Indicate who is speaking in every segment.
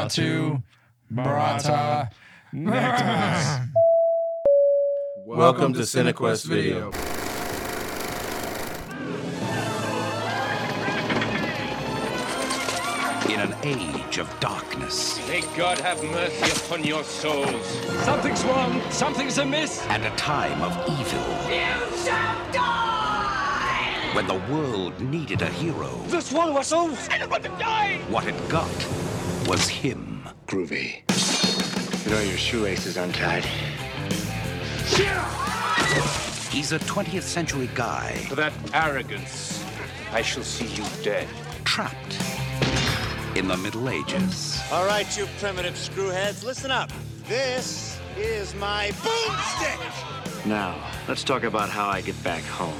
Speaker 1: Klaatu, Barata, Nectimus.
Speaker 2: Welcome to Cinequest Video.
Speaker 3: in an age of darkness
Speaker 4: May God have mercy upon your souls.
Speaker 5: Something's wrong. Something's amiss.
Speaker 3: and a time of evil
Speaker 6: You shall die!
Speaker 3: when the world needed a hero.
Speaker 5: The swallow us all.
Speaker 3: What it got was him.
Speaker 7: Groovy. You know your shoelace is untied.
Speaker 3: He's a 20th century guy
Speaker 4: For that arrogance, I shall see you dead.
Speaker 3: trapped in the Middle Ages.
Speaker 8: All right, you primitive screwheads, listen up. This is my boomstick.
Speaker 7: Now, let's talk about how I get back home.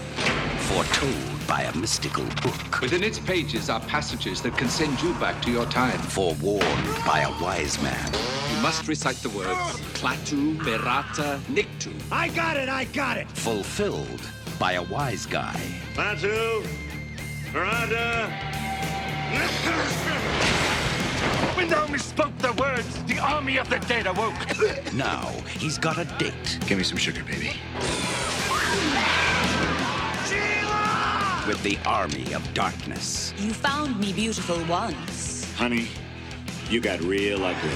Speaker 3: Foretold by a mystical book.
Speaker 9: Within its pages are passages that can send you back to your time.
Speaker 3: Forewarned by a wise man.
Speaker 9: You must recite the words Klaatu, Berata, Nictu.
Speaker 8: I got it, I got it.
Speaker 3: Fulfilled by a wise guy.
Speaker 8: Latu, Miranda.
Speaker 4: When thou misspoke the words, the army of the dead awoke.
Speaker 3: Now he's got a date
Speaker 7: Give me some sugar, baby.
Speaker 3: with the army of darkness.
Speaker 6: You found me beautiful once.
Speaker 7: Honey, you got real ugly.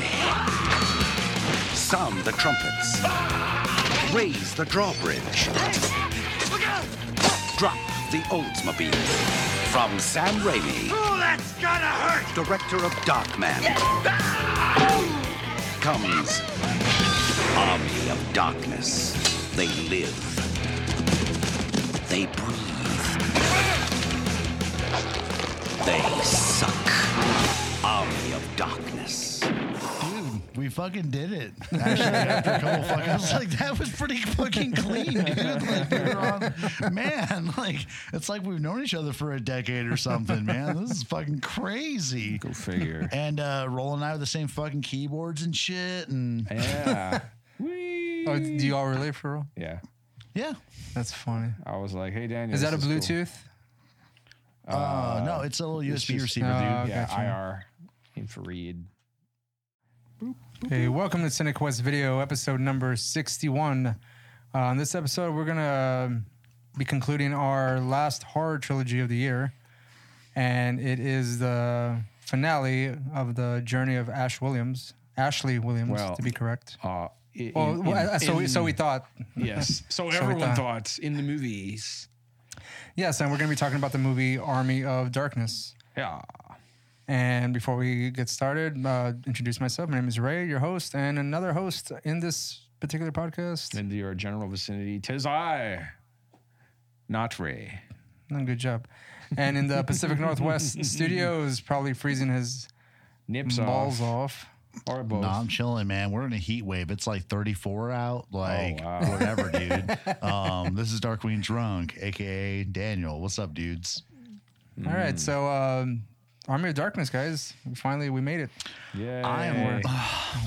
Speaker 3: Sound the trumpets. Raise the drawbridge. Drop the Oldsmobile. From Sam Raimi. Oh, that's gonna hurt! Director of Darkman. Comes Army of Darkness. They live. They breathe. They suck. Army of Darkness.
Speaker 1: Dude, we fucking did it. Actually, after a couple fucking, I was like, that was pretty fucking clean, dude. Like, we were on, man, like, it's like we've known each other for a decade or something, man. This is fucking crazy.
Speaker 2: Go figure.
Speaker 1: And uh, Roland and I have the same fucking keyboards and shit. And
Speaker 2: Yeah.
Speaker 10: Oh, do you all relate for real?
Speaker 2: yeah.
Speaker 1: yeah,
Speaker 10: That's funny.
Speaker 2: I was like, hey, Daniel.
Speaker 10: Is that a
Speaker 2: this cool.
Speaker 10: Bluetooth?
Speaker 1: uh, no, it's a little USB
Speaker 2: just-
Speaker 1: receiver,
Speaker 10: uh,
Speaker 1: dude.
Speaker 2: Yeah,
Speaker 10: Gotcha.
Speaker 2: IR. Infrared.
Speaker 10: Hey, welcome to CineQuest Video, episode number 61. Uh, on this episode, we're going to be concluding our last horror trilogy of the year. And it is the finale of the journey of Ash Williams, Ashley Williams,
Speaker 2: Well,
Speaker 10: to be correct.
Speaker 2: Uh, in-
Speaker 10: Well,
Speaker 2: in-
Speaker 10: well, uh,
Speaker 2: in-
Speaker 10: so, we, so we
Speaker 2: in-
Speaker 10: thought.
Speaker 2: Yes. So,
Speaker 10: we
Speaker 2: everyone
Speaker 10: thought.
Speaker 2: thought in the movies.
Speaker 10: Yes, and we're going to be talking about the movie Army of Darkness.
Speaker 2: Yeah.
Speaker 10: And before we get started, uh, introduce myself. My name is Ray, your host, and another host in this particular podcast.
Speaker 2: In your general vicinity, tis I, not Ray.
Speaker 10: Oh, Good job. And in the Pacific Northwest studios, probably freezing his
Speaker 2: Nips
Speaker 10: balls off.
Speaker 2: off. Or both.
Speaker 1: No, I'm chilling, man. We're in a heat wave. It's like 34 out, like
Speaker 2: Oh, wow.
Speaker 1: whatever, dude. um, this is Darkwing Drunk, aka Daniel. What's up, dudes?
Speaker 10: All right, so
Speaker 2: Mm.
Speaker 10: um, Army of Darkness, guys. Finally, we made it.
Speaker 2: yeah.
Speaker 1: I am-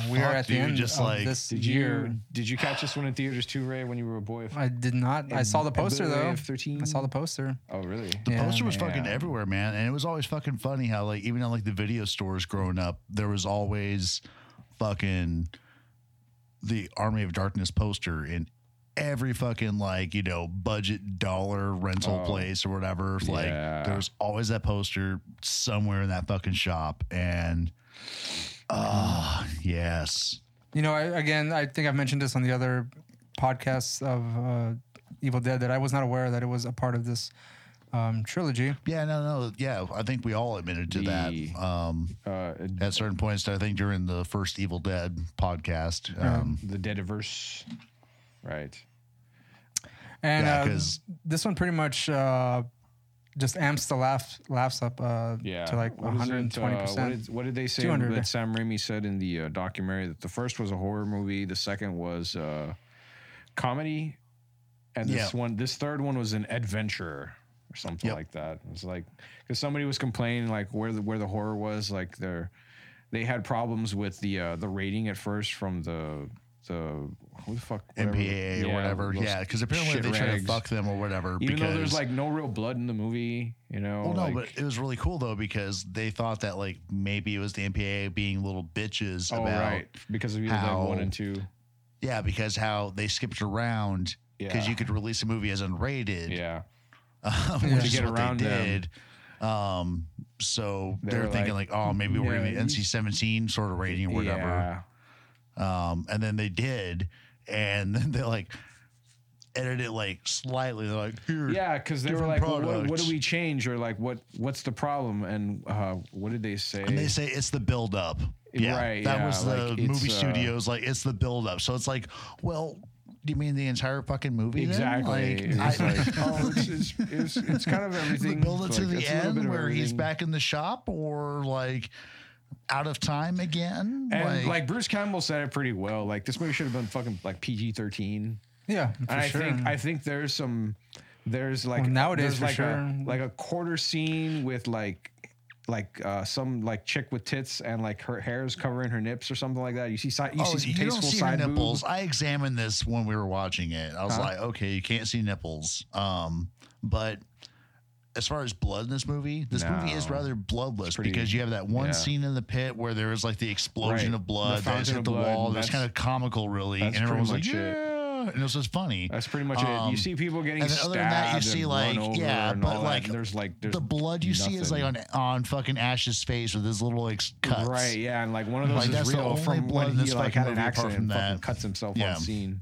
Speaker 10: We are
Speaker 1: Fuck,
Speaker 10: at the
Speaker 1: dude,
Speaker 10: end
Speaker 1: just
Speaker 10: of
Speaker 1: like-
Speaker 10: this
Speaker 2: Did
Speaker 10: year.
Speaker 2: you did you catch this one in theaters too, Ray? When you were a boy?
Speaker 10: I did not. I
Speaker 2: And-
Speaker 10: saw the
Speaker 2: and
Speaker 10: poster
Speaker 2: Blu-ray
Speaker 10: though.
Speaker 2: of 13?
Speaker 10: I saw the poster.
Speaker 2: Oh, really?
Speaker 1: The poster was
Speaker 2: man.
Speaker 1: fucking everywhere, man. And it was always fucking funny how, like, even on like the video stores growing up, there was always fucking the Army of Darkness poster in every fucking like you know budget dollar rental
Speaker 2: Oh,
Speaker 1: place or whatever. Like,
Speaker 2: yeah.
Speaker 1: there was always that poster somewhere in that fucking shop. And ah, yes,
Speaker 10: You know, I, again, I think I've mentioned this on the other podcasts of uh, Evil Dead that I was not aware that it was a part of this um, trilogy.
Speaker 1: yeah, no, no, yeah. I think we all admitted to
Speaker 2: The-
Speaker 1: that. Um,
Speaker 2: Uh,
Speaker 1: at certain points, I think during the first Evil Dead podcast. Um,
Speaker 2: the Deadiverse, right?
Speaker 10: And
Speaker 1: Yeah,
Speaker 10: uh,
Speaker 1: 'cause-
Speaker 10: this one pretty much uh, just amps the laugh, laughs up uh,
Speaker 2: Yeah,
Speaker 10: to like
Speaker 2: What is it, uh,
Speaker 10: 120
Speaker 2: what,
Speaker 10: percent.
Speaker 2: did, what did they say
Speaker 10: 200.
Speaker 2: that Sam Raimi said in the uh, documentary that the first was a horror movie, the second was uh, comedy, and this
Speaker 1: Yeah.
Speaker 2: one, this third one was an adventure or something
Speaker 1: Yep.
Speaker 2: like that. It was like because somebody was complaining like where the where the horror was, like they're they had problems with the uh, the rating at first from the the who the fuck
Speaker 1: MPAA or whatever.
Speaker 2: those
Speaker 1: Yeah, because apparently
Speaker 2: shit
Speaker 1: they try to
Speaker 2: rags.
Speaker 1: fuck them or whatever.
Speaker 2: Even though there's
Speaker 1: because-
Speaker 2: like no real blood in the movie, you know.
Speaker 1: Well, no,
Speaker 2: like,
Speaker 1: but it was really cool though because they thought that like maybe it was the MPAA being little bitches
Speaker 2: oh
Speaker 1: about
Speaker 2: right, because of either
Speaker 1: how-
Speaker 2: like one and two.
Speaker 1: yeah because how they skipped around because
Speaker 2: Yeah.
Speaker 1: you could release a movie as unrated
Speaker 2: Yeah,
Speaker 1: um,
Speaker 10: Yeah.
Speaker 1: which
Speaker 10: To
Speaker 1: is
Speaker 2: get
Speaker 1: what
Speaker 2: around
Speaker 1: they
Speaker 2: them.
Speaker 1: did. Um, so
Speaker 2: They
Speaker 1: they're
Speaker 2: were
Speaker 1: thinking
Speaker 2: like,
Speaker 1: like, oh maybe we're gonna be
Speaker 2: "Yeah,
Speaker 1: NC seventeen sort of rating or whatever.
Speaker 2: Yeah.
Speaker 1: Um, and then they did, and then they like edited it like slightly. They're like, here,
Speaker 2: Yeah, because they were
Speaker 1: different
Speaker 2: like, well, what, what
Speaker 1: products.
Speaker 2: do we change or like what what's the problem and uh, what did they say?
Speaker 1: And they say it's the buildup. Yeah,
Speaker 2: Right,
Speaker 1: That
Speaker 2: yeah,
Speaker 1: was the
Speaker 2: like, it's,
Speaker 1: movie
Speaker 2: uh,
Speaker 1: studios. Like it's the buildup. So it's like, well, do you mean the entire fucking movie? then?
Speaker 2: exactly. It's
Speaker 1: Like, I,
Speaker 2: like, oh, it's, it's, it's, it's kind of
Speaker 1: the
Speaker 2: everything.
Speaker 1: build it
Speaker 2: Like,
Speaker 1: to the
Speaker 2: it's a little bit
Speaker 1: end
Speaker 2: of
Speaker 1: where he's
Speaker 2: everything.
Speaker 1: back in the shop, or like out of time again.
Speaker 2: And like, Bruce Campbell said it pretty well. Like this movie should have been fucking like PG thirteen.
Speaker 10: Yeah, for
Speaker 2: And I
Speaker 10: sure.
Speaker 2: think I think there's some there's like
Speaker 10: Well, nowadays,
Speaker 2: there's
Speaker 10: for
Speaker 2: like a
Speaker 10: sure.
Speaker 2: like a quarter scene with like like uh, some like chick with tits and like her hair's covering her nips or something like that. You see side you
Speaker 1: Oh,
Speaker 2: see
Speaker 1: you
Speaker 2: some
Speaker 1: don't
Speaker 2: tasteful
Speaker 1: see her
Speaker 2: side nipples.
Speaker 1: nipples. I examined this when we were watching it. I was like, okay, you can't see nipples. Um, but as far as blood in this movie, this movie is
Speaker 2: No.
Speaker 1: rather bloodless
Speaker 2: pretty-
Speaker 1: because you have that one
Speaker 2: yeah.
Speaker 1: scene in the pit where there is like the explosion
Speaker 2: Right.
Speaker 1: of blood
Speaker 2: The
Speaker 1: that has
Speaker 2: fountain
Speaker 1: hit
Speaker 2: of
Speaker 1: the
Speaker 2: blood,
Speaker 1: wall.
Speaker 2: and
Speaker 1: That's
Speaker 2: that's-
Speaker 1: kind of comical, really.
Speaker 2: that's
Speaker 1: And
Speaker 2: pretty
Speaker 1: everyone's like,
Speaker 2: much it.
Speaker 1: yeah. And it was just funny.
Speaker 2: That's pretty much it.
Speaker 1: Um,
Speaker 2: You see people getting
Speaker 1: and then
Speaker 2: stabbed.
Speaker 1: other than that, you see,
Speaker 2: and
Speaker 1: like,
Speaker 2: run over
Speaker 1: yeah,
Speaker 2: and
Speaker 1: but,
Speaker 2: all that.
Speaker 1: like,
Speaker 2: And there's like there's
Speaker 1: the blood you see is like on
Speaker 2: nothing.
Speaker 1: on fucking Ash's face with his little like cuts.
Speaker 2: right, yeah, and like one of those
Speaker 1: Like,
Speaker 2: is
Speaker 1: that's the
Speaker 2: real
Speaker 1: only
Speaker 2: from
Speaker 1: blood
Speaker 2: when
Speaker 1: in
Speaker 2: he
Speaker 1: this
Speaker 2: like
Speaker 1: fucking
Speaker 2: had an
Speaker 1: movie apart
Speaker 2: accident
Speaker 1: from
Speaker 2: and fucking
Speaker 1: that.
Speaker 2: cuts himself
Speaker 1: Yeah.
Speaker 2: on scene,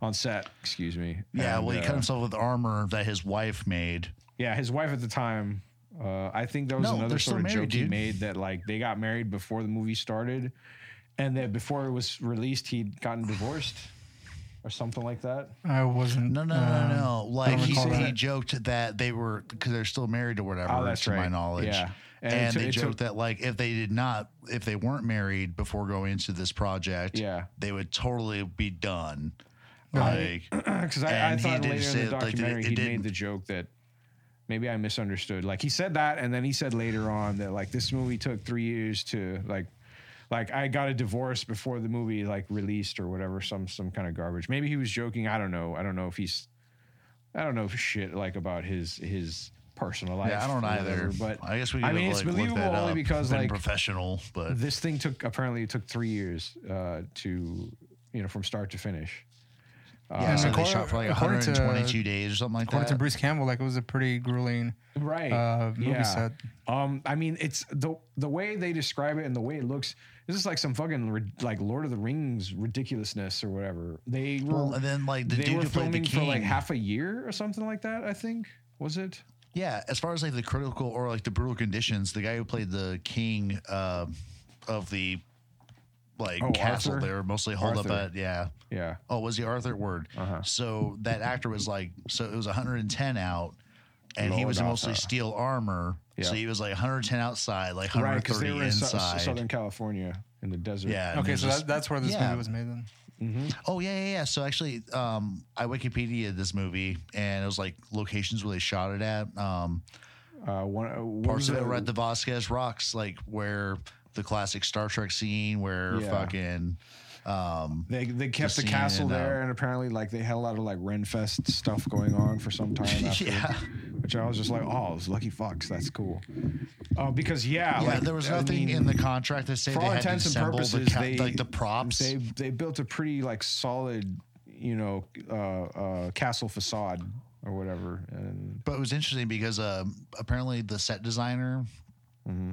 Speaker 2: on set. Excuse me.
Speaker 1: Yeah,
Speaker 2: And,
Speaker 1: well, he
Speaker 2: uh,
Speaker 1: cut himself with armor that his wife made.
Speaker 2: Yeah, his wife at the time. Uh, I think that was
Speaker 1: No,
Speaker 2: another
Speaker 1: they're still
Speaker 2: sort of
Speaker 1: married,
Speaker 2: joke he
Speaker 1: dude.
Speaker 2: made that like they got married before the movie started, and that before it was released, he'd gotten divorced or something like that.
Speaker 10: I wasn't.
Speaker 1: No, no,
Speaker 10: uh,
Speaker 2: Um,
Speaker 1: no, no. Like he,
Speaker 10: recall
Speaker 1: he
Speaker 10: that.
Speaker 1: joked that they were because they're still married or whatever.
Speaker 2: Oh, that's
Speaker 1: to my
Speaker 2: right.
Speaker 1: knowledge.
Speaker 2: Yeah.
Speaker 1: And,
Speaker 2: And it took-
Speaker 1: they
Speaker 2: it
Speaker 1: joked
Speaker 2: took-
Speaker 1: that like if they did not, if they weren't married before going into this project,
Speaker 2: Yeah.
Speaker 1: they would totally be done.
Speaker 10: Right.
Speaker 1: Like,
Speaker 2: Because Uh, I, I
Speaker 1: And he
Speaker 2: thought
Speaker 1: did
Speaker 2: later in
Speaker 1: say
Speaker 2: the
Speaker 1: that, like, it-
Speaker 2: documentary
Speaker 1: it
Speaker 2: he
Speaker 1: didn't-
Speaker 2: made the joke that maybe I misunderstood. Like he said that, and then he said later on that like this movie took three years to like, like I got a divorce before the movie like released or whatever. Some some kind of garbage. Maybe he was joking. I don't know. I don't know if he's. I don't know shit like about his his personal life.
Speaker 1: yeah, I don't
Speaker 2: or
Speaker 1: either.
Speaker 2: whatever,
Speaker 1: but I guess we. Could
Speaker 2: I mean,
Speaker 1: have,
Speaker 2: it's
Speaker 1: like, looked
Speaker 2: believable
Speaker 1: that
Speaker 2: only
Speaker 1: up,
Speaker 2: because
Speaker 1: been
Speaker 2: like
Speaker 1: professional, but
Speaker 2: this thing took apparently it took three years uh, to you know from start to finish.
Speaker 1: yeah, so they
Speaker 10: according-
Speaker 1: shot for like
Speaker 10: according to-
Speaker 1: 122 days or something like
Speaker 10: According
Speaker 1: that.
Speaker 10: to Bruce Campbell, like it was a pretty grueling.
Speaker 2: right
Speaker 10: uh, movie set.
Speaker 2: Um, I mean, it's the the way they describe it and the way it looks. This is like some fucking ri- like Lord of the Rings ridiculousness or whatever. They were
Speaker 1: Well, and then like the
Speaker 2: they
Speaker 1: dude
Speaker 2: were
Speaker 1: who played the
Speaker 2: filming for
Speaker 1: king,
Speaker 2: like half a year or something like that. I think was it.
Speaker 1: Yeah, as far as like the critical or like the brutal conditions, the guy who played the king uh, of the like
Speaker 2: Oh,
Speaker 1: castle,
Speaker 2: Arthur?
Speaker 1: they were mostly holed up
Speaker 2: Arthur.
Speaker 1: at. Yeah.
Speaker 2: Yeah,
Speaker 1: Oh, was he Arthur? Word.
Speaker 2: Uh-huh.
Speaker 1: So that actor was like, so it was 110 out, and he
Speaker 2: Lord
Speaker 1: was in mostly
Speaker 2: Arthur.
Speaker 1: steel armor. So
Speaker 2: Yeah. he was like 110 outside, like right. Because
Speaker 1: 130
Speaker 2: they were in Sou-
Speaker 1: inside.
Speaker 2: Southern California in the desert.
Speaker 1: yeah. and
Speaker 10: Okay,
Speaker 1: it
Speaker 10: so
Speaker 1: was
Speaker 10: that, that's where this
Speaker 1: yeah.
Speaker 10: movie was made then.
Speaker 1: Oh yeah, yeah, yeah. So actually, um, I Wikipedia this movie, and it was like locations where they shot it at. Um,
Speaker 2: uh, one uh, what
Speaker 1: parts
Speaker 2: was
Speaker 1: of it
Speaker 2: the-
Speaker 1: were at the Vasquez Rocks, like where the classic Star Trek scene where
Speaker 2: Yeah.
Speaker 1: fucking um
Speaker 2: They, they kept
Speaker 1: the
Speaker 2: the,
Speaker 1: scene
Speaker 2: castle
Speaker 1: and, uh,
Speaker 2: there, and apparently, like, they had a lot of like Renfest stuff going on for some time. After,
Speaker 1: Yeah.
Speaker 2: Which I was just like, oh, it's Lucky Fox. That's cool. Uh, because, yeah,
Speaker 1: yeah,
Speaker 2: like,
Speaker 1: there was
Speaker 2: I
Speaker 1: nothing
Speaker 2: mean,
Speaker 1: in the contract that said
Speaker 2: for
Speaker 1: they
Speaker 2: all
Speaker 1: had to
Speaker 2: intents and
Speaker 1: assemble the
Speaker 2: purposes,
Speaker 1: ca-
Speaker 2: they-
Speaker 1: like the props.
Speaker 2: They, they built a pretty, like, solid, you know, uh, uh, castle facade or whatever. And
Speaker 1: but it was interesting because um, apparently the set designer
Speaker 2: Mm-hmm.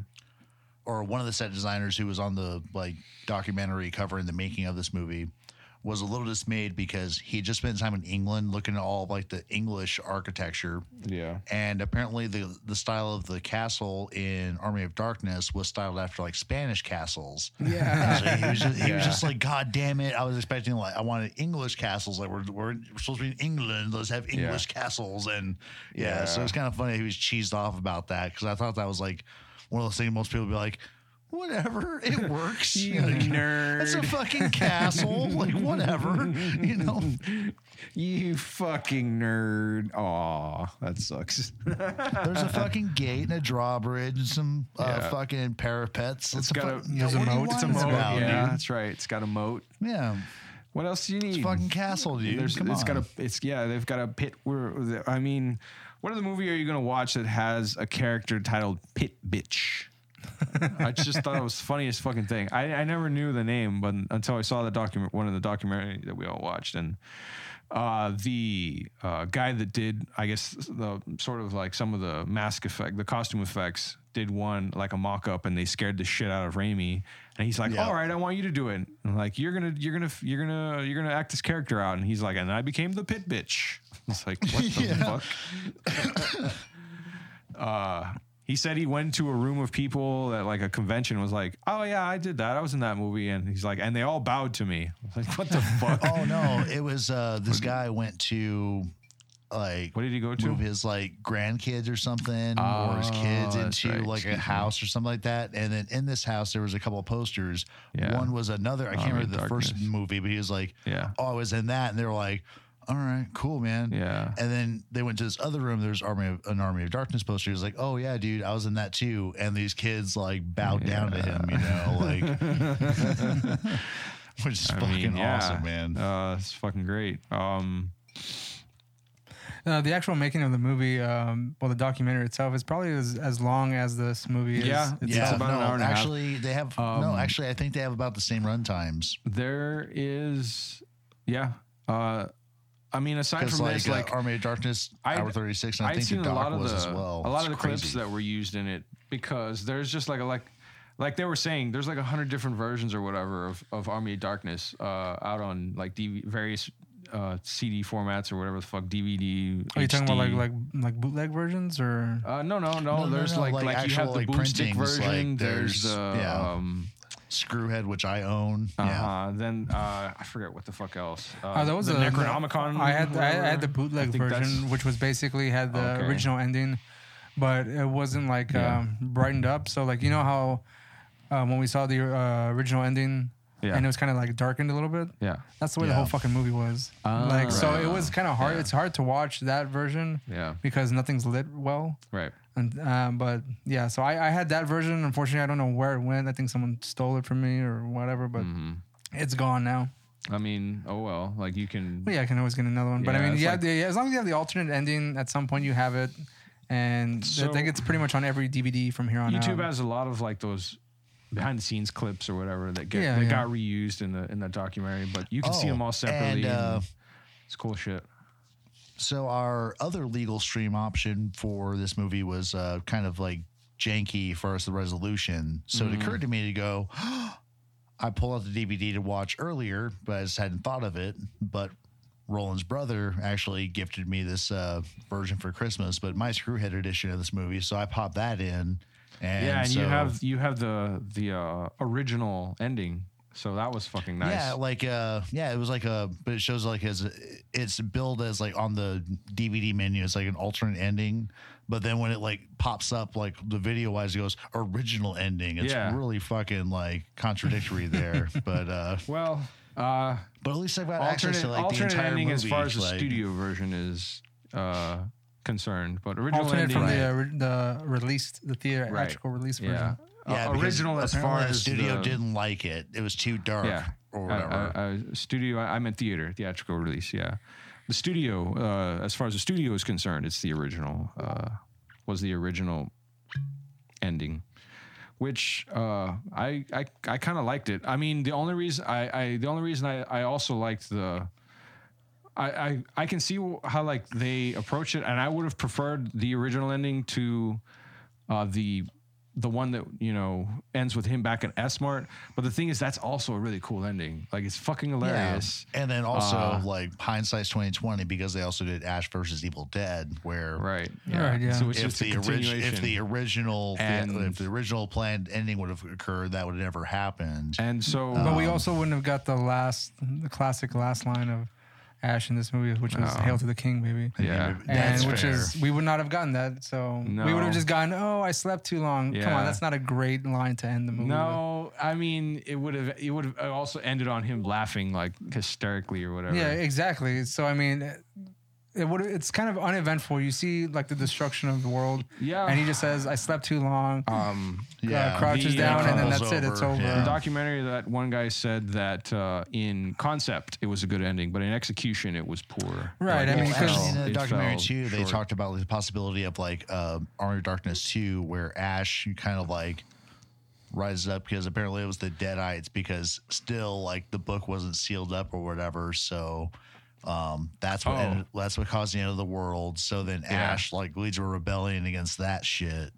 Speaker 1: or one of the set designers who was on the like documentary covering the making of this movie was a little dismayed because he had just spent time in England looking at all of, like the English architecture
Speaker 2: yeah.
Speaker 1: and apparently the the style of the castle in Army of Darkness was styled after like Spanish castles. Yeah, so he was just, he was just like, God damn it! I was expecting like I wanted English castles. Like we're we're, we're supposed to be in England. Let's have English castles. And yeah, so
Speaker 2: Yeah.
Speaker 1: it's kind of funny he was cheesed off about that because I thought that was like one of those things most people would be like. Whatever, it works. you know,
Speaker 2: nerd.
Speaker 1: It's a fucking castle. like whatever, you know.
Speaker 2: You fucking nerd. Aw, that sucks.
Speaker 1: There's a fucking gate and a drawbridge and some uh,
Speaker 2: Yeah.
Speaker 1: fucking parapets. It's,
Speaker 2: got a-
Speaker 1: fucking-
Speaker 10: there's a
Speaker 1: what do you
Speaker 10: moat.
Speaker 1: want
Speaker 10: It's a
Speaker 1: this
Speaker 10: moat,
Speaker 1: about,
Speaker 2: yeah,
Speaker 1: dude?
Speaker 2: that's right. It's got a moat.
Speaker 1: Yeah.
Speaker 2: What else do you need?
Speaker 1: It's fucking castle, dude.
Speaker 2: There's,
Speaker 1: Come
Speaker 2: it's
Speaker 1: on.
Speaker 2: got a. It's yeah. They've got a pit. Where I mean, what other movie are you gonna watch that has a character titled Pit Bitch? I just thought it was the funniest fucking thing. I, I never knew the name, but until I saw the document, one of the documentary that we all watched, and uh, the uh, guy that did, I guess, the sort of like some of the mask effect, the costume effects, did one like a mock up, and they scared the shit out of Raimi, and he's like,
Speaker 1: Yeah.
Speaker 2: "All right, I want you to do it." And I'm like, "You're gonna, you're gonna, you're gonna, you're gonna act this character out," and he's like, "And I became the pit bitch." It's like, what the fuck? he said he went to a room of people at like a convention and was like oh yeah i did that i was in that movie and he's like and they all bowed to me I was like what the fuck
Speaker 1: Oh no, it was uh this guy went to like
Speaker 2: what did he go to
Speaker 1: move his like grandkids or something or his kids
Speaker 2: Oh, that's
Speaker 1: into
Speaker 2: right.
Speaker 1: like
Speaker 2: Excuse
Speaker 1: a
Speaker 2: me.
Speaker 1: house or something like that. And then in this house there was a couple of posters.
Speaker 2: Yeah.
Speaker 1: One was another I can't
Speaker 2: Army of
Speaker 1: remember the first
Speaker 2: Darkness.
Speaker 1: movie, but he was like,
Speaker 2: Yeah.
Speaker 1: Oh, I was in that and they were like, All right, cool, man.
Speaker 2: Yeah.
Speaker 1: And then they went to this other room, there's Army of an Army of Darkness poster. He was like, Oh yeah, dude, I was in that too. And these kids like bowed down to him, you know, like which is fucking awesome, man.
Speaker 2: uh, it's fucking great um
Speaker 10: Uh, the actual making of the movie, um, well, the documentary itself is probably as, as long as this movie is.
Speaker 2: Yeah.
Speaker 10: It's-
Speaker 2: Yeah. about an hour and a half. Um,
Speaker 1: actually, they have no. Actually, I think they have about the same run times
Speaker 2: there is yeah uh i mean aside
Speaker 1: because
Speaker 2: from
Speaker 1: like,
Speaker 2: this
Speaker 1: uh,
Speaker 2: like
Speaker 1: Army of Darkness,
Speaker 2: I'd-
Speaker 1: Hour Thirty Six, and I
Speaker 2: I'd
Speaker 1: think the
Speaker 2: seen a lot
Speaker 1: doc
Speaker 2: of
Speaker 1: was
Speaker 2: the
Speaker 1: as well.
Speaker 2: a lot of the
Speaker 1: It's
Speaker 2: clips
Speaker 1: crazy.
Speaker 2: that were used in it because there's just like a like like they were saying there's like a hundred different versions or whatever of, of Army of Darkness uh, out on like DV, various uh, CD formats or whatever the fuck DVD.
Speaker 10: Are you Oh, talking about like
Speaker 2: HD.
Speaker 10: like like bootleg versions or?
Speaker 2: Uh, no, no,
Speaker 1: No,
Speaker 2: no,
Speaker 1: no,
Speaker 2: There's
Speaker 1: no,
Speaker 2: like,
Speaker 1: like
Speaker 2: like, you have
Speaker 1: actual,
Speaker 2: the
Speaker 1: like,
Speaker 2: boomstick
Speaker 1: printings, like,
Speaker 2: version. there's,
Speaker 1: there's-
Speaker 2: the
Speaker 1: yeah.
Speaker 2: um,
Speaker 1: Screwhead, which I own.
Speaker 2: uh
Speaker 1: Yeah,
Speaker 2: then uh, I forget what the fuck else. Uh,
Speaker 10: Oh, that was
Speaker 2: the
Speaker 10: a-
Speaker 2: Necronomicon.
Speaker 10: I had I, I had the
Speaker 2: whatever.
Speaker 10: bootleg
Speaker 2: I think that's-
Speaker 10: version, which was basically had the
Speaker 2: Okay.
Speaker 10: original ending, but it wasn't like
Speaker 2: Yeah.
Speaker 10: um, brightened up. So like you know how um, when we saw the uh, original ending,
Speaker 2: Yeah.
Speaker 10: and it was kind of like darkened a little bit.
Speaker 2: Yeah, Ah,
Speaker 10: That's the way the
Speaker 1: Yeah.
Speaker 10: whole fucking movie was. like so, it was kind of hard. It's hard to watch that version.
Speaker 2: Yeah.
Speaker 10: because nothing's lit well.
Speaker 2: right.
Speaker 10: And um, but yeah, so I, I had that version. Unfortunately, I don't know where it went. I think someone stole it from me or whatever, but
Speaker 2: Mm-hmm.
Speaker 10: it's gone now.
Speaker 2: I mean, oh well. Like you can.
Speaker 10: But yeah, I can always get another one. But
Speaker 2: Yeah,
Speaker 10: I mean,
Speaker 2: it's
Speaker 10: yeah,
Speaker 2: like-
Speaker 10: the, yeah, as long as you have the alternate ending, at some point you have it, and I think it's pretty much on every DVD from here on
Speaker 2: YouTube
Speaker 10: out.
Speaker 2: has a lot of like those behind the scenes clips or whatever that get
Speaker 10: Yeah,
Speaker 2: that
Speaker 10: yeah.
Speaker 2: got reused in the in the documentary, but you can see
Speaker 1: Oh,
Speaker 2: them all separately.
Speaker 1: and, uh,
Speaker 2: and it's cool shit.
Speaker 1: so our other legal stream option for this movie was uh, kind of like janky for us the resolution. So
Speaker 2: Mm-hmm.
Speaker 1: it occurred to me to go. I pulled out the DVD to watch earlier, but I just hadn't thought of it. But Roland's brother actually gifted me this uh, version for Christmas, but my screwhead edition of this movie. So I popped that in. And
Speaker 2: yeah, and
Speaker 1: so-
Speaker 2: you have you have the the uh, original ending, so that was fucking nice.
Speaker 1: Yeah, like uh, yeah, it was like a, but it shows like as it's billed as like on the DVD menu, it's like an alternate ending, but then when it like pops up, like the video wise, it goes original ending. It's
Speaker 2: Yeah.
Speaker 1: really fucking like contradictory there, but uh,
Speaker 2: well, uh,
Speaker 1: but at least I've got access
Speaker 2: alternate,
Speaker 1: to like the
Speaker 2: alternate
Speaker 1: entire
Speaker 2: ending
Speaker 1: movie,
Speaker 2: as far as the
Speaker 1: like-
Speaker 2: studio version is uh, concerned, but original
Speaker 10: alternate
Speaker 2: ending,
Speaker 10: from the ori- the released the theatrical release version.
Speaker 2: yeah, Uh,
Speaker 1: Yeah, because
Speaker 2: original as
Speaker 1: apparently
Speaker 2: far
Speaker 1: the
Speaker 2: as
Speaker 1: studio
Speaker 2: the-
Speaker 1: didn't like it. It was too dark
Speaker 2: yeah Uh,
Speaker 1: or
Speaker 2: I- I-
Speaker 1: whatever.
Speaker 2: I- studio I, I meant theater theatrical release yeah the studio uh, as far as the studio is concerned it's the original uh, was the original ending which uh, I I, I kind of liked it I mean the only reason I, I the only reason I, I also liked the I, I I can see how like they approach it and I would have preferred the original ending to uh, the the one that you know ends with him back in S Mart. But the thing is, that's also a really cool ending. Like it's fucking hilarious. Uh,
Speaker 1: And then also like hindsight's twenty twenty because they also did Ash versus Evil Dead, where
Speaker 2: Right.
Speaker 10: Right, yeah.
Speaker 2: So it's
Speaker 1: if
Speaker 2: just a
Speaker 1: the, orig-
Speaker 2: continuation.
Speaker 1: if the original
Speaker 2: And-
Speaker 1: if the original planned ending would have occurred, that would have never happened.
Speaker 2: and so uh,
Speaker 10: But we also wouldn't have got the last, the classic last line of Ash in this movie, which was "Hail to the King," baby.
Speaker 2: yeah.
Speaker 1: That's
Speaker 10: and which
Speaker 1: fair.
Speaker 10: is we would not have gotten that. So we would
Speaker 2: No.
Speaker 10: have just gotten, "Oh, I slept too long." Come
Speaker 2: Yeah.
Speaker 10: on, that's not a great line to end the movie.
Speaker 2: No, I mean it would have it would have also ended on him laughing like hysterically or whatever.
Speaker 10: with. Yeah, exactly. So I mean, it would it's kind of uneventful. You see like the destruction of the world.
Speaker 2: Yeah.
Speaker 10: And he just says, I slept too long.
Speaker 1: yeah,
Speaker 10: uh, crouches
Speaker 2: the-
Speaker 10: down and then
Speaker 1: Crumples
Speaker 10: that's it. It's
Speaker 1: over,
Speaker 10: over.
Speaker 1: yeah.
Speaker 2: the documentary that one guy said that uh, in concept it was a good ending, but in execution it was poor.
Speaker 10: Right, I mean,
Speaker 2: it
Speaker 10: because-
Speaker 2: fell-
Speaker 1: Actually, in the
Speaker 2: it
Speaker 1: documentary
Speaker 2: fell
Speaker 1: too, they
Speaker 2: short.
Speaker 1: talked about the possibility of like um, Army of Darkness two, where Ash you kind of like rises up because apparently it was the Deadites because still like the book wasn't sealed up or whatever, so um, that's what
Speaker 2: Oh.
Speaker 1: ended, that's what caused the end of the world. So then Ash like leads a rebellion against that shit.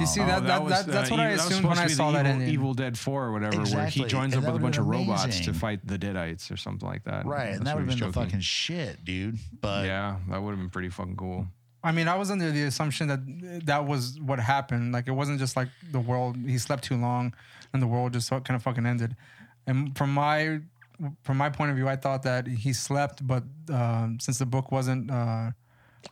Speaker 10: You see
Speaker 2: Oh,
Speaker 10: that, that,
Speaker 2: was,
Speaker 10: that, that's
Speaker 2: uh,
Speaker 10: what I
Speaker 2: that was
Speaker 10: assumed
Speaker 2: supposed
Speaker 10: when
Speaker 2: to
Speaker 10: I
Speaker 2: be the
Speaker 10: saw that
Speaker 2: evil,
Speaker 10: ending.
Speaker 2: Evil Dead Four or whatever, where he
Speaker 1: Exactly,
Speaker 2: joins
Speaker 1: and
Speaker 2: up
Speaker 1: that would've
Speaker 2: with a bunch of
Speaker 1: been
Speaker 2: robots to
Speaker 1: amazing.
Speaker 2: fight the Deadites or something like that.
Speaker 1: Right,
Speaker 2: That's
Speaker 1: and that
Speaker 2: what
Speaker 1: would have
Speaker 2: he
Speaker 1: been
Speaker 2: was
Speaker 1: the
Speaker 2: joking.
Speaker 1: fucking shit, dude. But
Speaker 2: Yeah, that would have been pretty fucking cool.
Speaker 10: I mean, I was under the assumption that that was what happened. Like, it wasn't just like the world. He slept too long, and the world just kind of fucking ended. And from my from my point of view, I thought that he slept, but um, since the book wasn't, uh,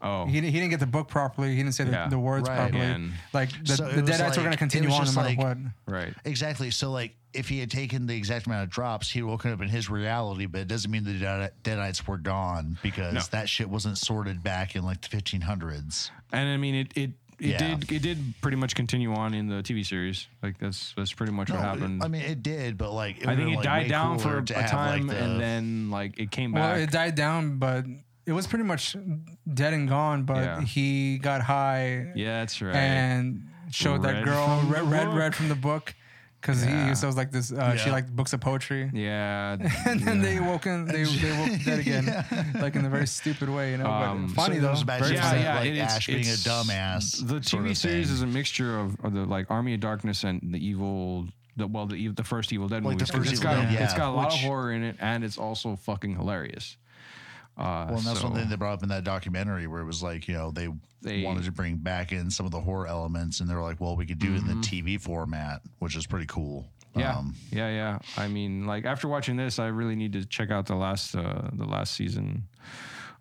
Speaker 2: Oh,
Speaker 10: he he didn't get the book properly. He didn't say
Speaker 2: Yeah.
Speaker 10: the, the words
Speaker 1: Right.
Speaker 10: properly.
Speaker 2: And-
Speaker 10: Like the,
Speaker 1: So it
Speaker 10: the
Speaker 1: was
Speaker 10: deadites
Speaker 1: like-
Speaker 10: were going
Speaker 1: it
Speaker 10: to continue
Speaker 1: was
Speaker 10: on no
Speaker 1: just
Speaker 10: matter
Speaker 1: like-
Speaker 10: what.
Speaker 2: right.
Speaker 1: Exactly. So, like, if he had taken the exact amount of drops, he would woken up in his reality, but it doesn't mean the Dead- Deadites were gone because
Speaker 2: No.
Speaker 1: that shit wasn't sorted back in like the 1500s.
Speaker 2: And I mean, it it it
Speaker 1: Yeah.
Speaker 2: did it did pretty much continue on in the TV series. Like that's that's pretty much
Speaker 1: No,
Speaker 2: what happened.
Speaker 1: I mean, it did, but like,
Speaker 2: I
Speaker 1: would've
Speaker 2: think it
Speaker 1: been, like,
Speaker 2: died
Speaker 1: way
Speaker 2: down for
Speaker 1: cooler
Speaker 2: a
Speaker 1: to have,
Speaker 2: time,
Speaker 1: like,
Speaker 2: and
Speaker 1: the-
Speaker 2: then like it came
Speaker 10: Well,
Speaker 2: back.
Speaker 10: it died down, but it was pretty much dead and gone. But
Speaker 2: Yeah.
Speaker 10: he got high
Speaker 2: yeah, that's right.
Speaker 10: and showed that
Speaker 2: Read
Speaker 10: girl
Speaker 2: from the
Speaker 10: read read, read
Speaker 2: book.
Speaker 10: from the book because he
Speaker 2: Yeah.
Speaker 10: used those like this. Uh, She
Speaker 1: Yeah.
Speaker 10: liked books of poetry,
Speaker 2: yeah,
Speaker 10: and then they woke in, they they woke dead again, like in a very stupid way, you know.
Speaker 2: Um,
Speaker 10: but funny
Speaker 1: so
Speaker 10: though,
Speaker 1: those bad
Speaker 10: very
Speaker 1: shit
Speaker 10: funny.
Speaker 1: that, like,
Speaker 2: it is-
Speaker 1: Ash being a dumbass
Speaker 2: The
Speaker 1: sort
Speaker 2: TV
Speaker 1: of
Speaker 2: series
Speaker 1: thing.
Speaker 2: is a mixture of, of the like Army of Darkness and the evil. The, well, the, ev- the first Evil Dead
Speaker 1: Like the
Speaker 2: movies. 'cause
Speaker 1: first
Speaker 2: it's
Speaker 1: Evil
Speaker 2: got,
Speaker 1: Dead,
Speaker 2: it's
Speaker 1: yeah.
Speaker 2: got a lot
Speaker 1: Which-
Speaker 2: of horror in it, and it's also fucking hilarious. Uh,
Speaker 1: Well, and that's
Speaker 2: so,
Speaker 1: one thing they brought up in that documentary where it was like, you know, they,
Speaker 2: They-
Speaker 1: wanted to bring back in some of the horror elements, and they were like, well, we could do it in the TV format, which is pretty cool.
Speaker 2: Mm-hmm.
Speaker 1: Um,
Speaker 2: Yeah, yeah, yeah. I mean, like after watching this, I really need to check out the last uh, the last season.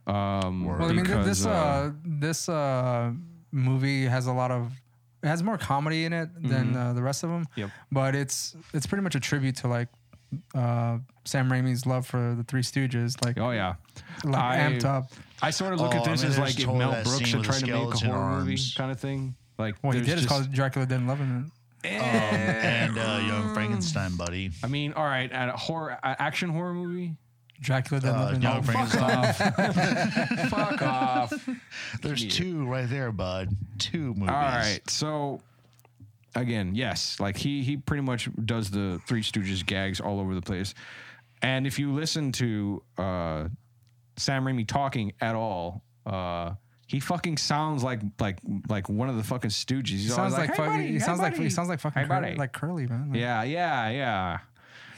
Speaker 2: Um,
Speaker 1: Word.
Speaker 10: Well, I mean, th-
Speaker 2: because,
Speaker 10: this uh, this uh, movie has a lot of it has more comedy in it than uh, the rest of them.
Speaker 2: Mm-hmm. Yep.
Speaker 10: But it's it's pretty much a tribute to like uh, Sam Raimi's love for the Three Stooges, like
Speaker 2: oh yeah,
Speaker 10: like
Speaker 2: I-
Speaker 10: amped up.
Speaker 2: I sort of look
Speaker 1: Oh,
Speaker 2: at
Speaker 1: I
Speaker 2: this
Speaker 1: mean,
Speaker 2: as
Speaker 1: there's
Speaker 2: like if
Speaker 1: totally
Speaker 2: Mel
Speaker 1: that
Speaker 2: Brooks
Speaker 1: scene
Speaker 2: had
Speaker 1: with the
Speaker 2: tried to make a
Speaker 1: skeleton
Speaker 2: horror movie
Speaker 1: arms.
Speaker 2: kind of thing. Like
Speaker 10: Well, he
Speaker 2: there's
Speaker 10: did. It's
Speaker 2: just-
Speaker 10: called Dracula Didn't Love Him.
Speaker 1: and uh, Young Frankenstein, buddy.
Speaker 2: I mean, all right, at a horror a- action horror movie.
Speaker 10: Dracula Didn't
Speaker 1: Uh,
Speaker 10: Love Him.
Speaker 1: Young Frankenstein.
Speaker 2: Fuck off.
Speaker 1: There's two right there, bud. Two movies.
Speaker 2: All right, so again, yes, like he he pretty much does the Three Stooges gags all over the place, and if you listen to uh, Sam Raimi talking at all, uh, he fucking sounds like like like one of the fucking Stooges. He's
Speaker 10: He sounds
Speaker 2: always
Speaker 10: like,
Speaker 2: "Hey,
Speaker 10: fucking.
Speaker 2: buddy,
Speaker 10: he
Speaker 2: hey,
Speaker 10: sounds like
Speaker 2: buddy."
Speaker 10: he sounds like fucking
Speaker 2: Hey,
Speaker 10: curly,
Speaker 2: buddy.
Speaker 10: like curly man. Like,
Speaker 2: yeah, yeah, yeah.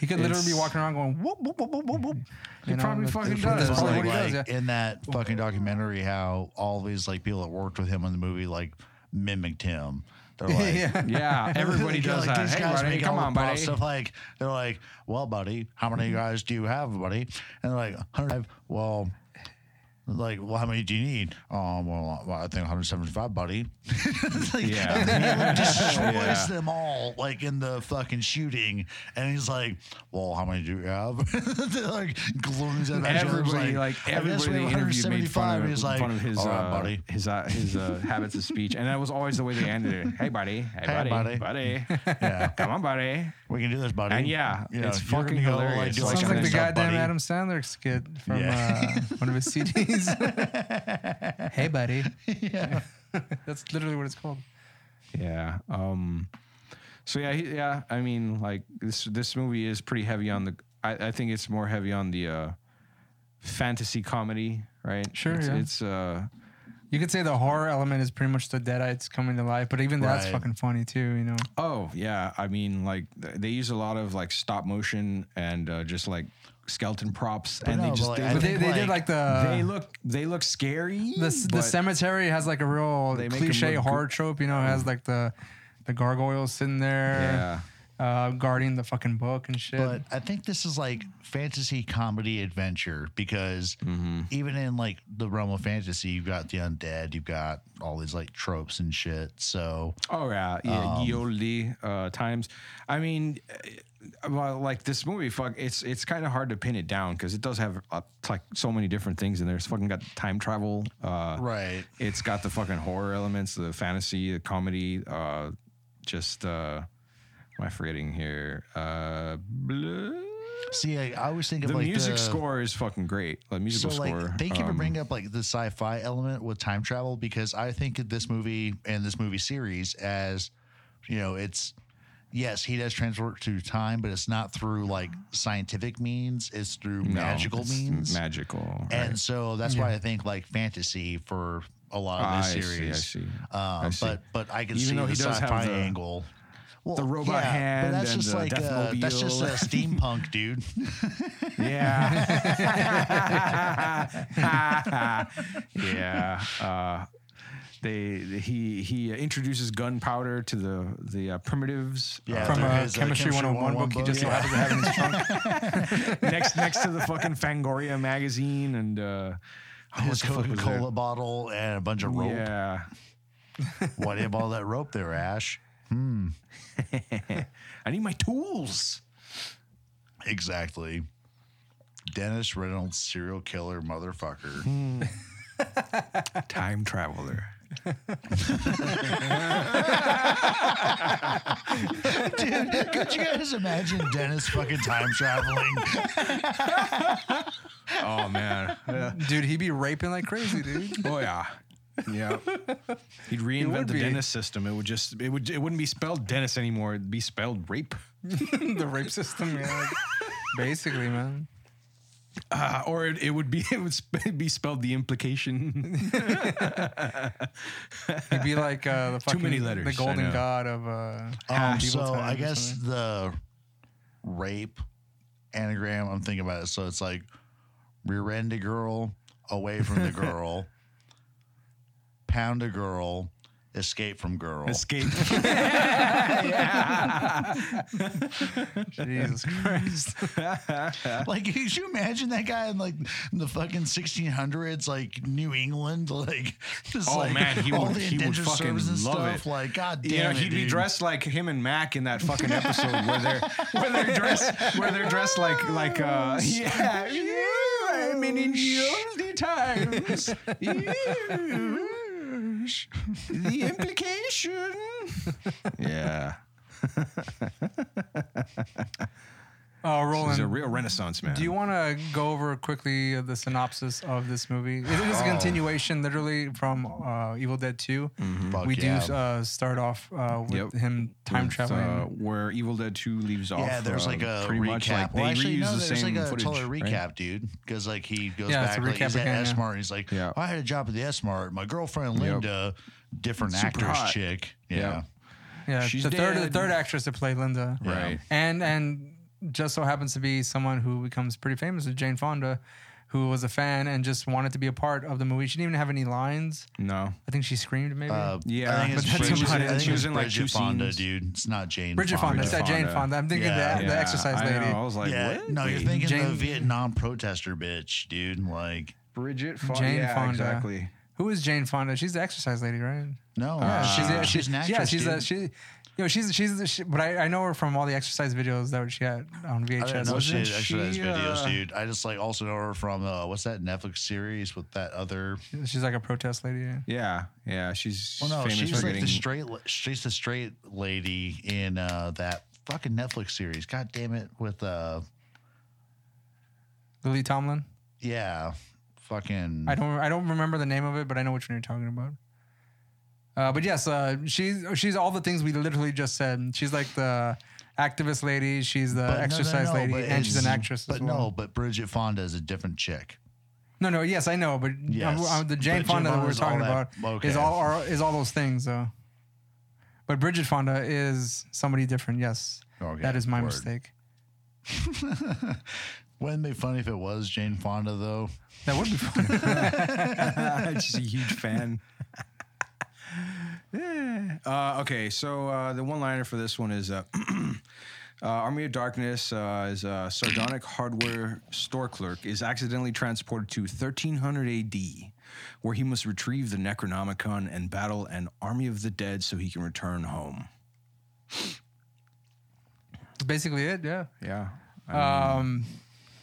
Speaker 10: he could literally be
Speaker 2: it's-
Speaker 10: walking around going whoop whoop whoop whoop whoop. whoop.
Speaker 2: He probably
Speaker 10: that's-
Speaker 2: fucking
Speaker 10: that's
Speaker 2: does.
Speaker 1: It's
Speaker 10: probably
Speaker 1: like,
Speaker 10: what he does,
Speaker 1: like,
Speaker 10: yeah.
Speaker 1: in that fucking documentary how all these like people that worked with him on the movie like mimicked him. They're like,
Speaker 10: yeah.
Speaker 2: Yeah, everybody
Speaker 1: They're
Speaker 2: does
Speaker 1: like,
Speaker 2: that.
Speaker 1: These
Speaker 2: Hey,
Speaker 1: guys
Speaker 2: buddy,
Speaker 1: make
Speaker 2: come
Speaker 1: all the
Speaker 2: on,
Speaker 1: boss
Speaker 2: buddy. Mm-hmm.
Speaker 1: Stuff like they're like, well, buddy, how many guys do you have, buddy? And they're like, 105. Well, like, well, how many do you need? Oh, well, well, I think 175, buddy. It's like,
Speaker 2: Yeah.
Speaker 1: and then he destroys
Speaker 2: Yeah.
Speaker 1: them all, like in the fucking shooting. And he's like, well, how many do you have? They're like, glooms at each other. It's
Speaker 2: Everybody, like,
Speaker 1: I guess
Speaker 2: everybody
Speaker 1: we
Speaker 2: they
Speaker 1: have
Speaker 2: interviewed made fun
Speaker 1: 175.
Speaker 2: of,
Speaker 1: He's like,
Speaker 2: fun of his
Speaker 1: all right,
Speaker 2: uh,
Speaker 1: buddy.
Speaker 2: his uh, his uh, habits of speech, and that was always the way they ended it. Hey, buddy. Hey,
Speaker 1: Hey,
Speaker 2: buddy.
Speaker 1: buddy.
Speaker 2: Buddy.
Speaker 1: Yeah.
Speaker 2: Come on, buddy.
Speaker 1: We can do this, buddy.
Speaker 2: And yeah,
Speaker 1: You know,
Speaker 2: it's
Speaker 1: you're gonna
Speaker 2: fucking
Speaker 1: go, like,
Speaker 2: hilarious.
Speaker 1: do
Speaker 2: Sounds
Speaker 1: like
Speaker 10: Sounds
Speaker 1: a
Speaker 10: like the
Speaker 1: mix-up,
Speaker 10: goddamn
Speaker 1: buddy.
Speaker 10: Adam Sandler skit from
Speaker 1: Yeah.
Speaker 10: uh, one of his CDs. hey, buddy. That's literally what it's called.
Speaker 2: Yeah. Um. So yeah, he- yeah. I mean, like this this movie is pretty heavy on the. I, I think it's more heavy on the uh, fantasy comedy, right?
Speaker 10: Sure,
Speaker 2: It's,
Speaker 10: yeah.
Speaker 2: it's uh.
Speaker 10: You could say the horror element is pretty much the Deadites coming to life, but even that's
Speaker 1: Right.
Speaker 10: fucking funny too, you know.
Speaker 2: Oh yeah, I mean, like th- they use a lot of like stop motion and uh, just like skeleton props, and
Speaker 1: no,
Speaker 2: they
Speaker 1: but,
Speaker 2: just
Speaker 1: like,
Speaker 2: they,
Speaker 1: I
Speaker 10: But
Speaker 2: look,
Speaker 10: they,
Speaker 1: think,
Speaker 10: they did like
Speaker 1: like,
Speaker 10: the
Speaker 2: they look they look scary.
Speaker 10: the, s- the
Speaker 2: but-
Speaker 10: cemetery has like a real
Speaker 2: They make 'em
Speaker 10: cliche
Speaker 2: look Mm. goo-
Speaker 10: horror trope, you know. It has like the the gargoyles sitting there,
Speaker 2: Yeah.
Speaker 10: uh, guarding the fucking book and shit.
Speaker 1: But I think this is like fantasy comedy adventure because
Speaker 2: Mm-hmm.
Speaker 1: even in like the realm of fantasy, you've got the undead, you've got all these like tropes and shit. So um,
Speaker 2: Oh yeah, yeah. Yoli uh, times. I mean, well, like this movie, fuck, it's it's kind of hard to pin it down because it does have uh, like so many different things in there. It's fucking got time travel, uh,
Speaker 1: Right.
Speaker 2: It's got the fucking horror elements, the fantasy, the comedy, uh, just uh, am I forgetting here? Uh, bleh.
Speaker 1: See, I, I always think of
Speaker 2: the
Speaker 1: like
Speaker 2: music
Speaker 1: the,
Speaker 2: score is fucking great. The
Speaker 1: So
Speaker 2: musical score.
Speaker 1: like, thank you for
Speaker 2: um,
Speaker 1: bringing up like the sci-fi element with time travel because I think of this movie and this movie series as, you know, it's yes he does transport through time, but it's not through like scientific means; it's through
Speaker 2: no,
Speaker 1: magical
Speaker 2: it's
Speaker 1: means.
Speaker 2: Magical.
Speaker 1: And so that's why I think like fantasy for a lot
Speaker 2: Ah,
Speaker 1: of
Speaker 2: I
Speaker 1: this
Speaker 2: see, I
Speaker 1: series.
Speaker 2: see.
Speaker 1: Um,
Speaker 2: I see.
Speaker 1: But but I can
Speaker 2: Even
Speaker 1: see
Speaker 2: though
Speaker 1: the
Speaker 2: he does have
Speaker 1: sci-fi
Speaker 2: the-
Speaker 1: angle. Well,
Speaker 2: the robot hand
Speaker 1: but that's
Speaker 2: and
Speaker 1: just
Speaker 2: the
Speaker 1: like uh,
Speaker 2: Deathmobile.
Speaker 1: that's just a steampunk dude.
Speaker 2: Yeah. yeah. Uh, they he he introduces gunpowder to the the uh, primitives.
Speaker 1: Yeah,
Speaker 10: From
Speaker 1: there
Speaker 2: uh,
Speaker 10: a
Speaker 1: is
Speaker 10: chemistry 101 book, he just so
Speaker 1: yeah.
Speaker 10: happens to have in his trunk.
Speaker 2: next next to the fucking Fangoria magazine and uh, oh,
Speaker 1: his
Speaker 2: what the fuck
Speaker 1: Coca
Speaker 2: was
Speaker 1: Cola bottle and a bunch of
Speaker 2: that?
Speaker 1: rope.
Speaker 2: Yeah.
Speaker 1: What if all that rope there, Ash?
Speaker 2: I need my tools.
Speaker 1: Exactly. Dennis Reynolds, serial killer motherfucker.
Speaker 2: Time traveler.
Speaker 1: Dude, could you guys imagine Dennis fucking time traveling?
Speaker 2: Oh man. Yeah.
Speaker 10: Dude, he be raping like crazy, dude.
Speaker 2: Oh yeah. Yeah. He'd reinvent the
Speaker 10: be.
Speaker 2: Dennis system. It would just it would it wouldn't be spelled Dennis anymore. It'd be spelled rape.
Speaker 10: the rape system, yeah. like, basically, man.
Speaker 2: Uh, or it, it would be it would sp- be spelled the implication.
Speaker 10: He'd be like uh, the fucking
Speaker 2: many letters,
Speaker 10: the
Speaker 2: I
Speaker 10: golden
Speaker 2: know.
Speaker 10: god of uh,
Speaker 2: Oh, Ah,
Speaker 1: Um,
Speaker 10: evil
Speaker 1: so
Speaker 10: times
Speaker 1: I
Speaker 10: or
Speaker 1: guess
Speaker 10: something.
Speaker 1: the rape anagram, I'm thinking about it. So it's like rear end a girl, away from the girl, pound a girl, escape from girl.
Speaker 2: Escape.
Speaker 10: Jesus Christ.
Speaker 1: Like, could you imagine that guy in like the fucking 1600s, like New England, like just
Speaker 2: Oh,
Speaker 1: like
Speaker 2: man, he
Speaker 1: all
Speaker 2: would-
Speaker 1: the
Speaker 2: he would
Speaker 1: indentured
Speaker 2: fucking
Speaker 1: servants and
Speaker 2: love
Speaker 1: stuff.
Speaker 2: it.
Speaker 1: Like, god damn,
Speaker 2: Yeah,
Speaker 1: it,
Speaker 2: he'd be
Speaker 1: dude.
Speaker 2: dressed like him and Mac in that fucking episode where they're where they're dressed where they're dressed like like uh yeah. I'm in the times. the implication. Yeah,
Speaker 10: Oh,
Speaker 2: he's a
Speaker 10: Roland.
Speaker 2: real Renaissance man.
Speaker 10: Do you want to go over quickly uh, the synopsis of this movie? It
Speaker 2: Oh.
Speaker 10: is a continuation, literally, from uh, Evil Dead 2.
Speaker 1: Fuck
Speaker 10: We
Speaker 1: yeah.
Speaker 10: do uh, start off uh, with
Speaker 2: Mm-hmm. Yep.
Speaker 10: him time
Speaker 2: With,
Speaker 10: traveling.
Speaker 2: uh, where Evil Dead Two leaves off?
Speaker 1: yeah, there's
Speaker 2: uh,
Speaker 1: like a
Speaker 2: pretty
Speaker 1: recap.
Speaker 2: much like they
Speaker 1: well, actually,
Speaker 2: reuse
Speaker 1: no,
Speaker 2: the
Speaker 1: there's
Speaker 2: same
Speaker 1: like a
Speaker 2: footage,
Speaker 1: total
Speaker 2: right?
Speaker 1: recap, dude. Because like he goes
Speaker 10: Yeah, it's
Speaker 1: back,
Speaker 10: a
Speaker 1: like
Speaker 10: recap
Speaker 1: he's at
Speaker 10: again,
Speaker 1: S
Speaker 10: yeah.
Speaker 1: Mart, and he's like,
Speaker 2: Yeah.
Speaker 1: "Oh, I had a job at the S Mart. My girlfriend
Speaker 2: Yep.
Speaker 1: Linda, different
Speaker 2: Super
Speaker 1: actress
Speaker 2: hot.
Speaker 1: chick. Yeah,
Speaker 10: yeah,
Speaker 2: she's
Speaker 10: the third the
Speaker 2: dead.
Speaker 10: third actress to play Linda.
Speaker 2: Right.
Speaker 10: and and just so happens to be someone who becomes pretty famous is Jane Fonda, who was a fan and just wanted to be a part of the movie. She didn't even have any lines.
Speaker 2: No.
Speaker 10: I think she screamed maybe.
Speaker 1: Uh,
Speaker 2: Yeah,
Speaker 1: I think
Speaker 10: but
Speaker 1: it's
Speaker 10: that's
Speaker 1: Bridget,
Speaker 10: about it.
Speaker 1: I think
Speaker 10: She
Speaker 1: it's
Speaker 2: was in, like,
Speaker 1: Bridget
Speaker 2: two
Speaker 1: Fonda,
Speaker 2: scenes.
Speaker 1: dude. It's not Jane.
Speaker 10: Bridget Fonda. It's that Jane
Speaker 2: Fonda.
Speaker 10: Fonda. I'm thinking
Speaker 1: Yeah.
Speaker 10: that the exercise
Speaker 2: I
Speaker 10: lady.
Speaker 2: know. I was like,
Speaker 1: yeah,
Speaker 2: what?
Speaker 1: no, you're
Speaker 2: Wait.
Speaker 1: thinking the
Speaker 10: Jane-
Speaker 1: Vietnam protester bitch, dude. Like,
Speaker 2: Bridget Fonda.
Speaker 10: Jane
Speaker 2: yeah,
Speaker 10: Fonda.
Speaker 2: Exactly.
Speaker 10: Who is Jane Fonda? She's the exercise lady, right?
Speaker 2: Uh,
Speaker 1: no,
Speaker 10: she's,
Speaker 1: Uh, she's,
Speaker 10: a-
Speaker 1: she's an actress.
Speaker 10: Yeah, she's
Speaker 1: dude.
Speaker 10: a she. You know, she's she's she, but I, I know her from all the exercise videos that she had on
Speaker 1: I didn't
Speaker 10: VHS.
Speaker 1: know she
Speaker 2: Wasn't
Speaker 1: did exercise
Speaker 2: she,
Speaker 1: videos,
Speaker 2: uh,
Speaker 1: dude. I just like also know her from uh, what's that Netflix series with that other?
Speaker 10: She's like a protest lady. Yeah.
Speaker 2: Yeah, yeah. She's
Speaker 1: Well, no,
Speaker 2: famous
Speaker 1: she's
Speaker 2: for
Speaker 1: like
Speaker 2: getting.
Speaker 1: the straight. la- She's the straight lady in uh, that fucking Netflix series. God damn it! With uh,
Speaker 10: Lily Tomlin.
Speaker 1: yeah, fucking.
Speaker 10: I don't I don't remember the name of it, but I know which one you're talking about. Uh, but yes, uh, she's she's all the things we literally just said. She's like the activist lady. She's the
Speaker 1: but no, no,
Speaker 10: exercise
Speaker 1: no,
Speaker 10: lady,
Speaker 1: but
Speaker 10: and she's an
Speaker 1: it's-
Speaker 10: actress.
Speaker 1: But
Speaker 10: as well.
Speaker 1: no, but Bridget Fonda is a different chick.
Speaker 10: no, no, Yes, I know, but I'm-
Speaker 1: Yes.
Speaker 10: I'm- the Jane
Speaker 1: But Jane
Speaker 10: Fonda that we're
Speaker 1: Fonda's all
Speaker 10: talking
Speaker 1: that-
Speaker 10: about is
Speaker 1: okay.
Speaker 10: all are, is all those things, though. But Bridget Fonda is somebody different. Yes,
Speaker 1: Okay,
Speaker 10: that is my
Speaker 1: Oh, word.
Speaker 10: mistake.
Speaker 1: Wouldn't it be funny if it was Jane Fonda though?
Speaker 10: That would be fun.
Speaker 2: she's a huge fan. Yeah. uh, okay, so uh, the one liner for this one is uh, uh, Army of Darkness uh, is a sardonic hardware store clerk is accidentally transported to 1300 AD, where he must retrieve the Necronomicon and battle an army of the dead so he can return home.
Speaker 10: That's basically it. Yeah.
Speaker 2: Yeah.
Speaker 10: Um,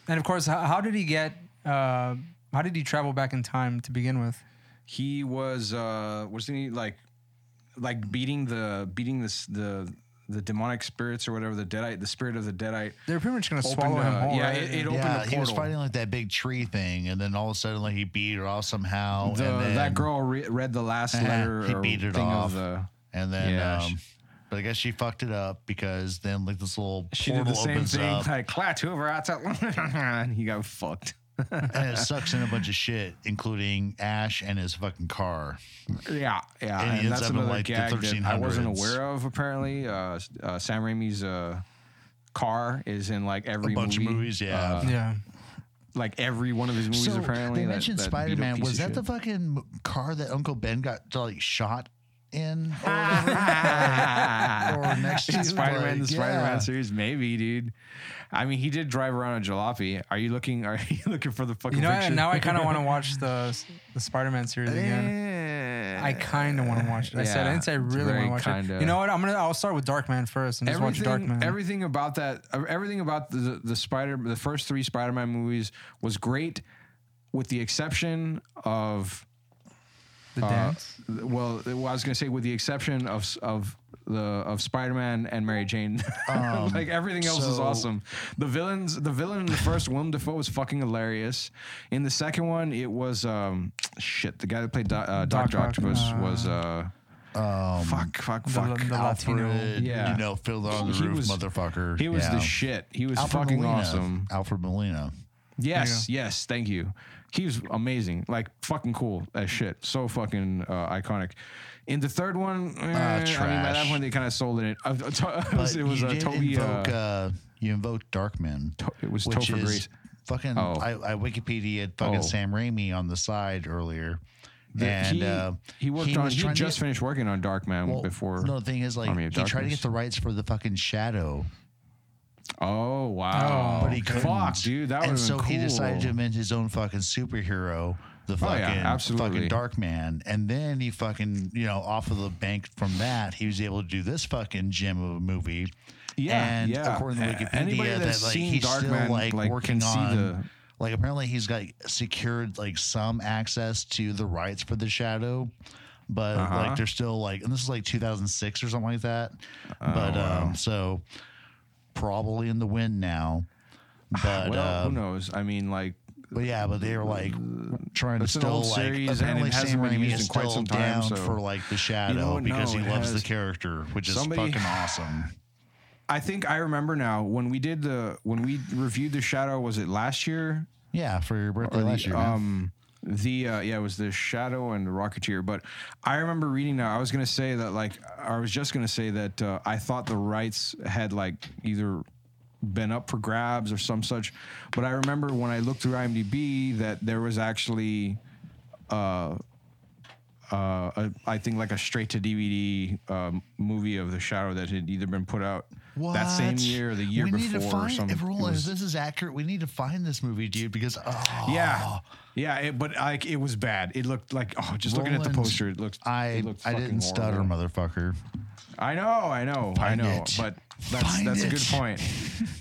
Speaker 10: and of course, how, how did he get? Uh, how did he travel back in time to begin with?
Speaker 2: he was uh wasn't he like like beating the beating this the the demonic spirits or whatever the deadite the spirit of the deadite
Speaker 10: They're pretty much going to
Speaker 2: opened
Speaker 10: swallow
Speaker 2: a-
Speaker 10: him whole.
Speaker 2: yeah
Speaker 10: right?
Speaker 2: it, it opened a
Speaker 1: Yeah,
Speaker 2: portal
Speaker 1: he was fighting like that big tree thing, and then all of a sudden, like he beat her off somehow.
Speaker 2: the,
Speaker 1: and then,
Speaker 2: that girl re- read the last
Speaker 1: Uh-huh,
Speaker 2: letter
Speaker 1: he
Speaker 2: or
Speaker 1: beat it
Speaker 2: thing
Speaker 1: off.
Speaker 2: of the
Speaker 1: and then,
Speaker 2: Yeah,
Speaker 1: um,
Speaker 2: she-
Speaker 1: but I guess she fucked it up because then like this little
Speaker 2: she did
Speaker 1: portal
Speaker 2: the same
Speaker 1: opens
Speaker 2: thing
Speaker 1: up
Speaker 2: like clat whoever outside and he got fucked
Speaker 1: and it sucks in a bunch of shit, including Ash and his fucking car.
Speaker 2: yeah yeah
Speaker 1: And he
Speaker 2: and,
Speaker 1: ends
Speaker 2: that's
Speaker 1: up in,
Speaker 2: another
Speaker 1: like, the
Speaker 2: gag that I wasn't
Speaker 1: 1300s.
Speaker 2: aware of apparently uh, uh Sam Raimi's uh car is in like
Speaker 1: A
Speaker 2: every
Speaker 1: bunch
Speaker 2: movie. Uh,
Speaker 1: of movies, yeah.
Speaker 10: yeah.
Speaker 2: like every one of his movies
Speaker 1: so
Speaker 2: apparently
Speaker 1: they
Speaker 2: that-
Speaker 1: mentioned
Speaker 2: that beat up
Speaker 1: Spider Man.
Speaker 2: piece
Speaker 1: Was
Speaker 2: of
Speaker 1: that the
Speaker 2: shit.
Speaker 1: fucking m- car that Uncle Ben got like shot in? Or, whatever? Or next to
Speaker 2: Spider Man, the
Speaker 1: like,
Speaker 2: Spider
Speaker 1: yeah.
Speaker 2: Man series, maybe, dude. I mean, he did drive around a jalopy. Are you looking? Are you looking for the fucking?
Speaker 10: You know,
Speaker 2: picture?
Speaker 10: now I kind of want to watch the the Spider Man series again. I kind of want to watch it. I said I
Speaker 2: Yeah,
Speaker 10: didn't say I
Speaker 2: it's
Speaker 10: really want
Speaker 2: very
Speaker 10: to watch
Speaker 2: kinda-
Speaker 10: it. You know what? I'm gonna I'll start with Darkman first and just watch
Speaker 2: everything,
Speaker 10: Darkman.
Speaker 2: everything about that, everything about the the Spider, the first three Spider Man movies was great, with the exception of
Speaker 10: the dance.
Speaker 2: th- well, I was gonna say with the exception of s- of the of Spider Man and Mary Jane. like everything else is
Speaker 1: Um, so-
Speaker 2: awesome. The villains, the villain in the first Willem Dafoe was fucking hilarious. In the second one, it was um shit. The guy that played Do- uh, Doctor
Speaker 10: Doc-
Speaker 2: Octopus
Speaker 10: uh,
Speaker 2: was uh
Speaker 1: um,
Speaker 2: fuck fuck
Speaker 10: The,
Speaker 2: fuck.
Speaker 10: the Latino.
Speaker 1: Alfred,
Speaker 2: Yeah.
Speaker 1: you know, filled on the
Speaker 2: He
Speaker 1: roof,
Speaker 2: was-
Speaker 1: motherfucker.
Speaker 2: He was
Speaker 1: Yeah.
Speaker 2: the shit. He was
Speaker 1: Alfred
Speaker 2: fucking
Speaker 1: Molina.
Speaker 2: awesome.
Speaker 1: Alfred Molina.
Speaker 2: Yes, yes, thank you. He was amazing, like fucking cool as shit. So fucking uh, iconic. In the third one, eh, I mean, by that
Speaker 1: Uh, trash.
Speaker 2: point they kind of sold it. Uh, to- it
Speaker 1: But
Speaker 2: was, it was
Speaker 1: you
Speaker 2: uh,
Speaker 1: did
Speaker 2: Toby.
Speaker 1: invoke,
Speaker 2: uh,
Speaker 1: uh, you invoked Darkman.
Speaker 2: To- it was
Speaker 1: which
Speaker 2: Topher
Speaker 1: is
Speaker 2: Grace.
Speaker 1: Fucking,
Speaker 2: Oh.
Speaker 1: I, I Wikipedia fucking
Speaker 2: Oh.
Speaker 1: Sam Raimi on the side earlier,
Speaker 2: the-
Speaker 1: and
Speaker 2: he,
Speaker 1: uh,
Speaker 2: he worked on.
Speaker 1: was
Speaker 2: He
Speaker 1: trying to
Speaker 2: just
Speaker 1: get-
Speaker 2: finished working on Darkman
Speaker 1: well,
Speaker 2: before.
Speaker 1: No, the thing is, like,
Speaker 2: Army
Speaker 1: he
Speaker 2: of
Speaker 1: tried to
Speaker 2: Darkness.
Speaker 1: get the rights for the fucking Shadow,
Speaker 2: Oh wow!
Speaker 1: but he couldn't.
Speaker 2: Fuck, dude, that
Speaker 1: and
Speaker 2: was
Speaker 1: so
Speaker 2: cool.
Speaker 1: he decided to invent his own fucking superhero, the
Speaker 2: Oh,
Speaker 1: fucking
Speaker 2: yeah, absolutely.
Speaker 1: fucking Dark Man. And then he fucking you know off of the bank from that, he was able to do this fucking gem of a movie.
Speaker 2: Yeah,
Speaker 1: and
Speaker 2: yeah.
Speaker 1: according to
Speaker 2: A- anybody
Speaker 1: Wikipedia,
Speaker 2: that's
Speaker 1: that like
Speaker 2: seen
Speaker 1: he's
Speaker 2: Darkman,
Speaker 1: still like,
Speaker 2: like, can
Speaker 1: working
Speaker 2: see
Speaker 1: on.
Speaker 2: the-
Speaker 1: like apparently he's got secured like some access to the rights for the shadow, but
Speaker 2: Uh-huh.
Speaker 1: like they're still like, and this is like 2006 or something like that.
Speaker 2: Oh,
Speaker 1: but um, so probably in the wind now. But
Speaker 2: well,
Speaker 1: um,
Speaker 2: who knows? I mean, like
Speaker 1: but yeah, but they were like trying to
Speaker 2: It's an
Speaker 1: still
Speaker 2: old
Speaker 1: like
Speaker 2: series, and
Speaker 1: apparently
Speaker 2: it hasn't
Speaker 1: Sam
Speaker 2: been
Speaker 1: Raimi
Speaker 2: used
Speaker 1: is
Speaker 2: in quite
Speaker 1: still
Speaker 2: some time,
Speaker 1: down
Speaker 2: so-
Speaker 1: for like the shadow
Speaker 2: don't
Speaker 1: because
Speaker 2: know,
Speaker 1: he
Speaker 2: it
Speaker 1: loves the
Speaker 2: has-
Speaker 1: character, which is
Speaker 2: Somebody-
Speaker 1: fucking awesome.
Speaker 2: I think I remember now when we did the when we reviewed the Shadow. Was it last year?
Speaker 1: Yeah, for your birthday
Speaker 2: or the,
Speaker 1: last year, man.
Speaker 2: Um, the uh, yeah, it was the Shadow and the Rocketeer. But I remember reading now. I was gonna say that like I was just gonna say that uh, I thought the rights had like either been up for grabs or some such. But I remember when I looked through IMDb that there was actually. Uh, uh, a, I think like a straight to DVD um, movie of The Shadow that had either been put out that same
Speaker 1: What?
Speaker 2: year or the year
Speaker 1: we
Speaker 2: before
Speaker 1: Need to find,
Speaker 2: or something.
Speaker 1: If
Speaker 2: It
Speaker 1: we're all-
Speaker 2: was-
Speaker 1: if this is accurate, we need to find this movie, dude, because oh,
Speaker 2: Yeah. Yeah, it, but like it was bad. It looked like oh, just looking at
Speaker 1: Roland's-
Speaker 2: the poster, it looks.
Speaker 1: I
Speaker 2: it looked
Speaker 1: I
Speaker 2: fucking
Speaker 1: didn't stutter,
Speaker 2: horrible.
Speaker 1: motherfucker.
Speaker 2: I know, I know,
Speaker 1: Find
Speaker 2: I know.
Speaker 1: it.
Speaker 2: But that's
Speaker 1: Find
Speaker 2: that's a
Speaker 1: it.
Speaker 2: good point.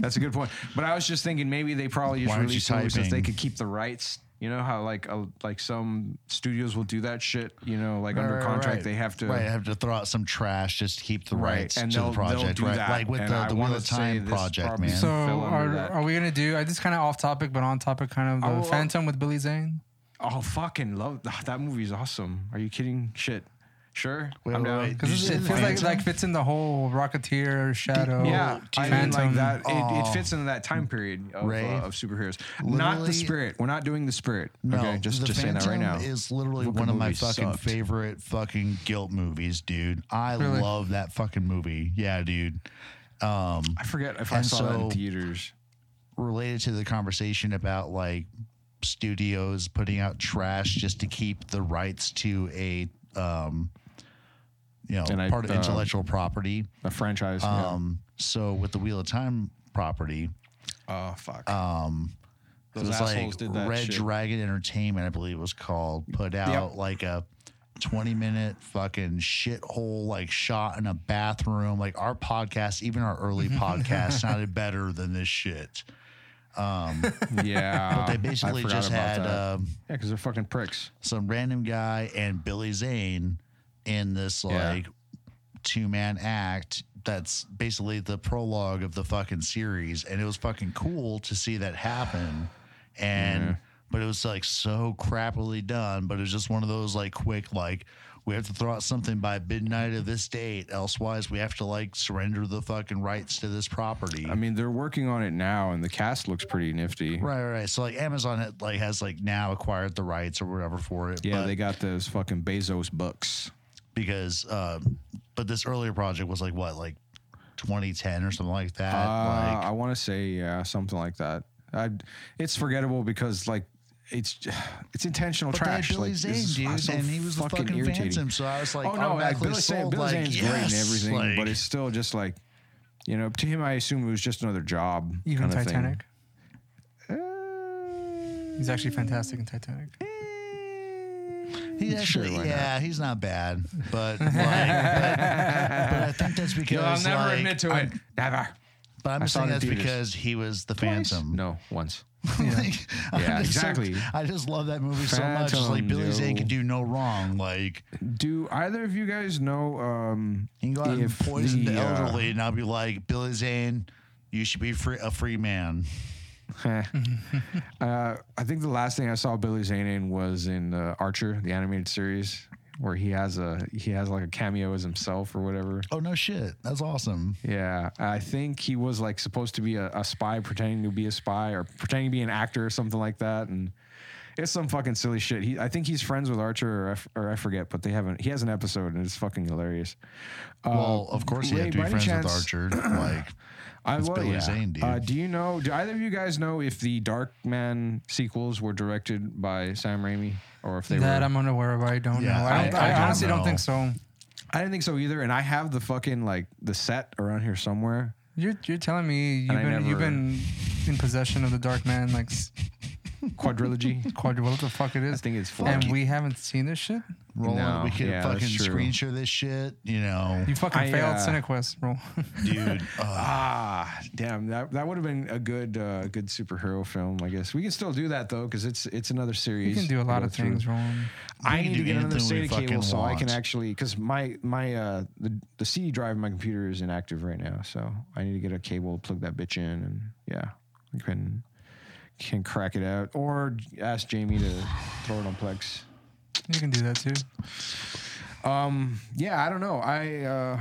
Speaker 2: That's a good point. But I was just thinking maybe they probably
Speaker 1: Why
Speaker 2: just
Speaker 1: aren't you
Speaker 2: released it since they
Speaker 1: typing?
Speaker 2: could keep the rights. You know how like uh, like some studios will do that shit. You know, like under
Speaker 1: Right,
Speaker 2: contract
Speaker 1: right.
Speaker 2: they have to.
Speaker 1: right, have to throw out some trash just to keep the
Speaker 2: Right,
Speaker 1: rights
Speaker 2: and
Speaker 1: to the
Speaker 2: they'll- they'll
Speaker 1: project,
Speaker 2: do
Speaker 1: right?
Speaker 2: that,
Speaker 1: Like with
Speaker 2: and
Speaker 1: the,
Speaker 2: I
Speaker 1: the Wheel
Speaker 2: wanna
Speaker 1: of
Speaker 2: say
Speaker 1: Time
Speaker 2: this
Speaker 1: project,
Speaker 2: probably-
Speaker 1: man.
Speaker 10: So
Speaker 2: fill under
Speaker 10: are,
Speaker 2: that.
Speaker 10: are we gonna do? I just kind of off topic, but on topic, kind of the
Speaker 2: Oh, well-
Speaker 10: Phantom with Billy Zane.
Speaker 2: Oh fucking love that movie's awesome. Are you kidding? Shit. Sure.
Speaker 1: Wait,
Speaker 2: I'm
Speaker 1: wait,
Speaker 2: down.
Speaker 1: wait. Did you
Speaker 10: Because
Speaker 1: see
Speaker 10: it
Speaker 1: the
Speaker 10: feels like
Speaker 1: Phantom?
Speaker 10: like fits in the whole Rocketeer Shadow.
Speaker 2: Yeah, I mean,
Speaker 10: Phantom.
Speaker 2: like that. It,
Speaker 1: Oh.
Speaker 2: it fits into that time period of,
Speaker 1: Ray.
Speaker 2: uh, of superheroes. Not the
Speaker 1: Literally-
Speaker 2: spirit. We're not doing the spirit.
Speaker 1: No,
Speaker 2: okay, just
Speaker 1: the
Speaker 2: just saying that right now.
Speaker 1: Phantom Is literally
Speaker 2: Fucking
Speaker 1: one of my
Speaker 2: movie
Speaker 1: fucking
Speaker 2: sucked.
Speaker 1: favorite fucking guilt movies, dude. I
Speaker 10: Really?
Speaker 1: love that fucking movie. Yeah, dude.
Speaker 2: I forget if I
Speaker 1: and
Speaker 2: saw that in
Speaker 1: so-
Speaker 2: theaters.
Speaker 1: Related to the conversation about like studios putting out trash just to keep the rights to a um you know,
Speaker 2: And I-
Speaker 1: part of
Speaker 2: uh,
Speaker 1: intellectual property.
Speaker 2: A franchise. yeah.
Speaker 1: Um so with the Wheel of Time property,
Speaker 2: Oh fuck.
Speaker 1: it
Speaker 2: Those
Speaker 1: um, was
Speaker 2: assholes
Speaker 1: like
Speaker 2: did that
Speaker 1: Red
Speaker 2: shit.
Speaker 1: Dragon Entertainment, I believe it was called, put out like a 20 minute fucking shithole like shot in a bathroom. Like our podcast, even our early podcast sounded better than this shit.
Speaker 2: Yeah.
Speaker 1: They basically just had um,
Speaker 2: yeah, because they're fucking pricks.
Speaker 1: some random guy and Billy Zane in this
Speaker 2: Yeah.
Speaker 1: like two man act that's basically the prologue of the fucking series. And it was fucking cool to see that happen. And but it was like so crappily done, but it was just one of those like quick like we have to throw out something by midnight of this date, elsewise we have to like surrender the fucking rights to this property.
Speaker 2: I mean, they're working on it now, and the cast looks pretty nifty.
Speaker 1: Right, right, right. So like Amazon had, like has like now acquired the rights or whatever for it.
Speaker 2: Yeah,
Speaker 1: but-
Speaker 2: they got those fucking Bezos bucks.
Speaker 1: because uh, but this earlier project was like what like 2010 or something like that
Speaker 2: Uh,
Speaker 1: like
Speaker 2: I want to say yeah, something like that. I, it's forgettable because like it's it's intentional
Speaker 1: but
Speaker 2: trash.
Speaker 1: they had Billy
Speaker 2: like,
Speaker 1: Zane,
Speaker 2: this is
Speaker 1: dude,
Speaker 2: so
Speaker 1: and he was the fucking phantom. So I was like,
Speaker 2: oh no, like,
Speaker 1: automatically
Speaker 2: Billy Zane,
Speaker 1: sold,
Speaker 2: Billy
Speaker 1: like,
Speaker 2: Zane's great and
Speaker 1: yes,
Speaker 2: everything,
Speaker 1: like-
Speaker 2: but it's still just like, you know, to him, I assume it was just another job.
Speaker 10: Even
Speaker 2: kinda thing. Uh,
Speaker 10: Titanic. He's actually fantastic in Titanic.
Speaker 1: He actually,
Speaker 2: why not?
Speaker 1: yeah, he's not bad, but like, but, but I think that's because like, I'm-
Speaker 2: Never.
Speaker 1: But I'm
Speaker 2: I
Speaker 1: just
Speaker 2: saw it
Speaker 1: saying
Speaker 2: in
Speaker 1: that's
Speaker 2: theaters.
Speaker 1: because he was the phantom.
Speaker 2: No, once.
Speaker 1: Like, I'm
Speaker 2: Yeah,
Speaker 1: just so-
Speaker 2: exactly.
Speaker 1: I just love that movie so much. It's Like
Speaker 2: Phantom,
Speaker 1: Billy Zane
Speaker 2: yo.
Speaker 1: can do no wrong. Like
Speaker 2: Do either of you guys know? Um,
Speaker 1: He can go out
Speaker 2: if
Speaker 1: and poison the,
Speaker 2: uh,
Speaker 1: elderly, and I'll be like, Billy Zane, you should be free, a free man.
Speaker 2: Eh. uh, I think the last thing I saw Billy Zane in was in uh, Archer, the animated series, where he has a he has like a cameo as himself or whatever.
Speaker 1: Oh no, shit, that's awesome.
Speaker 2: Yeah, I think he was like supposed to be a, a spy, pretending to be a spy or pretending to be an actor or something like that, and it's some fucking silly shit. He, I think he's friends with Archer, or I, f- or I forget, but they haven't. He has an episode, and it's fucking hilarious.
Speaker 1: well, of course you
Speaker 2: Ray,
Speaker 1: have to be
Speaker 2: by any
Speaker 1: friends with
Speaker 2: chance-
Speaker 1: Archer. Like,
Speaker 2: I
Speaker 1: It's
Speaker 2: well,
Speaker 1: Billy
Speaker 2: yeah.
Speaker 1: Zane, dude.
Speaker 2: Uh, do you know? Do either of you guys know if the Darkman sequels were directed by Sam Raimi, or if they
Speaker 10: that
Speaker 2: were?
Speaker 10: I'm unaware of. I don't
Speaker 1: Yeah,
Speaker 10: know. I, don't,
Speaker 1: I-
Speaker 10: I,
Speaker 1: I don't
Speaker 10: honestly
Speaker 1: know.
Speaker 10: don't think so.
Speaker 2: I didn't think so either. And I have the fucking like the set around here somewhere.
Speaker 10: You're, you're telling me you've
Speaker 2: And I
Speaker 10: been you've
Speaker 2: never-
Speaker 10: been in possession of the Dark Man like s-
Speaker 2: Quadrilogy.
Speaker 10: quadru what the fuck it is? I
Speaker 2: think it's four.
Speaker 10: and we haven't seen this shit.
Speaker 1: rolling,
Speaker 2: No,
Speaker 1: we could
Speaker 2: yeah, that's
Speaker 1: fucking
Speaker 2: true.
Speaker 1: screen share this shit. You know,
Speaker 10: You fucking
Speaker 2: I,
Speaker 10: failed
Speaker 2: uh,
Speaker 10: Cinequest, bro.
Speaker 1: dude. Uh,
Speaker 2: ah, damn that that would have been a good uh, good superhero film. I guess we can still do that though because it's it's another
Speaker 10: you
Speaker 2: series.
Speaker 10: can do a lot
Speaker 2: to
Speaker 10: of
Speaker 2: go through.
Speaker 10: things wrong.
Speaker 2: I
Speaker 1: can
Speaker 2: need
Speaker 1: do
Speaker 2: to get another
Speaker 1: anything we
Speaker 2: SATA cable
Speaker 1: fucking
Speaker 2: so I can
Speaker 1: want.
Speaker 2: actually because my my uh the, the CD drive in my computer is inactive right now, so I need to get a cable, plug that bitch in, and yeah, I can can crack it out or ask Jamie to throw it on Plex.
Speaker 10: You can do that too.
Speaker 2: Yeah, I don't know. I uh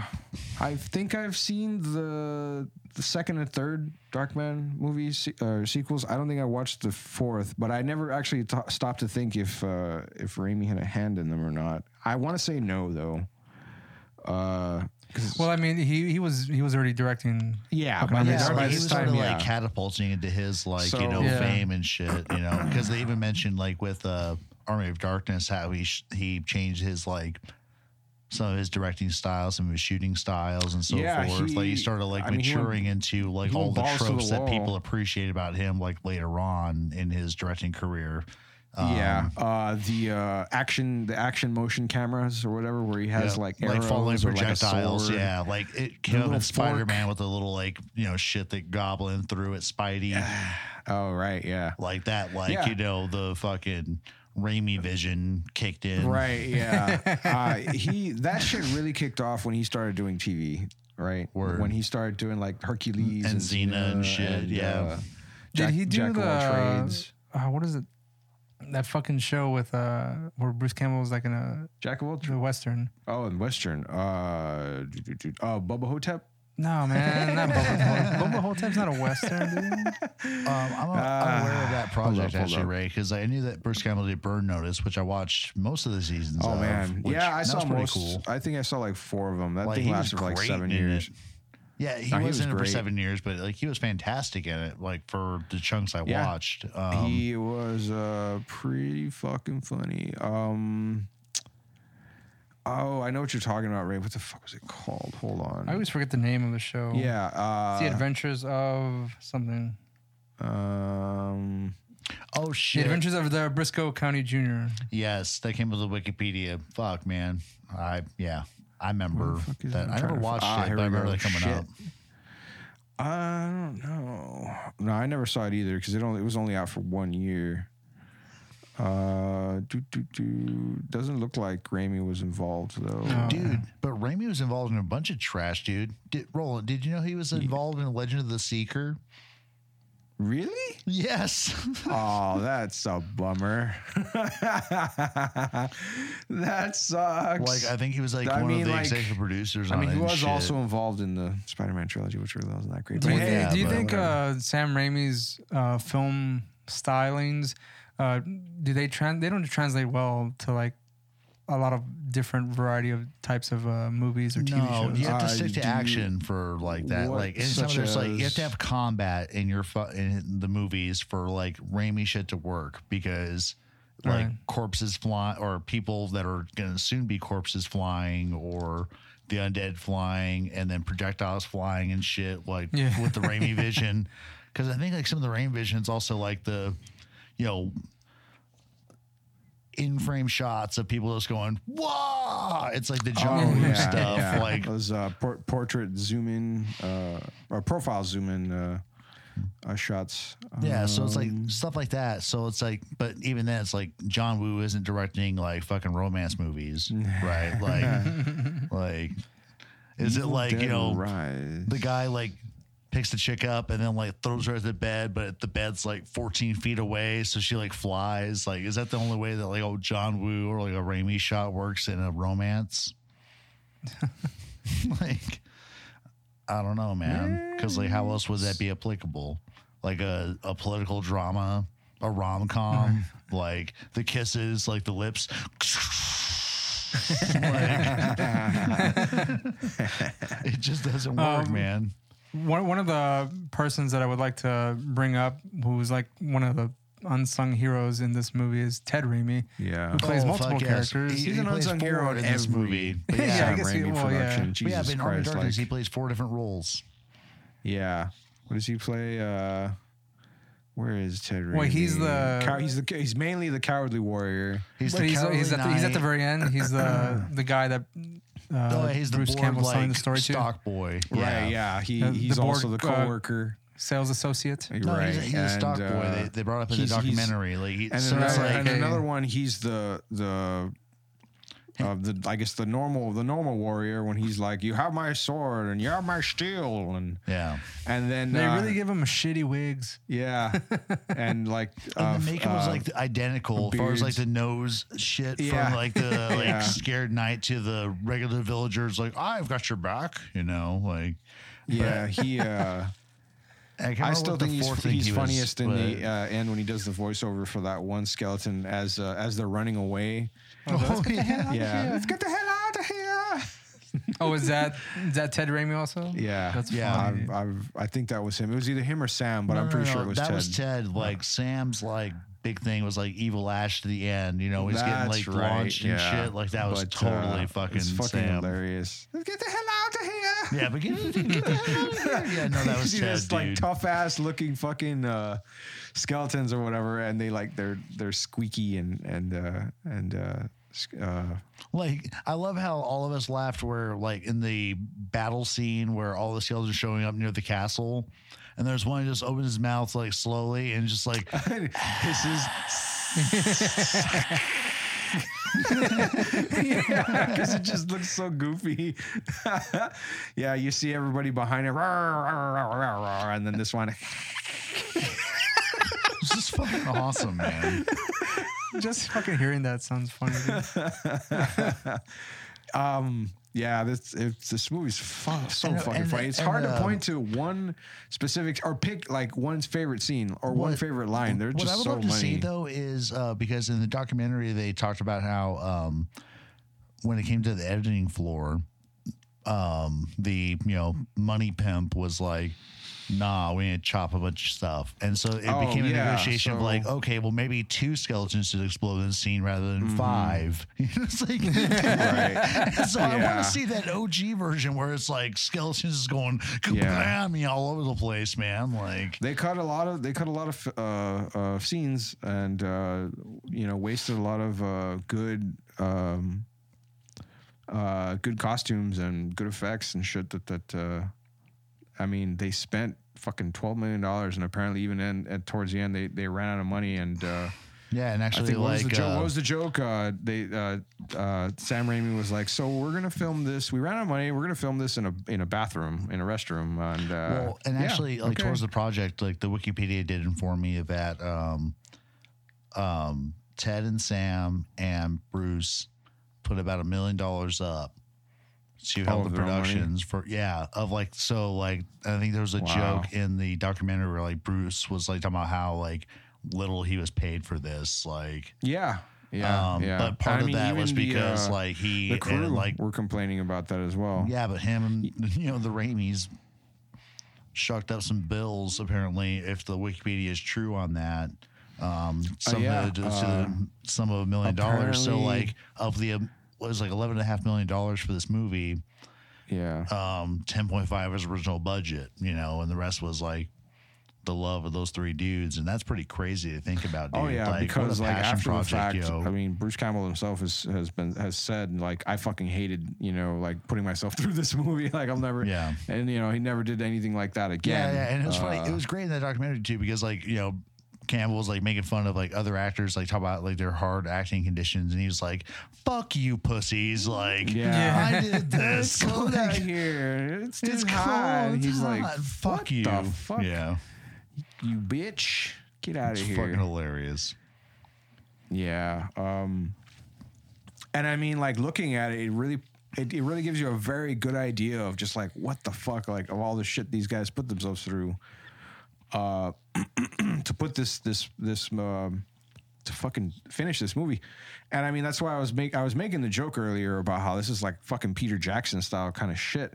Speaker 2: I think I've seen the the second and third Darkman movies se- uh, sequels. I don't think I watched the fourth, but I never actually t- stopped to think if uh if Raimi had a hand in them or not. I want to say no though. Uh,
Speaker 10: Well, I mean, he he was he was already directing.
Speaker 2: Yeah,
Speaker 10: Okay,
Speaker 2: by
Speaker 10: yeah,
Speaker 2: this-
Speaker 10: so
Speaker 2: by
Speaker 1: he
Speaker 2: this
Speaker 1: was
Speaker 2: time,
Speaker 1: sort of
Speaker 2: yeah.
Speaker 1: like catapulting into his like
Speaker 2: So-
Speaker 1: you know
Speaker 10: Yeah.
Speaker 1: fame and shit. You know, because they even mentioned like with uh, Army of Darkness how he sh- he changed his like. Some of his directing styles, some of his shooting styles, and so
Speaker 2: Yeah,
Speaker 1: forth. like
Speaker 2: he-
Speaker 1: he started like
Speaker 2: I mean, he went-
Speaker 1: maturing into like
Speaker 2: he went
Speaker 1: all the
Speaker 2: balls to the
Speaker 1: tropes that
Speaker 2: wall.
Speaker 1: people appreciate about him. Like later on in his directing career, Um,
Speaker 2: yeah, uh, the uh, action, the action motion cameras or whatever, where he has
Speaker 1: Yeah,
Speaker 2: like arrows
Speaker 1: falling
Speaker 2: or like a
Speaker 1: projectiles.
Speaker 2: sword.
Speaker 1: yeah, like it came up
Speaker 2: little
Speaker 1: in
Speaker 2: fork.
Speaker 1: Spider Man with a little like you know shit that Goblin threw at Spidey,
Speaker 2: Oh right, yeah.
Speaker 1: like that. Like
Speaker 2: Yeah.
Speaker 1: you know the fucking Raimi vision kicked in.
Speaker 2: Right, yeah. uh, he that shit really kicked off when he started doing TV, right?
Speaker 1: Word.
Speaker 2: When he started doing like Hercules
Speaker 1: And Xena and shit, yeah.
Speaker 10: Did he do
Speaker 2: uh, Jack of all
Speaker 10: the-
Speaker 2: trades?
Speaker 10: Uh, what is it? That fucking show with uh where Bruce Campbell was like in a
Speaker 2: Jack of all
Speaker 10: the
Speaker 2: trades.
Speaker 10: western.
Speaker 2: Oh, and Western. Uh, do, do, do. oh, Bubba Hotep.
Speaker 10: No man, not Bubba Hotep. Bubba Hotep's not a western, dude.
Speaker 1: Um,
Speaker 2: Oh,
Speaker 1: I'm, I'm aware of that
Speaker 2: Ah, hold up,
Speaker 1: project
Speaker 2: hold
Speaker 1: actually,
Speaker 2: up.
Speaker 1: Ray, because I knew that Bruce Campbell did Burn Notice, which I watched most of the seasons.
Speaker 2: Oh
Speaker 1: of,
Speaker 2: man,
Speaker 1: which-
Speaker 2: yeah, I
Speaker 1: that
Speaker 2: saw
Speaker 1: was pretty
Speaker 2: most.
Speaker 1: cool.
Speaker 2: I think I saw like four of them. That
Speaker 1: Like,
Speaker 2: thing
Speaker 1: he was
Speaker 2: lasted for like
Speaker 1: great
Speaker 2: seven
Speaker 1: in
Speaker 2: years.
Speaker 1: it. Yeah, he
Speaker 2: No, he
Speaker 1: was,
Speaker 2: was
Speaker 1: in it for
Speaker 2: great.
Speaker 1: seven years, but like he was fantastic in it. Like for the chunks I
Speaker 2: Yeah.
Speaker 1: watched, um,
Speaker 2: he was uh, pretty fucking funny. Um, oh, I know what you're talking about, Ray. What the fuck was it called? Hold on.
Speaker 10: I always forget the name of the show.
Speaker 2: yeah. Uh,
Speaker 10: It's the Adventures of something.
Speaker 2: um,
Speaker 1: Oh
Speaker 10: The
Speaker 1: shit!
Speaker 10: Adventures of the Briscoe County Jr.
Speaker 1: Yes, that came with the Wikipedia. Fuck, man. I yeah, I remember
Speaker 2: fuck is-
Speaker 1: that.
Speaker 2: I'm
Speaker 1: I never
Speaker 2: trying to-
Speaker 1: watched
Speaker 2: Ah,
Speaker 1: it,
Speaker 2: here
Speaker 1: but I
Speaker 2: we go.
Speaker 1: remember that coming
Speaker 2: Shit.
Speaker 1: up.
Speaker 2: I don't know. No, I never saw it either because it only it was only out for one year. Uh, do do do. Doesn't look like Raimi was involved though.
Speaker 1: Dude, but Raimi was involved in a bunch of trash, dude. Did, Roland, did you know he was involved in Legend of the Seeker?
Speaker 2: Really?
Speaker 1: Yes.
Speaker 2: Oh, that's a bummer. that sucks.
Speaker 1: like, I think he was like
Speaker 2: I
Speaker 1: one
Speaker 2: mean,
Speaker 1: of the
Speaker 2: like-
Speaker 1: executive producers
Speaker 2: I
Speaker 1: on
Speaker 2: mean,
Speaker 1: it.
Speaker 2: he
Speaker 1: and
Speaker 2: was
Speaker 1: shit.
Speaker 2: also involved in the Spider-Man trilogy, which really wasn't that great.
Speaker 10: Do you,
Speaker 2: But-
Speaker 1: yeah,
Speaker 10: do you
Speaker 1: but
Speaker 10: think uh, Sam Raimi's uh, film stylings uh, do they trans? They don't translate well to like a lot of different variety of types of uh, movies or TV
Speaker 1: No,
Speaker 10: shows.
Speaker 1: you have to
Speaker 2: Uh,
Speaker 1: stick
Speaker 2: do
Speaker 1: to
Speaker 2: you-
Speaker 1: action for like that.
Speaker 2: what
Speaker 1: Like, anytime
Speaker 2: such
Speaker 1: there's like, you have to
Speaker 2: as-
Speaker 1: have combat in your fu- in the movies for like Raimi shit to work because like
Speaker 10: Right.
Speaker 1: corpses fly or people that are going to soon be corpses flying or the undead flying and then projectiles flying and shit like
Speaker 10: Yeah.
Speaker 1: with the Raimi vision. Because I think like some of the Raimi visions also like the, you know, in frame shots of people just going, whoa! It's like the John Woo
Speaker 2: Oh, yeah,
Speaker 1: stuff.
Speaker 2: yeah.
Speaker 1: Like,
Speaker 2: those uh, por- portrait zoom in uh, or profile zoom in uh, uh, shots. Um,
Speaker 1: Yeah, so it's like stuff like that. So it's like, but even then, it's like John Woo isn't directing like fucking romance movies, right? Like, like, is it like you know
Speaker 2: rise.
Speaker 1: the guy like picks the chick up and then like throws her at the bed, but the bed's like 14 feet away, so she like flies. Like, is that the only way that like old John Woo or like a Raimi shot works in a romance? like, I don't know, man. Because like, how else would that be applicable? Like a a political drama, a rom com, like the kisses, like the lips. like, it just doesn't work,
Speaker 10: Um,
Speaker 1: man.
Speaker 10: One one of the persons that I would like to bring up, who's like one of the unsung heroes in this movie, is Ted Raimi.
Speaker 2: Yeah.
Speaker 10: who plays
Speaker 1: Oh,
Speaker 10: multiple
Speaker 1: fuck yes.
Speaker 10: characters.
Speaker 1: He-
Speaker 2: He's
Speaker 1: he
Speaker 2: an
Speaker 1: plays
Speaker 2: unsung hero
Speaker 1: Ford
Speaker 2: in
Speaker 1: in this
Speaker 2: every
Speaker 1: movie. But
Speaker 10: Yeah,
Speaker 1: yeah,
Speaker 10: I guess he-
Speaker 2: Raimi
Speaker 10: well, yeah.
Speaker 2: production.
Speaker 1: but yeah,
Speaker 2: Jesus
Speaker 1: but in Army of
Speaker 2: Christ,
Speaker 1: Darkness,
Speaker 2: like-
Speaker 1: he plays four different roles.
Speaker 2: Yeah. What does he play? Uh, where is Ted Raimi?
Speaker 10: Well, he's the-
Speaker 2: Cow- he's the he's mainly the cowardly warrior.
Speaker 1: He's
Speaker 10: But
Speaker 1: the
Speaker 10: he's,
Speaker 1: Cowardly
Speaker 10: he's at the, he's at the
Speaker 1: Knight.
Speaker 10: very end. He's the the guy that uh,
Speaker 1: oh, yeah, he's the
Speaker 10: Bruce
Speaker 1: bored,
Speaker 10: Campbell's telling
Speaker 1: like,
Speaker 10: the story to.
Speaker 1: stock boy.
Speaker 2: Right. Yeah. He
Speaker 10: Uh,
Speaker 2: he's
Speaker 10: the Borg,
Speaker 2: also the
Speaker 10: uh,
Speaker 2: coworker.
Speaker 10: Sales associate.
Speaker 1: No,
Speaker 2: right.
Speaker 1: he's a, he's a stock boy.
Speaker 2: uh,
Speaker 1: they, they brought up in the
Speaker 2: he's- he's-
Speaker 1: documentary. Like, he,
Speaker 2: And,
Speaker 1: so
Speaker 2: another,
Speaker 1: it's like,
Speaker 2: and
Speaker 10: okay.
Speaker 2: another one, he's the the uh, the I guess the normal the normal warrior when he's like, "You have my sword and you have my steel," and
Speaker 1: yeah,
Speaker 2: and then
Speaker 10: They
Speaker 2: uh,
Speaker 10: really give him shitty wigs.
Speaker 2: yeah, and like uh,
Speaker 1: and the makeup was
Speaker 2: uh,
Speaker 1: like identical as far as like
Speaker 2: beards.
Speaker 1: the nose shit
Speaker 2: Yeah.
Speaker 1: from like the like
Speaker 2: Yeah.
Speaker 1: scared knight to the regular villagers. Like, I've got your back, you know. Like,
Speaker 2: yeah he. Uh,
Speaker 1: I, can't
Speaker 2: I
Speaker 1: remember
Speaker 2: still
Speaker 1: what the
Speaker 2: think he's,
Speaker 1: fourth thing
Speaker 2: he's
Speaker 1: he was,
Speaker 2: funniest in
Speaker 1: but-
Speaker 2: the uh, end when he does the voiceover for that one skeleton as uh, as they're running away.
Speaker 1: Oh, yeah.
Speaker 2: yeah, let's get the hell out of here.
Speaker 10: Oh, is that is that Ted Raimi also?
Speaker 2: Yeah,
Speaker 10: that's
Speaker 1: Yeah.
Speaker 10: funny.
Speaker 2: I've, I've, I think that was him. It was either him or Sam, but I'm
Speaker 1: Um, No,
Speaker 2: pretty
Speaker 1: no,
Speaker 2: sure
Speaker 1: no,
Speaker 2: it was
Speaker 1: that
Speaker 2: Ted.
Speaker 1: was Ted. Like Sam's like big thing was like evil Ash to the end. You know, he's getting
Speaker 2: That's
Speaker 1: like
Speaker 2: right,
Speaker 1: launched and
Speaker 2: yeah.
Speaker 1: shit. Like that was
Speaker 2: But, uh,
Speaker 1: totally fucking,
Speaker 2: it's fucking
Speaker 1: Sam.
Speaker 2: hilarious. Let's get the hell out of here.
Speaker 1: Yeah, but get, get the hell out of here. yeah, no, that was
Speaker 2: you see
Speaker 1: Ted,
Speaker 2: this
Speaker 1: dude.
Speaker 2: like tough ass looking fucking uh, skeletons or whatever, and they like they're they're squeaky and and uh, and uh, sc- uh,
Speaker 1: Like, I love how all of us laughed where, like, in the battle scene where all the skeletons are showing up near the castle, and there's one who just opens his mouth, like, slowly and just, like,
Speaker 2: this is yeah, because it just looks so goofy. yeah, you see everybody behind it, "Rawr, rawr, rawr, rawr, rawr," and then this one.
Speaker 1: it's just fucking awesome, man.
Speaker 10: Just fucking hearing that sounds funny. dude.
Speaker 2: Yeah, this it's, this movie's fun, so
Speaker 1: And, uh,
Speaker 2: fucking
Speaker 1: and,
Speaker 2: funny. It's
Speaker 1: and,
Speaker 2: hard to
Speaker 1: um,
Speaker 2: point to one specific or pick like one's favorite scene or one
Speaker 1: What-
Speaker 2: favorite line. There's
Speaker 1: What
Speaker 2: just
Speaker 1: I would
Speaker 2: so
Speaker 1: love
Speaker 2: many.
Speaker 1: to see though is uh, because in the documentary they talked about how um, when it came to the editing floor, um, the you know money pimp was like, nah, we need to chop a bunch of stuff. And so it
Speaker 2: Oh,
Speaker 1: became a
Speaker 2: yeah,
Speaker 1: negotiation of
Speaker 2: so-
Speaker 1: like, okay, well, maybe two skeletons should explode in the scene rather than
Speaker 2: Mm-hmm.
Speaker 1: five. it's like, so I want
Speaker 2: Yeah.
Speaker 1: to see that OG version where it's like skeletons is going
Speaker 2: Yeah.
Speaker 1: kablammy all over the place, man. Like,
Speaker 2: They cut a lot of they cut a lot of uh, uh, scenes and uh, you know wasted a lot of uh, good um, uh, good costumes and good effects and shit that that uh, I mean they spent fucking twelve million dollars and apparently even in, at towards the end they, they ran out of money and uh,
Speaker 1: yeah, and
Speaker 2: I
Speaker 1: actually,
Speaker 2: think what, was
Speaker 1: like,
Speaker 2: the joke,
Speaker 1: uh,
Speaker 2: what was the joke? Uh, they uh, uh, Sam Raimi was like, "So we're gonna film this. We ran out of money. We're gonna film this in a in a bathroom, in a restroom." And uh,
Speaker 1: Well, and
Speaker 2: yeah,
Speaker 1: actually, like
Speaker 2: okay.
Speaker 1: towards the project, like the Wikipedia did inform me that um, um, Ted and Sam and Bruce put about a million dollars up to
Speaker 2: All
Speaker 1: help
Speaker 2: of
Speaker 1: the
Speaker 2: their own money?
Speaker 1: productions for yeah of like so like I think there was a
Speaker 2: Wow.
Speaker 1: joke in the documentary where like Bruce was like talking about how like little he was paid for this like
Speaker 2: yeah, yeah,
Speaker 1: um
Speaker 2: yeah.
Speaker 1: but part
Speaker 2: I
Speaker 1: of
Speaker 2: mean,
Speaker 1: that
Speaker 2: even
Speaker 1: was
Speaker 2: the,
Speaker 1: because
Speaker 2: uh,
Speaker 1: like he
Speaker 2: the
Speaker 1: and,
Speaker 2: crew
Speaker 1: like
Speaker 2: were complaining about that as well.
Speaker 1: yeah, but him and you know the Raimis shucked up some bills apparently. If the Wikipedia is true on that, um, some
Speaker 2: Oh, yeah, uh,
Speaker 1: of the, to the sum of a million dollars. So
Speaker 2: apparently-
Speaker 1: like of the um, what was like eleven and a half million dollars for this movie,
Speaker 2: yeah.
Speaker 1: um, ten point five was original budget, you know, and the rest was like the love of those three dudes, and that's pretty crazy to think about. Dude.
Speaker 2: Oh yeah,
Speaker 1: like, what a
Speaker 2: because like
Speaker 1: passion
Speaker 2: after the fact,
Speaker 1: yo.
Speaker 2: I mean, Bruce Campbell himself has has been has said like I fucking hated you know like putting myself through this movie. Like I'll never
Speaker 1: Yeah.
Speaker 2: and you know he never did anything like that
Speaker 1: Yeah,
Speaker 2: again.
Speaker 1: yeah, and it was
Speaker 2: Uh,
Speaker 1: funny. It was great in that documentary too because like you know. Campbell was like making fun of like other actors, like talk about like their hard acting conditions, and he was like, "Fuck you, pussies!" Like,
Speaker 2: Yeah.
Speaker 1: I did this.
Speaker 2: cold out
Speaker 1: like,
Speaker 2: here. It's,
Speaker 1: it's
Speaker 2: too hot.
Speaker 1: cold.
Speaker 2: And He's like,
Speaker 1: hot. "Fuck
Speaker 2: "What
Speaker 1: you,
Speaker 2: the fuck?
Speaker 1: yeah."
Speaker 2: you bitch. Get out
Speaker 1: It's
Speaker 2: of
Speaker 1: fucking
Speaker 2: here.
Speaker 1: hilarious.
Speaker 2: yeah. Um, and I mean, like looking at it, it really, it, it really gives you a very good idea of just like what the fuck, like of all the shit these guys put themselves through, uh, to put this this this um, to fucking finish this movie. And I mean, that's why I was make I was making the joke earlier about how this is like fucking Peter Jackson style kind of shit.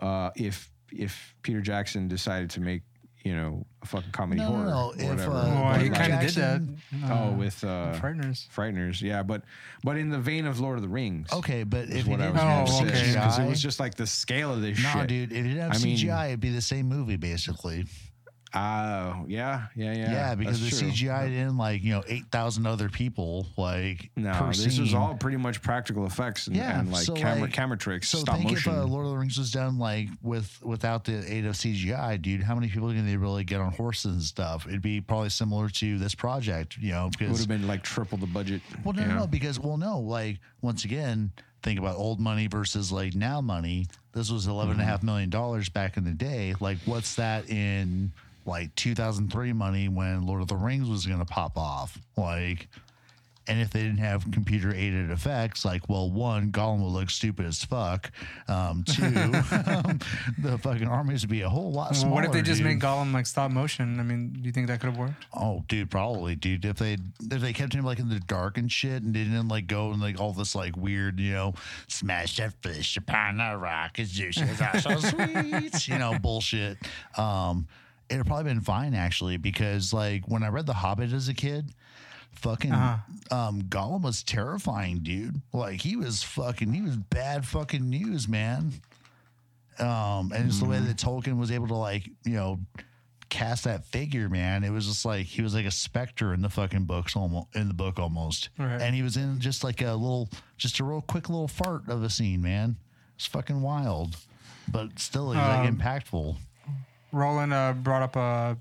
Speaker 2: Uh, if if Peter Jackson decided to make you know a fucking comedy
Speaker 1: No,
Speaker 2: horror,
Speaker 1: no, no.
Speaker 2: or
Speaker 1: If,
Speaker 2: whatever.
Speaker 1: uh,
Speaker 10: Well, he
Speaker 1: Peter
Speaker 10: kind of Oh, did that.
Speaker 1: Jackson-
Speaker 2: Oh, with uh,
Speaker 10: Frighteners.
Speaker 2: Frighteners, yeah, but but in the vein of Lord of the Rings.
Speaker 1: Okay, but
Speaker 2: is
Speaker 1: if you
Speaker 2: what I
Speaker 1: didn't
Speaker 2: was
Speaker 1: have
Speaker 10: Oh,
Speaker 2: gonna
Speaker 10: okay.
Speaker 2: say because it was
Speaker 1: CGI,
Speaker 2: just like the scale of this
Speaker 1: nah,
Speaker 2: shit.
Speaker 1: dude, if you didn't have
Speaker 2: I mean-
Speaker 1: CGI, it'd be the same movie basically.
Speaker 2: Oh, yeah, yeah, yeah.
Speaker 1: Yeah, because the
Speaker 2: that's true.
Speaker 1: CGI didn't like you know eight thousand other people like
Speaker 2: No,
Speaker 1: per
Speaker 2: this is
Speaker 1: scene.
Speaker 2: all pretty much practical effects and,
Speaker 1: Yeah,
Speaker 2: and like
Speaker 1: so,
Speaker 2: camera
Speaker 1: like-
Speaker 2: camera tricks,
Speaker 1: So
Speaker 2: stop
Speaker 1: think
Speaker 2: motion.
Speaker 1: if uh, Lord of the Rings was done like with without the aid of CGI, dude, how many people can they really get on horses and stuff? It'd be probably similar to this project, you know,
Speaker 2: it would
Speaker 1: because
Speaker 2: have been like triple the budget.
Speaker 1: well, no,
Speaker 2: yeah.
Speaker 1: no, no, because well, no, like once again, think about old money versus like now money. This was eleven
Speaker 10: Mm-hmm.
Speaker 1: and a half million dollars back in the day. Like, what's that in like two thousand three money when Lord of the Rings was going to pop off? Like. And if they didn't have computer aided effects, like, well, one, Gollum would look stupid as fuck. Um, two, um, the fucking armies would be a whole lot
Speaker 10: Well,
Speaker 1: smaller.
Speaker 10: what if they just
Speaker 1: dude.
Speaker 10: made Gollum like stop motion? I mean, do you think that could have worked?
Speaker 1: Oh, dude, probably, dude. If they if they kept him like in the dark and shit, and didn't like go and like all this like weird, you know, smash that fish upon a rock, his juices are so sweet, you know, bullshit. Um, it would probably been fine actually because like when I read The Hobbit as a kid, fucking um, Gollum was terrifying, dude. Like he was fucking, he was bad fucking news, man. Um, and it's the way that Tolkien was able to like, you know, cast that figure, man. It was just like he was like a specter in the fucking books almost in the book almost.
Speaker 10: Right.
Speaker 1: And he was in just like a little just a real quick little fart of a scene, man. It's fucking wild. But still he's
Speaker 10: Um,
Speaker 1: like impactful.
Speaker 10: Roland uh, brought up a,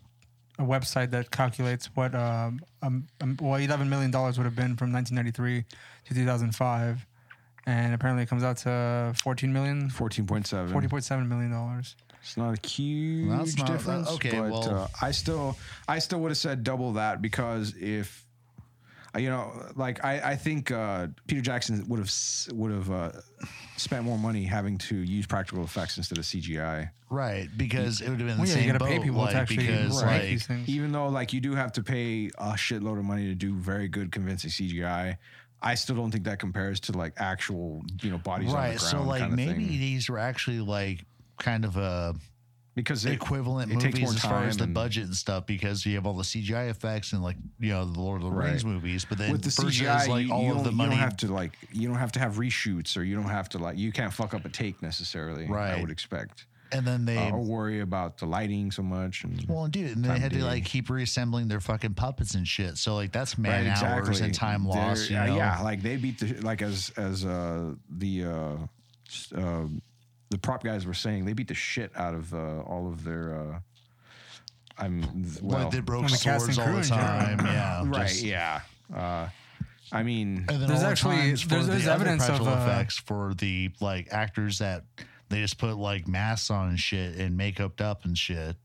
Speaker 10: a website that calculates what um, um, um, well eleven million dollars would have been from 1993 to 2005, and apparently it comes out to 14 million,
Speaker 2: 14.7.
Speaker 10: 40.7 million dollars.
Speaker 2: It's not a huge
Speaker 1: That's not-
Speaker 2: difference.
Speaker 1: uh, okay,
Speaker 2: but
Speaker 1: well-
Speaker 2: uh, I still, I still would have said double that because if, uh, you know, like I, I think uh, Peter Jackson would have would have uh, spent more money having to use practical effects instead of CGI.
Speaker 1: Right. Because it would have been the
Speaker 10: Well, yeah,
Speaker 1: same
Speaker 10: you gotta
Speaker 1: boat,
Speaker 10: pay people
Speaker 1: like,
Speaker 10: to actually
Speaker 1: because
Speaker 10: make
Speaker 1: like
Speaker 10: these things.
Speaker 2: Even though, like, you do have to pay a shitload of money to do very good, convincing CGI. I still don't think that compares to like actual, you know, bodies on the
Speaker 1: right
Speaker 2: ground.
Speaker 1: so like
Speaker 2: kinda
Speaker 1: maybe
Speaker 2: thing.
Speaker 1: these were actually like kind of a
Speaker 2: because it,
Speaker 1: equivalent
Speaker 2: it
Speaker 1: movies
Speaker 2: takes more
Speaker 1: as far
Speaker 2: time
Speaker 1: as the
Speaker 2: and-
Speaker 1: budget and stuff because you have all the CGI effects and like you know the Lord of the
Speaker 2: Right.
Speaker 1: Rings movies, but then
Speaker 2: with the
Speaker 1: versus
Speaker 2: CGI,
Speaker 1: like
Speaker 2: you,
Speaker 1: all
Speaker 2: you
Speaker 1: of
Speaker 2: don't-
Speaker 1: the
Speaker 2: you
Speaker 1: money.
Speaker 2: don't have to like you don't have to have reshoots or you don't have to like you can't fuck up a take necessarily. I
Speaker 1: Right.
Speaker 2: would expect.
Speaker 1: and then they
Speaker 2: Uh, or worry about the lighting so much. And
Speaker 1: well, and dude, and they
Speaker 2: Time
Speaker 1: had to
Speaker 2: to-
Speaker 1: like keep reassembling their fucking puppets and shit. So like that's man
Speaker 2: Right,
Speaker 1: hours and time
Speaker 2: They're-
Speaker 1: lost. You
Speaker 2: yeah,
Speaker 1: know?
Speaker 2: yeah, like they beat the like as as uh, the uh, s- uh, the prop guys were saying, they beat the shit out of uh, all of their. Uh, I'm well,
Speaker 1: like they broke
Speaker 10: and the cast
Speaker 1: swords
Speaker 10: and crew
Speaker 1: all the
Speaker 10: in general.
Speaker 1: time. Yeah,
Speaker 2: right?
Speaker 1: just-
Speaker 2: yeah. Uh, I mean,
Speaker 1: And then
Speaker 10: There's
Speaker 1: all the
Speaker 10: actually-
Speaker 1: times for
Speaker 10: there's-
Speaker 1: the
Speaker 10: there's
Speaker 1: other
Speaker 10: evidence of,
Speaker 1: practical
Speaker 10: uh,
Speaker 1: effects for the like actors that they just put like masks on and shit and makeup up and shit.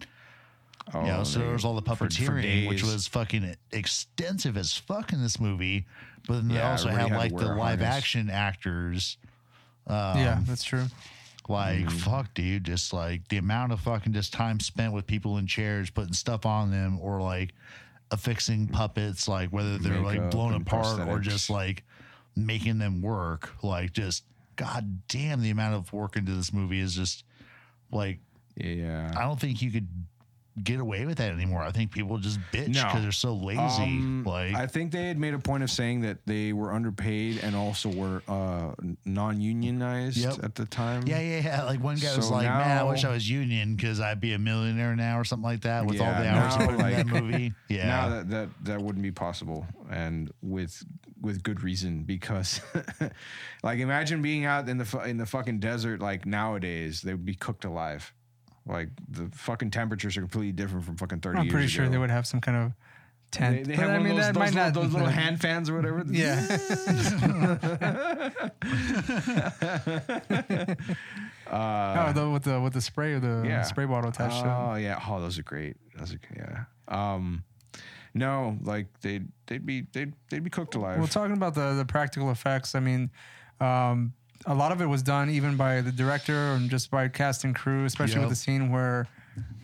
Speaker 2: oh,
Speaker 1: you know, so
Speaker 2: they-
Speaker 1: there was all the
Speaker 2: for- for
Speaker 1: puppeteering, which
Speaker 2: days.
Speaker 1: was fucking extensive as fuck in this movie. But then they
Speaker 2: Yeah,
Speaker 1: also
Speaker 2: everybody
Speaker 1: had
Speaker 2: had
Speaker 1: like
Speaker 2: to
Speaker 1: the
Speaker 2: wear a
Speaker 1: live
Speaker 2: harness.
Speaker 1: action actors. um,
Speaker 10: yeah, that's true.
Speaker 1: Like
Speaker 2: Mm-hmm.
Speaker 1: fuck, dude. Just like the amount of fucking just time spent with people in chairs, putting stuff on them, or like affixing puppets, like whether they're like
Speaker 2: Makeup
Speaker 1: blown
Speaker 2: and
Speaker 1: apart or
Speaker 2: prosthetics.
Speaker 1: just like making them work. Like just god damn, the amount of work into this movie is just like
Speaker 2: yeah.
Speaker 1: I don't think you could get away with that anymore. I think people just bitch
Speaker 2: No.
Speaker 1: because they're so lazy.
Speaker 2: Um,
Speaker 1: like,
Speaker 2: I think they had made a point of saying that they were underpaid and also were uh, non-unionized
Speaker 1: Yep.
Speaker 2: at the time.
Speaker 1: yeah, yeah, yeah. Like one guy was
Speaker 2: So
Speaker 1: like, "Man, I wish
Speaker 2: now-
Speaker 1: I was union because I'd be a millionaire now" or something like that. With all
Speaker 2: Yeah,
Speaker 1: the hours
Speaker 2: now,
Speaker 1: put in that
Speaker 2: like-
Speaker 1: movie, yeah.
Speaker 2: Now that, that that wouldn't be possible, and with with good reason, because like imagine being out in the fu- in the fucking desert like nowadays, they would be cooked alive. Like the fucking temperatures are completely different from fucking thirty.
Speaker 10: I'm pretty
Speaker 2: years
Speaker 10: sure
Speaker 2: ago.
Speaker 10: they would have some kind of
Speaker 2: They,
Speaker 10: tent.
Speaker 2: they
Speaker 10: But
Speaker 2: have
Speaker 10: I
Speaker 2: one
Speaker 10: mean,
Speaker 2: of those,
Speaker 10: that
Speaker 2: those,
Speaker 10: might
Speaker 2: little,
Speaker 10: not.
Speaker 2: those little hand fans or whatever.
Speaker 10: Yeah. oh, the, with the with the spray with the
Speaker 2: Uh, Yeah.
Speaker 10: Um, spray bottle attached to it.
Speaker 2: Oh yeah. Oh, those are great. Those are yeah. Um, no, like they'd they'd be they'd they'd be cooked alive.
Speaker 10: Well, talking about the the practical effects, I mean, um, a lot of it was done even by the director and just by cast and crew, especially
Speaker 1: Yep.
Speaker 10: with the scene where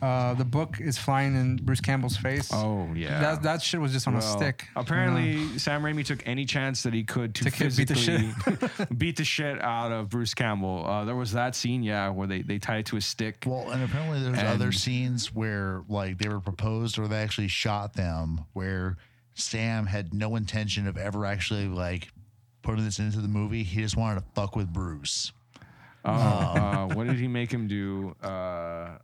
Speaker 10: uh, the book is flying in Bruce Campbell's face.
Speaker 2: oh yeah.
Speaker 10: that that shit was just on
Speaker 2: Well,
Speaker 10: a stick.
Speaker 2: Apparently, Sam Raimi took any chance that he could to,
Speaker 10: To get- beat the
Speaker 2: physically beat the, shit. out of Bruce Campbell. Uh, there was that scene, yeah, where they they tied it to a stick.
Speaker 1: well, and apparently there's other
Speaker 2: And-
Speaker 1: scenes where like they were proposed or they actually shot them, where Sam had no intention of ever actually like putting this into the movie. He just wanted to fuck with Bruce.
Speaker 2: Oh, uh, what did he make him do? Uh,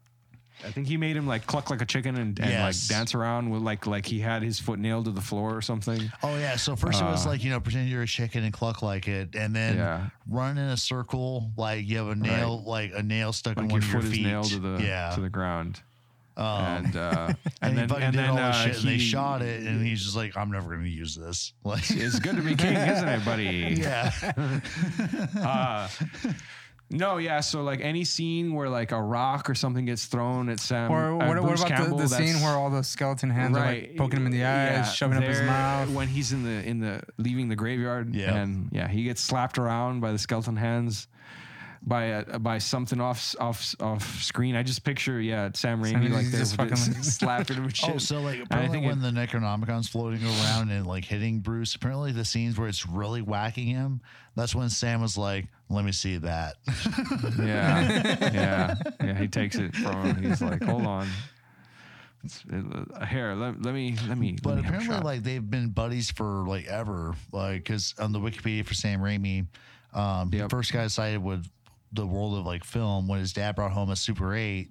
Speaker 2: I think he made him like cluck like a chicken and, and
Speaker 1: Yes.
Speaker 2: like dance around with like like he had his foot nailed to the floor or something.
Speaker 1: Oh yeah. So first it was like you know pretend you're a chicken and cluck like it, and then
Speaker 2: Uh. Yeah.
Speaker 1: run in a circle like you have a nail like a nail stuck in
Speaker 2: Like
Speaker 1: one
Speaker 2: your
Speaker 1: of your
Speaker 2: foot is
Speaker 1: feet.
Speaker 2: nailed to the
Speaker 1: yeah. Oh. Um,
Speaker 2: to the ground. and uh,
Speaker 1: and,
Speaker 2: and,
Speaker 1: he
Speaker 2: then
Speaker 1: fucking
Speaker 2: and
Speaker 1: did
Speaker 2: then
Speaker 1: all
Speaker 2: uh,
Speaker 1: this shit, and they
Speaker 2: he-
Speaker 1: shot it, and he's just like, "I'm never going to use this." Like,
Speaker 2: It's good to be king, isn't it, buddy? Uh,
Speaker 1: yeah,
Speaker 2: No, yeah. So like any scene where like a rock or something gets thrown at Sam
Speaker 10: Or
Speaker 2: at
Speaker 10: what, what
Speaker 2: um, Bruce
Speaker 10: about
Speaker 2: Campbell,
Speaker 10: the, the
Speaker 2: that's-
Speaker 10: scene where all the skeleton hands are like poking him in the eyes,
Speaker 2: yeah,
Speaker 10: shoving up his
Speaker 2: there,
Speaker 10: mouth?
Speaker 2: when he's in the in the leaving the graveyard?
Speaker 1: Yeah.
Speaker 2: and yeah, he gets slapped around by the skeleton hands. By a, by something off off off screen, I just picture yeah Sam Raimi
Speaker 10: Raimi's
Speaker 2: like there
Speaker 10: just
Speaker 2: with
Speaker 10: fucking-
Speaker 2: his slapped him and shit.
Speaker 1: Oh, so like
Speaker 2: And I
Speaker 1: apparently
Speaker 2: think
Speaker 1: when
Speaker 2: it-
Speaker 1: the Necronomicon's floating around and like hitting Bruce, apparently the scenes where it's really whacking him, that's when Sam was like, "Let me see that."
Speaker 2: yeah yeah yeah he takes it from him. He's like, hold on, It's- it- here let, let me let me. let
Speaker 1: But
Speaker 2: me have a
Speaker 1: apparently,
Speaker 2: shot.
Speaker 1: like they've been buddies for like ever. Like, because on the Wikipedia for Sam Raimi, um, he
Speaker 2: Yep.
Speaker 1: first got cited with the world of like film when his dad brought home a Super Eight,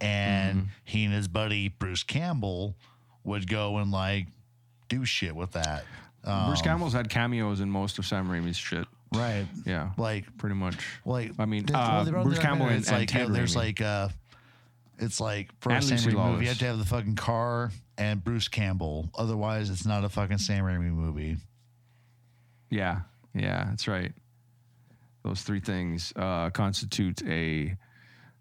Speaker 1: and
Speaker 2: Mm-hmm.
Speaker 1: he and his buddy Bruce Campbell would go and like do shit with that. Um,
Speaker 2: Bruce Campbell's had cameos in most of Sam Raimi's shit.
Speaker 1: right?
Speaker 2: Yeah,
Speaker 1: Like,
Speaker 2: pretty much.
Speaker 1: like
Speaker 2: I mean,
Speaker 1: the- well,
Speaker 2: uh,
Speaker 1: they wrote in
Speaker 2: Bruce
Speaker 1: the
Speaker 2: Campbell
Speaker 1: documentary,
Speaker 2: and-
Speaker 1: it's
Speaker 2: and
Speaker 1: like you know,
Speaker 2: Ted
Speaker 1: there's
Speaker 2: Raimi.
Speaker 1: like uh, it's like for a
Speaker 2: And
Speaker 1: Sam Raimi
Speaker 2: Lucy
Speaker 1: movie, you
Speaker 2: Lawless.
Speaker 1: have to have the fucking car and Bruce Campbell. Otherwise, it's not a fucking Sam Raimi movie.
Speaker 2: Yeah, yeah, that's right. Those three things uh, constitute a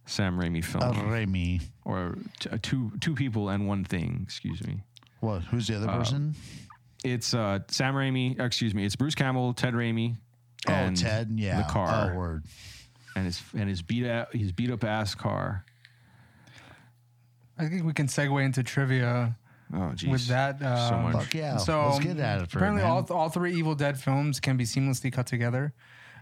Speaker 2: Sam Raimi film,
Speaker 1: A Uh, Raimi.
Speaker 2: or t- uh, two two people and one thing. Excuse me.
Speaker 1: What? Who's the other person?
Speaker 2: It's uh, Sam Raimi. Excuse me. It's Bruce Campbell, Ted Raimi, and
Speaker 1: oh, Ted. Yeah,
Speaker 2: the car
Speaker 1: Oh, word.
Speaker 2: and his and his beat up his beat up ass car.
Speaker 10: I think we can segue into trivia
Speaker 2: Oh, jeez.
Speaker 10: with that. Um,
Speaker 2: so much.
Speaker 1: Fuck yeah.
Speaker 10: So
Speaker 1: let's get at it. For
Speaker 10: apparently,
Speaker 1: it, man.
Speaker 10: all, all three Evil Dead films can be
Speaker 2: Mm.
Speaker 10: seamlessly cut together,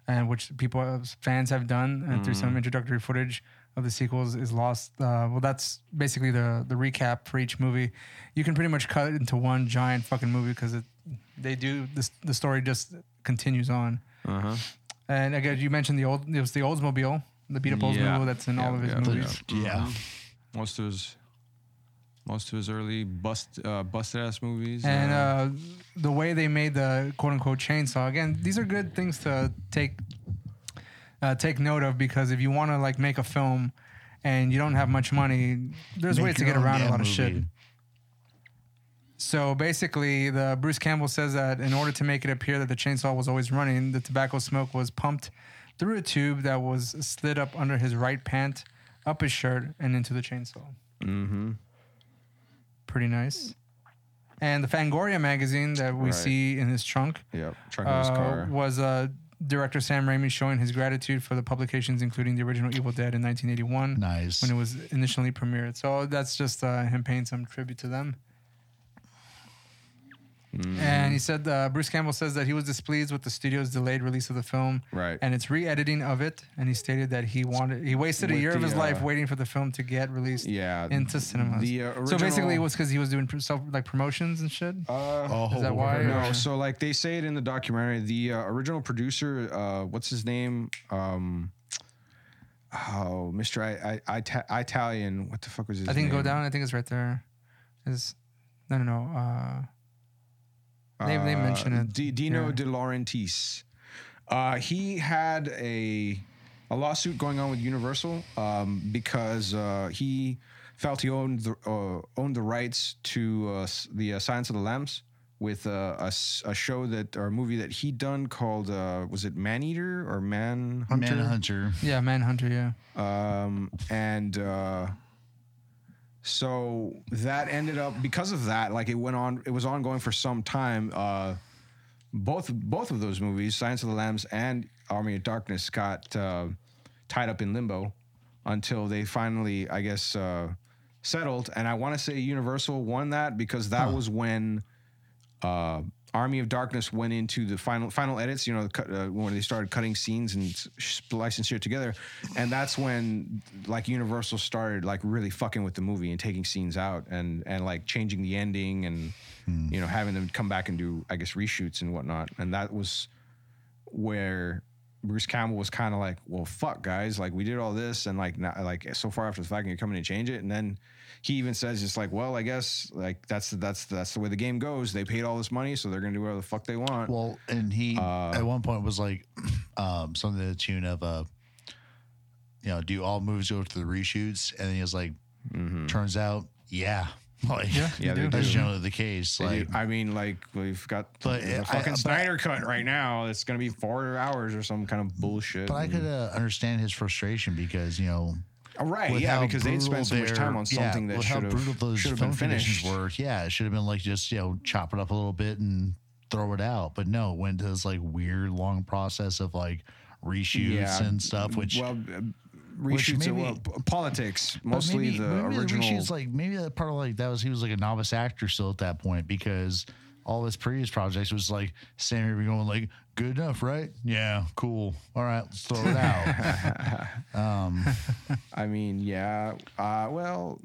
Speaker 10: and which people fans have done and through some introductory footage. of the sequels is lost. Uh, well, that's basically the the recap for each movie. You can pretty much cut it into one giant fucking movie because it they do this. The story just continues on.
Speaker 2: Uh-huh.
Speaker 10: And again, you mentioned the old it was the Oldsmobile, the beat up
Speaker 2: Yeah.
Speaker 10: Oldsmobile that's in all
Speaker 2: Yeah,
Speaker 10: of his
Speaker 2: yeah,
Speaker 10: movies.
Speaker 1: Yeah.
Speaker 2: Most of his most of his early bust uh, busted ass movies.
Speaker 10: And uh, the way they made the quote unquote chainsaw again, these are good things to take uh, take note of because if you want to like make a film and you don't have much money, there's
Speaker 1: Make
Speaker 10: ways to
Speaker 1: your
Speaker 10: get
Speaker 1: own
Speaker 10: around a
Speaker 1: damn
Speaker 10: lot of shit.
Speaker 1: movie.
Speaker 10: So basically, the Bruce Campbell says that in order to make it appear that the chainsaw was always running, the tobacco smoke was pumped through a tube that was slid up under his right pant, up his shirt, and into the chainsaw.
Speaker 2: mm-hmm.
Speaker 10: Pretty nice. And the Fangoria magazine that we
Speaker 2: Right.
Speaker 10: see in his trunk
Speaker 2: Yeah, trunk of his
Speaker 10: uh,
Speaker 2: car.
Speaker 10: was uh, director Sam Raimi showing his gratitude for the publications, including the original Evil Dead in 1981
Speaker 1: Nice.
Speaker 10: when it was initially premiered. So that's just uh, him paying some tribute to them.
Speaker 2: Mm-hmm.
Speaker 10: And he said uh, Bruce Campbell says that he was displeased with the studio's delayed release of the film
Speaker 2: Right.
Speaker 10: and its re-editing of it. And he stated that he wanted he wasted a
Speaker 2: With
Speaker 10: year of
Speaker 2: the,
Speaker 10: his life
Speaker 2: uh,
Speaker 10: waiting for the film to get released
Speaker 2: yeah.
Speaker 10: into cinemas.
Speaker 2: the, uh,
Speaker 10: so basically, it
Speaker 2: original-
Speaker 10: was because he was doing pr- self like promotions and shit.
Speaker 2: Uh,
Speaker 1: Oh,
Speaker 10: Is that why?
Speaker 2: no,
Speaker 10: or-
Speaker 2: so like they say it in the documentary. The uh, original producer, uh, what's his name? Um, oh, Mr. I, I, Ita- Italian. What the fuck was his?
Speaker 10: I think
Speaker 2: name?
Speaker 10: go down. I think it's right there. Is no, no, no. Uh, they they
Speaker 2: Uh,
Speaker 10: mention it.
Speaker 2: D- Dino
Speaker 10: here.
Speaker 2: De Laurentiis. Uh, he had a a lawsuit going on with Universal um, because uh, he felt he owned the uh, owned the rights to uh, s- the uh, Science of the Lambs with uh, a, s- a show that or a movie that he'd done called uh, was it Maneater or Man Hunter?
Speaker 1: Manhunter.
Speaker 10: yeah, Manhunter. Yeah,
Speaker 2: um, and uh, so that ended up because of that like it went on it was ongoing for some time uh, both both of those movies science of the lambs and army of darkness got uh, tied up in limbo until they finally i guess uh, settled and i want to say universal won that because that was when uh, Army of Darkness went into the final final edits. You know, the cut, uh, when they started cutting scenes and s- splicing shit together, and that's when like Universal started like really fucking with the movie and taking scenes out and and like changing the ending and you know having them come back and do I guess reshoots and whatnot. And that was where Bruce Campbell was kind of like, "Well, fuck, guys! Like we did all this, and like now, like so far after the fact, and you're coming to change it." And then he even says, "It's like, well, I guess like that's that's that's the way the game goes. They paid all this money, so they're gonna do whatever the fuck they want."
Speaker 1: Well, and he at one point was like um, something to the tune of, uh, you know, do all moves go to the reshoots? And then he was like,
Speaker 2: Mm-hmm.
Speaker 1: turns out, yeah. Like,
Speaker 2: Hmm. Yeah, they
Speaker 1: that's
Speaker 2: do.
Speaker 1: generally the case.
Speaker 2: They
Speaker 1: like,
Speaker 2: do- I mean, like we've got
Speaker 1: But uh,
Speaker 2: the
Speaker 1: I-
Speaker 2: fucking
Speaker 1: but-
Speaker 2: Snyder cut right now. It's gonna be four hours or some kind of bullshit.
Speaker 1: But I
Speaker 2: and-
Speaker 1: could uh, understand his frustration because you know,
Speaker 2: Oh, right?
Speaker 1: with
Speaker 2: Yeah,
Speaker 1: how
Speaker 2: because they
Speaker 1: brutal
Speaker 2: spent so much
Speaker 1: their-
Speaker 2: time on
Speaker 1: yeah,
Speaker 2: something that
Speaker 1: with how
Speaker 2: should
Speaker 1: brutal
Speaker 2: have
Speaker 1: those
Speaker 2: should have
Speaker 1: film
Speaker 2: been
Speaker 1: conditions
Speaker 2: finished.
Speaker 1: Were. Yeah, it should have been like just you know chop it up a little bit and throw it out. But no, went to this like weird long process of like reshoots
Speaker 2: Yeah.
Speaker 1: and stuff, which.
Speaker 2: well, uh, reshoots
Speaker 1: maybe-
Speaker 2: are well, p- politics
Speaker 1: but
Speaker 2: mostly
Speaker 1: maybe,
Speaker 2: the
Speaker 1: maybe
Speaker 2: original.
Speaker 1: reshoots, like maybe that part of like that was he was like a novice actor still at that point because all his previous projects was like Sam Raimi going like good enough right yeah cool all right let's throw it out Um,
Speaker 2: I mean, yeah. Uh, well,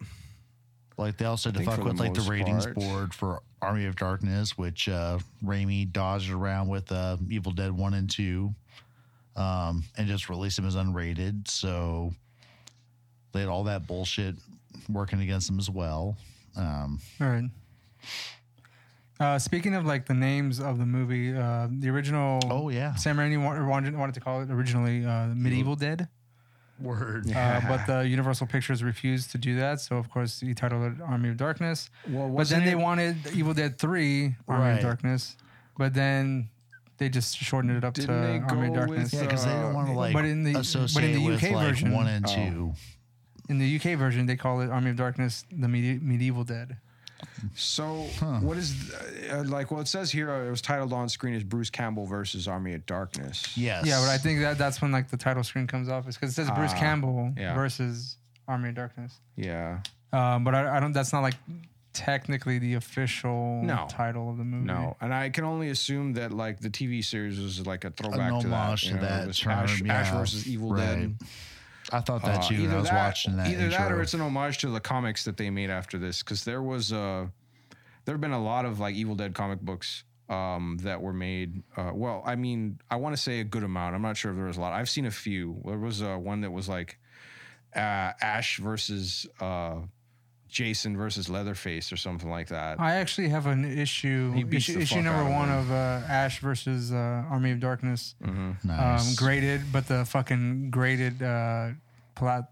Speaker 1: Like they also had to
Speaker 2: think
Speaker 1: fuck
Speaker 2: for the
Speaker 1: with like the
Speaker 2: most
Speaker 1: ratings
Speaker 2: part.
Speaker 1: board for Army of Darkness, which uh Raimi dodged around with uh Evil Dead One and Two, um, and just released them as unrated. So they had all that bullshit working against them as well. Um
Speaker 10: all right. Uh, speaking of like the names of the movie, uh, the original.
Speaker 1: Oh, yeah.
Speaker 10: Sam Raimi wa- wanted wanted to call it originally uh, Medieval Dead,
Speaker 1: word.
Speaker 10: uh, but the Universal Pictures refused to do that. So of course he titled it Army of Darkness.
Speaker 2: Well,
Speaker 10: but
Speaker 2: wasn't
Speaker 10: then they
Speaker 2: it-
Speaker 10: wanted Evil Dead Three Army
Speaker 1: Right.
Speaker 10: of Darkness, but then they just shortened it up
Speaker 2: Didn't they
Speaker 10: to Army of
Speaker 2: go with,
Speaker 10: Darkness.
Speaker 1: Yeah, because they
Speaker 2: Uh,
Speaker 1: don't want to like
Speaker 10: but in the- but in the
Speaker 1: associate with
Speaker 10: UK
Speaker 1: like
Speaker 10: version-
Speaker 1: one and
Speaker 2: Oh.
Speaker 1: two.
Speaker 10: In the UK version, they call it Army of Darkness, the medi- Medieval Dead.
Speaker 2: So what is th- uh, like? Well, it says here uh, it was titled on screen as Bruce Campbell versus Army of Darkness.
Speaker 1: Yes.
Speaker 10: Yeah, but I think that that's when like the title screen comes off is because it says Bruce
Speaker 2: Ah,
Speaker 10: Campbell
Speaker 2: yeah.
Speaker 10: versus Army of Darkness.
Speaker 2: Yeah.
Speaker 1: Mm-hmm.
Speaker 10: Um, but I, I don't. That's not like technically the official
Speaker 2: No.
Speaker 10: title of the movie.
Speaker 2: No, and I can only assume that like the TV series was like a throwback to that.
Speaker 1: homage
Speaker 2: you
Speaker 1: to
Speaker 2: know, it
Speaker 1: that
Speaker 2: was
Speaker 1: term,
Speaker 2: Ash, Ash
Speaker 1: yeah.
Speaker 2: versus Evil
Speaker 1: Right.
Speaker 2: Dead.
Speaker 1: I thought that
Speaker 2: Uh,
Speaker 1: too when
Speaker 2: either
Speaker 1: I was watching that
Speaker 2: Either
Speaker 1: intro.
Speaker 2: that or it's an homage to the comics that they made after this, because there was uh, there have been a lot of like Evil Dead comic books um, that were made. Uh, well, I mean, I want to say a good amount. I'm not sure if there was a lot. I've seen a few. There was uh, one that was like uh, Ash versus uh, Jason versus Leatherface or something like that.
Speaker 10: I actually have an issue.
Speaker 2: He beats
Speaker 10: Issue,
Speaker 2: the
Speaker 10: issue
Speaker 2: fuck out
Speaker 10: number
Speaker 2: of
Speaker 10: one
Speaker 2: him.
Speaker 10: of uh, Ash versus uh, Army of Darkness.
Speaker 2: Mm-hmm.
Speaker 1: Nice.
Speaker 10: Um, graded, but the fucking graded uh, plat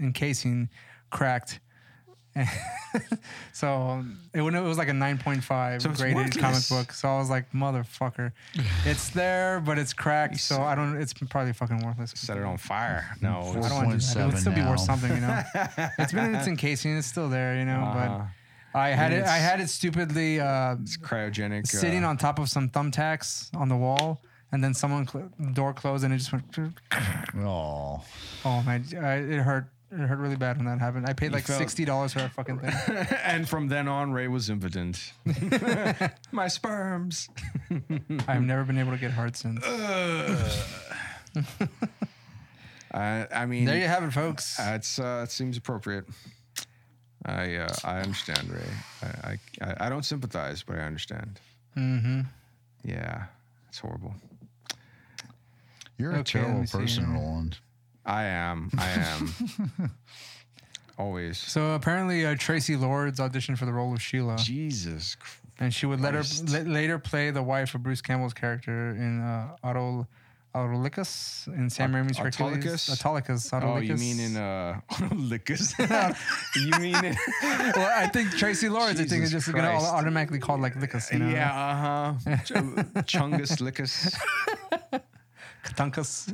Speaker 10: encasing cracked. so it, wouldn't- it was like a 9.5
Speaker 2: So it's
Speaker 10: graded comic
Speaker 2: worthless.
Speaker 10: book. So I was like, motherfucker, it's there, but it's cracked. So I don't, it's probably fucking worthless.
Speaker 2: Set it on fire. No,
Speaker 10: I don't want to do that. It
Speaker 1: 4.7
Speaker 10: would still be
Speaker 1: now.
Speaker 10: worth something, you know. it's been in its encasing. It's still there, you know. but I had it. I had it stupidly uh,
Speaker 2: it's cryogenic. uh,
Speaker 10: sitting on top of some thumbtacks on the wall, and then someone cl- door closed, and it just went.
Speaker 1: Oh,
Speaker 10: Oh man, I, it hurt. It hurt really bad when that happened. I paid like
Speaker 2: felt-
Speaker 10: sixty dollars for that fucking thing.
Speaker 2: and from then on, Ray was impotent. My sperms.
Speaker 10: I've never been able to get hard since.
Speaker 2: Uh, I, I mean,
Speaker 10: There you have it, folks.
Speaker 2: Uh, It's uh, it seems appropriate. I uh, I understand, Ray. I, I- I I don't sympathize, but I understand. Mm-hmm. Yeah, it's horrible.
Speaker 1: you're
Speaker 10: Okay,
Speaker 1: a
Speaker 10: let
Speaker 1: terrible
Speaker 10: me see
Speaker 1: person,
Speaker 10: here.
Speaker 1: Roland.
Speaker 2: I am. I am. Always.
Speaker 10: So apparently, uh, Tracy Lords auditioned for the role of Sheila,
Speaker 2: Jesus. Christ.
Speaker 10: and she would later
Speaker 2: Christ.
Speaker 10: la- later play the wife of Bruce Campbell's character in uh, Autol- Autolycus in Sam Raimi's Hercules.
Speaker 2: Autolycus?
Speaker 10: Autolycus.
Speaker 2: Oh, you
Speaker 10: Autolycus.
Speaker 2: mean in uh, Lycus? you mean in,
Speaker 10: well, I think Tracy Lawrence. I think
Speaker 2: Jesus
Speaker 10: it's just gonna
Speaker 2: Christ.
Speaker 10: automatically called like Lickus, you know?
Speaker 2: yeah? Uh huh. Chungus Lycus.
Speaker 10: Tunkus.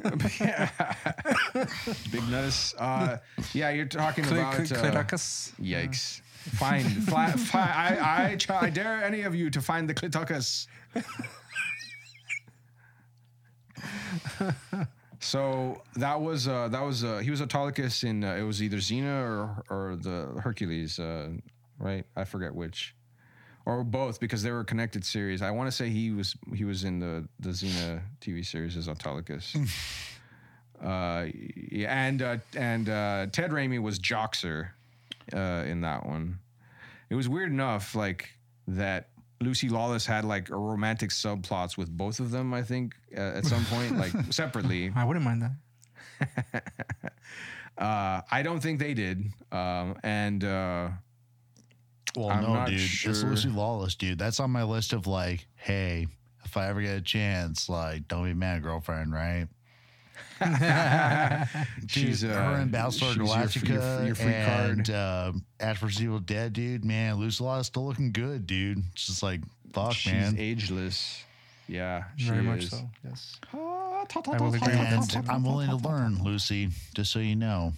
Speaker 2: Big Nutus. Uh, yeah, you're talking about. uh,
Speaker 10: Clitucus.
Speaker 2: Yikes. Uh, Find, fly, fi I, I, ch- I dare any of you to find the clitucus. so that was uh, that was uh, he was Autolycus in uh, it was either Xena or or the Hercules, uh, right? I forget which, or both because they were connected series. I want to say he was he was in the the Xena TV series as Autolycus. Uh, yeah, and uh, and uh, Ted Raimi was Joxer uh, in that one. It was weird enough, like that Lucy Lawless had like romantic subplots with both of them. I think uh, at some point, like separately.
Speaker 10: I wouldn't mind that.
Speaker 2: Uh, I don't think they did. Um, and uh,
Speaker 1: Well,
Speaker 2: I'm
Speaker 1: no,
Speaker 2: not
Speaker 1: dude. It's
Speaker 2: sure.
Speaker 1: Lucy Lawless, dude. That's on my list of like, hey, if I ever get a chance, like, don't be mad, girlfriend, right?
Speaker 2: she's uh,
Speaker 1: her in Battlestar
Speaker 2: she's your- your-
Speaker 1: Galactica
Speaker 2: your, free
Speaker 1: and
Speaker 2: card.
Speaker 1: um, Ash vs Evil Dead, dude. Man, Lucy Lawless still looking good, dude. It's just like, fuck,
Speaker 2: She's
Speaker 1: man.
Speaker 2: ageless. Yeah, she
Speaker 10: Very much
Speaker 2: is.
Speaker 10: so. Yes.
Speaker 2: Ah, ta- ta-
Speaker 10: I will
Speaker 2: ta-
Speaker 10: agree
Speaker 2: ta-
Speaker 10: with
Speaker 2: ta-
Speaker 10: that
Speaker 2: ta-
Speaker 1: And
Speaker 2: ta-
Speaker 1: I'm willing to learn, Lucy. Just so you know,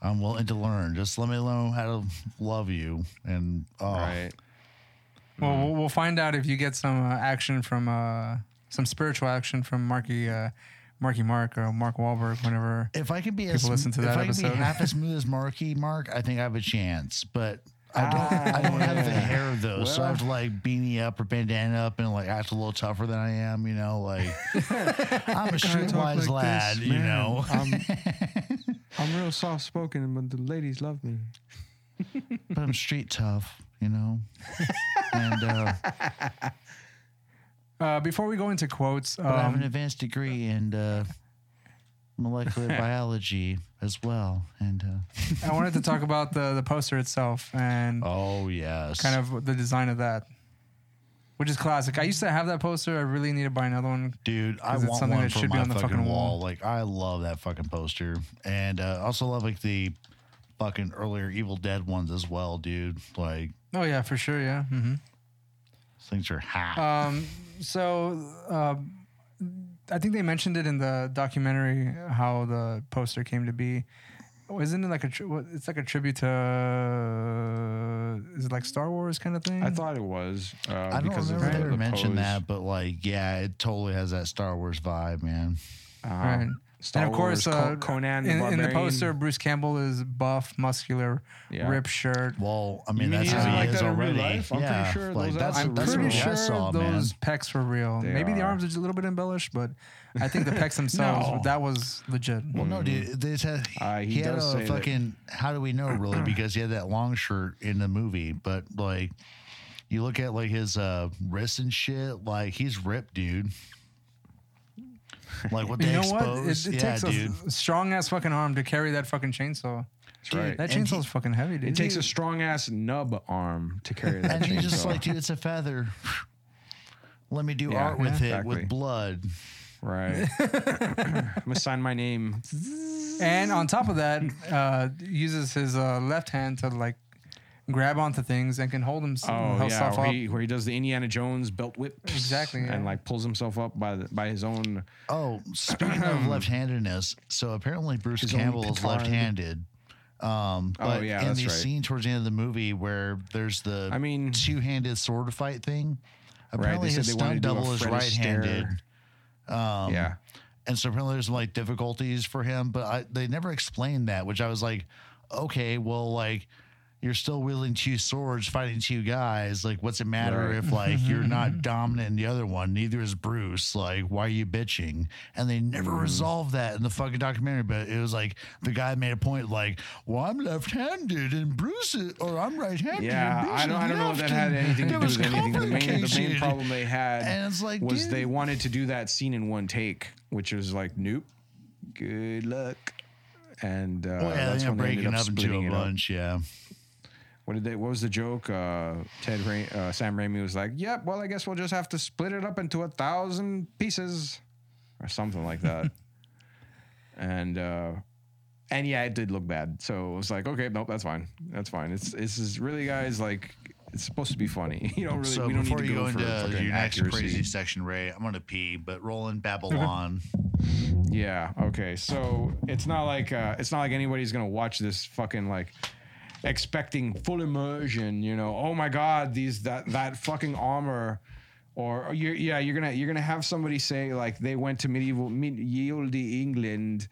Speaker 1: I'm willing to learn. Just let me know how to love you. And oh,
Speaker 2: Right.
Speaker 10: Well, we'll- we'll find out if you get some uh, action from uh, some spiritual action from Marky uh, Marky Mark or Mark Wahlberg whenever.
Speaker 1: if I can be as
Speaker 10: People listen to
Speaker 1: if
Speaker 10: that
Speaker 1: I can be
Speaker 10: episode.
Speaker 1: half as smooth as Marky Mark, I think I have a chance. But I don't, I don't have the hair though, so I have to like beanie up or bandana up and like act a little tougher than I am. You know, like I'm a streetwise wise lad. you know,
Speaker 2: I'm real soft spoken, but the ladies love me.
Speaker 1: but I'm street tough. You know, and uh,
Speaker 10: Uh, before we go into quotes,
Speaker 1: but I have an
Speaker 10: um,
Speaker 1: advanced degree in uh, molecular biology as well. And uh,
Speaker 10: I wanted to talk about the the poster itself and
Speaker 1: oh yes,
Speaker 10: kind of the design of that, which is classic. I used to have that poster. I really need to buy another one.
Speaker 1: Dude, I
Speaker 10: Is it
Speaker 1: want
Speaker 10: something
Speaker 1: one
Speaker 10: that
Speaker 1: for
Speaker 10: should be
Speaker 1: my
Speaker 10: on the
Speaker 1: fucking,
Speaker 10: fucking
Speaker 1: wall.
Speaker 10: wall?
Speaker 1: Like I love that fucking poster, and uh, I also love like the fucking earlier Evil Dead ones as well, dude. Like
Speaker 10: Oh yeah, for sure. Yeah. hmm
Speaker 1: things are hot.
Speaker 10: Um, so uh, I think they mentioned it in the documentary how the poster came to be. Oh, Isn't it like a tri- what- it's like a tribute to uh, is it like Star Wars kind of thing?
Speaker 2: I thought it was. Uh,
Speaker 1: I don't remember
Speaker 2: because of
Speaker 1: if
Speaker 2: the,
Speaker 1: they ever
Speaker 2: the
Speaker 1: mentioned
Speaker 2: pose.
Speaker 1: that, but like, yeah, it totally has that Star Wars vibe, man.
Speaker 10: All
Speaker 2: Uh-huh.
Speaker 10: right.
Speaker 2: uh, Star
Speaker 10: and of course,
Speaker 2: Wars,
Speaker 10: uh,
Speaker 2: Co- Conan the
Speaker 10: in, in the
Speaker 2: Barbarian.
Speaker 10: poster, Bruce Campbell is buff, muscular,
Speaker 2: Yeah.
Speaker 10: ripped shirt.
Speaker 1: Well, I mean,
Speaker 2: mean
Speaker 1: that's
Speaker 2: he's
Speaker 1: how he
Speaker 2: like
Speaker 1: is
Speaker 2: that in real
Speaker 1: already.
Speaker 2: life? I'm pretty
Speaker 1: yeah,
Speaker 2: sure
Speaker 1: like
Speaker 2: those
Speaker 1: that's
Speaker 10: I'm
Speaker 1: that's
Speaker 10: pretty
Speaker 1: what I
Speaker 10: sure
Speaker 1: saw, man.
Speaker 10: those pecs were real.
Speaker 2: They
Speaker 10: Maybe the
Speaker 2: are.
Speaker 10: arms are just a little bit embellished, but I think the pecs themselves,
Speaker 2: No.
Speaker 10: that was legit.
Speaker 1: Well, no, dude. This had,
Speaker 2: Uh,
Speaker 1: he,
Speaker 2: he
Speaker 1: had
Speaker 2: does
Speaker 1: a
Speaker 2: say that-
Speaker 1: fucking. How do we know really? Because he had that long shirt in the movie, but like, you look at like his uh, wrists and shit. Like he's ripped, dude. Like what they
Speaker 10: you know what? It,
Speaker 1: exposed,
Speaker 10: it
Speaker 1: yeah,
Speaker 10: takes
Speaker 1: dude.
Speaker 10: a strong ass fucking arm to carry that fucking chainsaw.
Speaker 2: That's right.
Speaker 10: That
Speaker 1: and he-
Speaker 10: chainsaw's fucking heavy, dude.
Speaker 2: it takes a strong ass nub arm to carry that
Speaker 1: and he's just
Speaker 2: chainsaw.
Speaker 1: like, dude, it's a feather. Let me do
Speaker 2: Yeah,
Speaker 1: art with it
Speaker 2: exactly.
Speaker 1: with blood.
Speaker 2: right. I'm gonna sign my name.
Speaker 10: and on top of that, uh, uses his uh, left hand to like grab onto things and can hold himself,
Speaker 2: Oh yeah,
Speaker 10: himself
Speaker 2: where
Speaker 10: up.
Speaker 2: he, where he does the Indiana Jones belt whip
Speaker 10: Exactly, yeah.
Speaker 2: and like pulls himself up by the, by his own.
Speaker 1: Oh, speaking of left-handedness, so apparently Bruce
Speaker 2: His own
Speaker 1: Campbell is
Speaker 2: petard.
Speaker 1: left-handed. Um,
Speaker 2: Oh,
Speaker 1: but
Speaker 2: yeah,
Speaker 1: in
Speaker 2: that's
Speaker 1: the
Speaker 2: right.
Speaker 1: scene towards the end of the movie where there's the
Speaker 2: I mean-
Speaker 1: two-handed sword fight thing,
Speaker 2: they
Speaker 1: apparently
Speaker 2: said
Speaker 1: his
Speaker 2: they
Speaker 1: stunt
Speaker 2: wanted to do a
Speaker 1: double is
Speaker 2: Fred Astaire.
Speaker 1: right-handed, Um,
Speaker 2: yeah,
Speaker 1: and so apparently there's like difficulties for him. But I, they never explained that, which I was like, okay, well, like you're still wielding two swords, fighting two guys. Like, what's it matter
Speaker 2: Right.
Speaker 1: if like you're not dominant in the other one? Neither is Bruce. Like, why are you bitching? And they never
Speaker 2: Mm.
Speaker 1: resolved that in the fucking documentary. But it was like the guy made a point, like, well, I'm left-handed and Bruce is, or I'm right-handed.
Speaker 2: yeah.
Speaker 1: and Bruce
Speaker 2: I don't,
Speaker 1: is
Speaker 2: I don't know if that
Speaker 1: left,
Speaker 2: had
Speaker 1: and
Speaker 2: anything to
Speaker 1: there
Speaker 2: do
Speaker 1: was
Speaker 2: with anything. The main, the main
Speaker 1: complication.
Speaker 2: problem they had
Speaker 1: And it's like,
Speaker 2: was they
Speaker 1: dude.
Speaker 2: wanted to do that scene in one take, which was like, nope, good luck. And uh,
Speaker 1: Well, yeah,
Speaker 2: that's
Speaker 1: yeah,
Speaker 2: when they ended
Speaker 1: breaking
Speaker 2: up
Speaker 1: up into
Speaker 2: splitting
Speaker 1: a
Speaker 2: it up.
Speaker 1: bunch. Yeah.
Speaker 2: What did they? What was the joke? Uh, Ted Ra- uh, Sam Raimi was like, "Yep, well, I guess we'll just have to split it up into a thousand pieces, or something like that." and uh, and yeah, it did look bad. So it was like, okay, nope, that's fine, that's fine. It's this is really, guys, like it's supposed to be funny. You don't really.
Speaker 1: so
Speaker 2: we don't
Speaker 1: before
Speaker 2: need to
Speaker 1: you
Speaker 2: go,
Speaker 1: go,
Speaker 2: for
Speaker 1: into
Speaker 2: fucking
Speaker 1: your next
Speaker 2: accuracy.
Speaker 1: crazy section, Ray, I'm gonna pee, but rolling Babylon.
Speaker 2: Yeah. Okay. So it's not like uh, it's not like anybody's gonna watch this fucking like expecting full immersion. You know, oh my god, these that that fucking armor, or or you're, yeah, you're gonna you're gonna have somebody say like they went to medieval medieval England.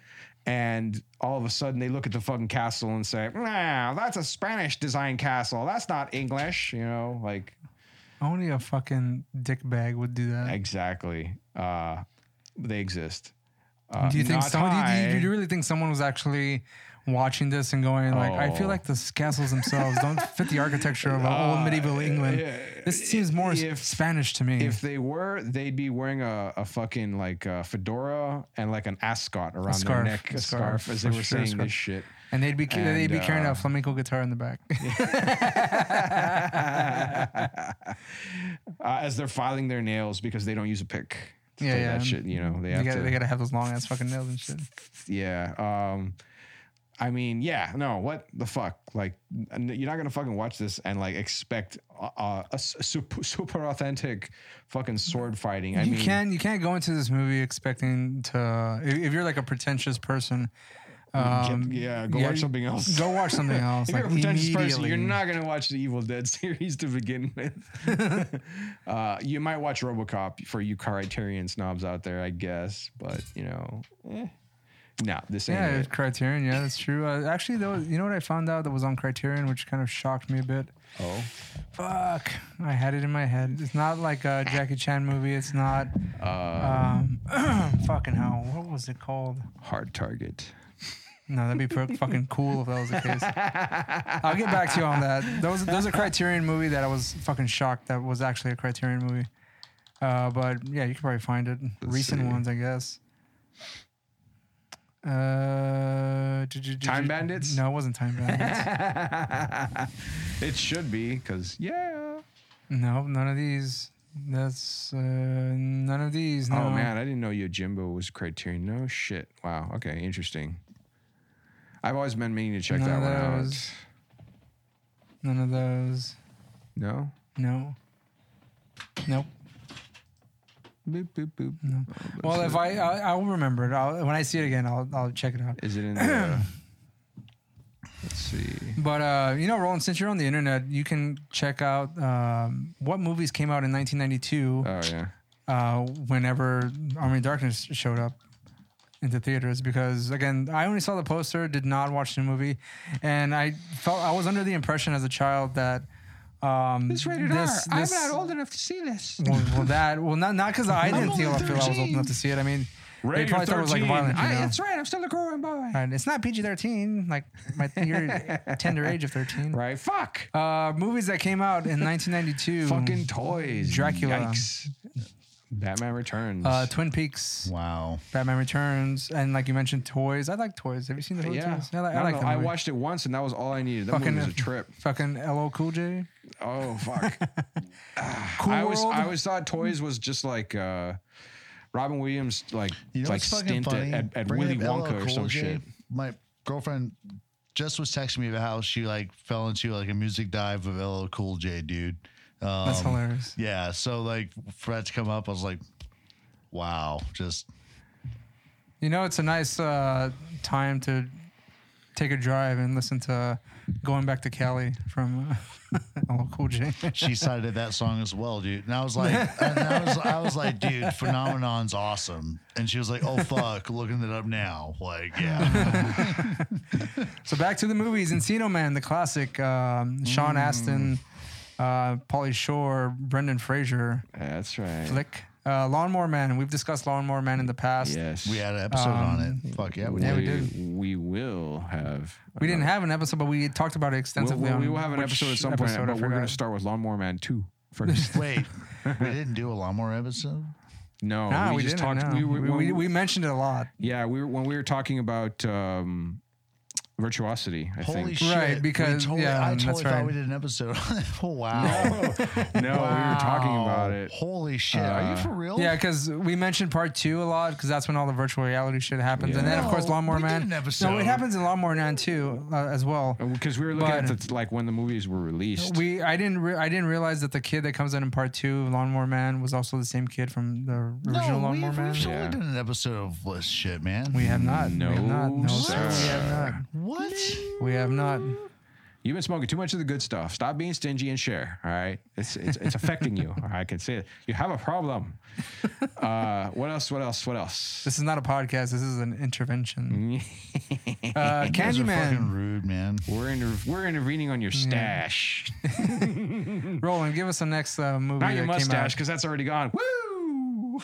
Speaker 2: And all of a sudden, they look at the fucking castle and say, "Nah, that's a Spanish design castle. That's not English." You know, like
Speaker 10: Only a fucking dick bag would do that.
Speaker 2: exactly. Uh, they exist. Uh,
Speaker 10: do you think
Speaker 2: not
Speaker 10: someone? Do you,
Speaker 2: I.
Speaker 10: do you really think someone was actually watching this and going like, "I feel
Speaker 2: Oh.
Speaker 10: like the castles themselves don't fit the architecture of uh, old medieval England. this seems more s-
Speaker 2: Ah, if-
Speaker 10: Spanish to me."
Speaker 2: If they were, they'd be wearing a, a fucking like a fedora and like an ascot around their
Speaker 10: scarf,
Speaker 2: neck,
Speaker 10: a
Speaker 2: a scarf,
Speaker 10: scarf,
Speaker 2: as they
Speaker 10: for
Speaker 2: were
Speaker 10: sure, a
Speaker 2: saying
Speaker 10: scarf.
Speaker 2: this shit.
Speaker 10: and they'd be they'd
Speaker 2: and,
Speaker 10: be carrying
Speaker 2: uh,
Speaker 10: a flamenco guitar in the back.
Speaker 2: Uh, as they're filing their nails because they don't use a pick. to
Speaker 10: Yeah,
Speaker 2: do
Speaker 10: yeah.
Speaker 2: That shit, you know, they
Speaker 10: they
Speaker 2: have
Speaker 10: gotta
Speaker 2: to.
Speaker 10: they gotta have those long ass fucking nails and shit.
Speaker 2: yeah. Um, I mean, yeah, no, what the fuck? Like, n- you're not gonna fucking watch this and like expect uh, uh, a s- super, super authentic fucking sword fighting. I
Speaker 10: you
Speaker 2: mean,
Speaker 10: can you can't go into this movie expecting to if, if you're like a pretentious person. Um,
Speaker 2: yeah, Uh, go watch something else.
Speaker 10: Go watch something else.
Speaker 2: If you're
Speaker 10: like
Speaker 2: a pretentious person,
Speaker 10: immediately.
Speaker 2: you're not going to watch the Evil Dead series to begin with. uh, you might watch RoboCop for you Criterion snobs out there, I guess. But you know, eh. no, this ain't
Speaker 10: Yeah,
Speaker 2: it.
Speaker 10: Criterion. Yeah, that's true. Uh, actually, though, you know what I found out that was on Criterion, which kind of shocked me a bit.
Speaker 2: Oh,
Speaker 10: Fuck, I had it in my head. It's not like a Jackie Chan movie. It's not.
Speaker 2: Uh,
Speaker 10: um, fucking hell, what was it called?
Speaker 2: hard target.
Speaker 10: No, that'd be fu- fucking cool if that was the case. I'll get back to you on that. There was, there was a Criterion movie that I was fucking shocked that was actually a Criterion movie. Uh, but yeah, you can probably find it. Recent
Speaker 2: see.
Speaker 10: ones, I guess. Uh, did you, did
Speaker 2: Time
Speaker 10: you-
Speaker 2: Bandits?
Speaker 10: No, it wasn't Time Bandits.
Speaker 2: It should be because yeah.
Speaker 10: no, none of these. That's uh, none of these. No.
Speaker 2: Oh man, I didn't know Yojimbo was Criterion. No shit. Wow. Okay, interesting. I've always been meaning to check
Speaker 10: None
Speaker 2: that
Speaker 10: of
Speaker 2: one out.
Speaker 10: those. none of those.
Speaker 2: No.
Speaker 10: No. Nope.
Speaker 2: Boop boop boop. Oh,
Speaker 10: Well, if I, I I'll remember it. I'll, when I see it again, I'll I'll check it out.
Speaker 2: Is it in the? let's see.
Speaker 10: But uh, you know, Roland, since you're on the internet, you can check out um, what movies came out in uh, 1992.
Speaker 2: Oh yeah.
Speaker 10: Uh, whenever Army of Darkness showed up, into theaters because again, I only saw the poster, did not watch the movie, and I felt I was under the impression as a child that um,
Speaker 2: It's rated R. I'm not old enough to see this.
Speaker 10: well, well, that well, not not because I didn't feel, I feel I was old enough to see it. I mean,
Speaker 2: Ray,
Speaker 10: they probably
Speaker 2: you're
Speaker 10: thought it was like
Speaker 2: 13.
Speaker 10: violent. You
Speaker 2: I-
Speaker 10: know?
Speaker 2: That's right. I'm still a growing boy.
Speaker 10: And it's not PG thirteen, like my your tender age of thirteen.
Speaker 2: Right. Fuck.
Speaker 10: Uh, movies that came out in 1992.
Speaker 2: Fucking toys.
Speaker 10: Dracula.
Speaker 2: Yikes. Batman Returns.
Speaker 10: Uh, Twin Peaks,
Speaker 1: Wow.
Speaker 10: Batman Returns, and like you mentioned, toys. I like toys. Have you seen the Holy
Speaker 2: yeah.
Speaker 10: toys? I like,
Speaker 2: No,
Speaker 10: I like
Speaker 2: no,
Speaker 10: the
Speaker 2: I
Speaker 10: movie.
Speaker 2: watched it once and that was all I needed. That
Speaker 10: Fucking-
Speaker 2: movie was a trip.
Speaker 10: fucking LL Cool J.
Speaker 2: Oh fuck.
Speaker 10: Cool
Speaker 2: I always
Speaker 10: World.
Speaker 2: I always thought toys was just like uh Robin Williams like
Speaker 1: You know
Speaker 2: like
Speaker 1: what's fucking
Speaker 2: stint at,
Speaker 1: funny?
Speaker 2: at, at Willy
Speaker 1: Bringing up
Speaker 2: Wonka
Speaker 1: LL
Speaker 2: or
Speaker 1: Cool
Speaker 2: some
Speaker 1: J,
Speaker 2: shit.
Speaker 1: My girlfriend just was texting me about how she like fell into like a music dive of LL Cool J, dude. Um,
Speaker 10: That's hilarious.
Speaker 1: Yeah. So like for that to come up, I was like, wow, just
Speaker 10: You know, it's a nice uh, time to take a drive and listen to "Going Back to Cali" from uh, LL Cool J.
Speaker 1: she cited that song as well, dude. And I was like, and I was, I was like, dude, phenomenon's awesome. And she was like, oh fuck, looking it up now. Like, yeah,
Speaker 10: So back to the movies. Encino Man, the classic. Um, Sean
Speaker 2: Mm.
Speaker 10: Astin, uh, Polly Shore, Brendan Fraser
Speaker 2: That's right.
Speaker 10: flick. Uh, Lawnmower Man. We've discussed Lawnmower Man in the past.
Speaker 2: Yes.
Speaker 1: we had an episode on it. Fuck yeah, we
Speaker 10: Um, yeah,
Speaker 1: did.
Speaker 10: we
Speaker 2: we,
Speaker 10: did.
Speaker 2: we will have
Speaker 10: We didn't
Speaker 2: another-
Speaker 10: have an episode, but we talked about it extensively.
Speaker 2: we'll, we'll,
Speaker 10: on
Speaker 2: we will have an
Speaker 10: which
Speaker 2: episode at some point,
Speaker 10: episode, I
Speaker 2: but we're going
Speaker 10: forgot.
Speaker 2: to start with Lawnmower Man 2 first.
Speaker 1: Wait, we didn't do a lawnmower episode.
Speaker 2: no,
Speaker 10: Nah, we,
Speaker 2: just
Speaker 10: didn't,
Speaker 2: talked
Speaker 10: no.
Speaker 2: we, we,
Speaker 10: we, we, we mentioned it a lot.
Speaker 2: yeah, we were, when we were talking about um, virtuosity, I
Speaker 1: Holy
Speaker 2: think.
Speaker 1: shit!
Speaker 10: Right,
Speaker 1: we
Speaker 10: because-
Speaker 1: totally,
Speaker 10: yeah,
Speaker 1: I
Speaker 10: that's
Speaker 1: totally thought
Speaker 10: right.
Speaker 1: we did an episode. oh wow! Oh,
Speaker 2: no, we were talking about it. Uh,
Speaker 1: Holy shit! Are you for real?
Speaker 10: Yeah, because we mentioned part two a lot because that's when all the virtual reality shit happens, and then of course
Speaker 1: No,
Speaker 10: Lawnmower
Speaker 1: we did
Speaker 10: Man.
Speaker 1: an episode.
Speaker 10: No, it happens in Lawnmower Man too uh, as well.
Speaker 2: Because we were looking
Speaker 10: But-
Speaker 2: at the, like when the movies were released.
Speaker 10: We I didn't re- I didn't realize that the kid that comes in in part two of Lawnmower Man was also the same kid from the
Speaker 1: no,
Speaker 10: original
Speaker 1: we,
Speaker 10: Lawnmower
Speaker 1: we've
Speaker 10: Man.
Speaker 1: totally
Speaker 2: Yeah.
Speaker 1: done an episode of this shit, man.
Speaker 10: We have not. we have not.
Speaker 2: No,
Speaker 10: sir. We have not.
Speaker 1: what?
Speaker 10: We have not.
Speaker 2: You've been smoking too much of the good stuff. Stop being stingy and share. All right, it's it's, it's affecting you. All right, I can see it. You have a problem. Uh, what else? What else? What else?
Speaker 10: This is not a podcast. This is an intervention. uh,
Speaker 1: Those are fucking
Speaker 10: Candyman,
Speaker 1: rude, man.
Speaker 2: We're inter- we're intervening on your stash,
Speaker 10: Roland, give us the next uh, movie
Speaker 2: not
Speaker 10: that
Speaker 2: your mustache,
Speaker 10: came out.
Speaker 2: because that's already gone. Woo!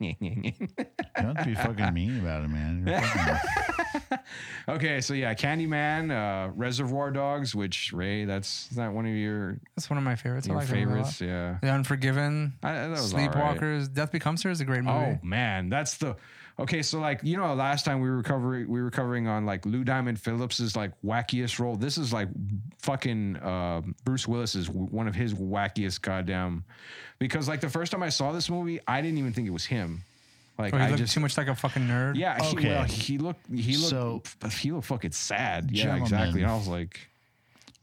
Speaker 1: Don't be fucking mean about it, man. You're fucking-
Speaker 2: okay, so yeah, Candyman, uh, Reservoir Dogs, which Ray, that's is that one of your
Speaker 10: That's one of my favorites. I
Speaker 2: your
Speaker 10: like that movie a lot.
Speaker 2: favorites? Yeah.
Speaker 10: The Unforgiven,
Speaker 2: I- that was all right.
Speaker 10: Sleepwalkers, Death Becomes Her is a great movie.
Speaker 2: Oh man, that's the okay. So like you know, last time we were covering we were covering on like Lou Diamond Phillips's like wackiest role. This is like fucking uh, Bruce Willis is w- one of his wackiest goddamn. Because like the first time I saw this movie, I didn't even think it was him. Like
Speaker 10: Where he
Speaker 2: I
Speaker 10: looked Oh,
Speaker 2: just
Speaker 10: too much like a fucking nerd.
Speaker 2: yeah. He,
Speaker 1: Okay.
Speaker 2: well, he looked he looked
Speaker 1: So-
Speaker 2: f- he looked fucking sad. Yeah,
Speaker 1: Gentlemen.
Speaker 2: exactly. And I was like.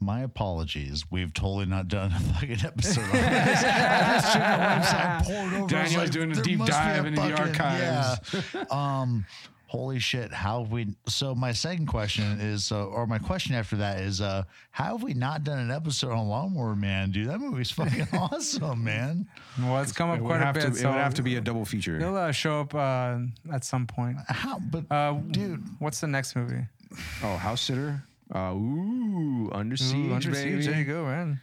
Speaker 1: My apologies. We've totally not done a fucking episode on this. I just checked the website, poured over. I was
Speaker 2: Daniel's
Speaker 1: like,
Speaker 2: doing a
Speaker 1: there
Speaker 2: deep
Speaker 1: must be a
Speaker 2: dive into the
Speaker 1: archives. Yeah. Um, holy shit. How have we? So, my second question is, uh, or my question after that is, uh, how have we not done an episode on Lawnmower Man, dude? That movie's fucking awesome, man.
Speaker 10: Well, it's come up
Speaker 2: It would,
Speaker 10: quite a
Speaker 2: have
Speaker 10: bit.
Speaker 2: to,
Speaker 10: so
Speaker 2: it would have to be a double feature.
Speaker 10: He'll uh, show up uh, at some point.
Speaker 1: How, but
Speaker 10: Uh,
Speaker 1: dude,
Speaker 10: What's the next movie?
Speaker 2: Oh, house sitter. Uh, ooh, under siege,
Speaker 10: Ooh, Under
Speaker 2: baby.
Speaker 10: Siege. There you go, man.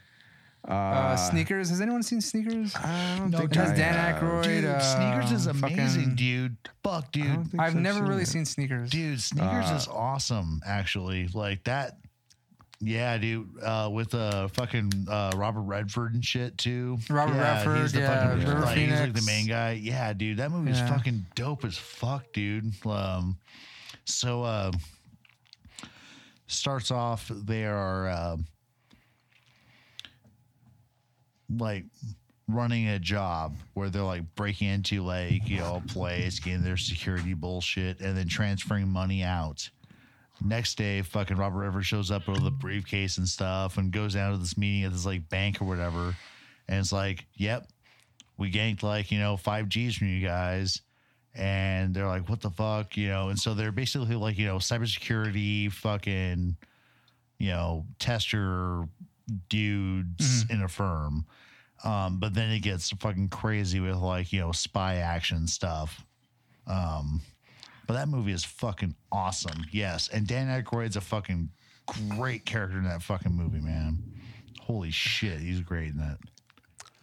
Speaker 10: Uh, sneakers. Has anyone seen Sneakers?
Speaker 2: I don't
Speaker 1: No,
Speaker 2: think
Speaker 10: It has
Speaker 2: I
Speaker 10: Dan
Speaker 2: have.
Speaker 10: Aykroyd.
Speaker 1: dude,
Speaker 10: uh,
Speaker 1: sneakers is
Speaker 2: um,
Speaker 1: amazing,
Speaker 10: fucking-
Speaker 1: dude. Fuck, dude.
Speaker 10: I've
Speaker 2: I've
Speaker 10: never
Speaker 2: seen
Speaker 10: really
Speaker 2: it.
Speaker 10: seen Sneakers.
Speaker 1: Dude, sneakers is awesome, actually. Like that. Yeah, dude. Uh, with uh, fucking uh, Robert Redford and shit too.
Speaker 10: Robert
Speaker 1: yeah,
Speaker 10: Redford, yeah, River
Speaker 1: like, he's like the
Speaker 10: Phoenix.
Speaker 1: main guy. Yeah, dude. That movie's
Speaker 10: Yeah.
Speaker 1: fucking dope as fuck, dude. Um, so uh, starts off. They are uh, like running a job where they're like breaking into like you know a place, getting their security bullshit, and then transferring money out. Next day, fucking Robert Redford shows up with a briefcase and stuff, and goes down to this meeting at this like bank or whatever, and it's like, "Yep, we ganked like you know five G's from you guys." And they're like, what the fuck, you know? And so they're basically like, you know, cybersecurity, fucking, you know, tester dudes in a firm. Um, but then it gets fucking crazy with like, you know, spy action stuff. Um, but But that movie is fucking awesome. Yes, and Dan Aykroyd's a fucking great character in that fucking movie, man. Holy shit, he's great in that.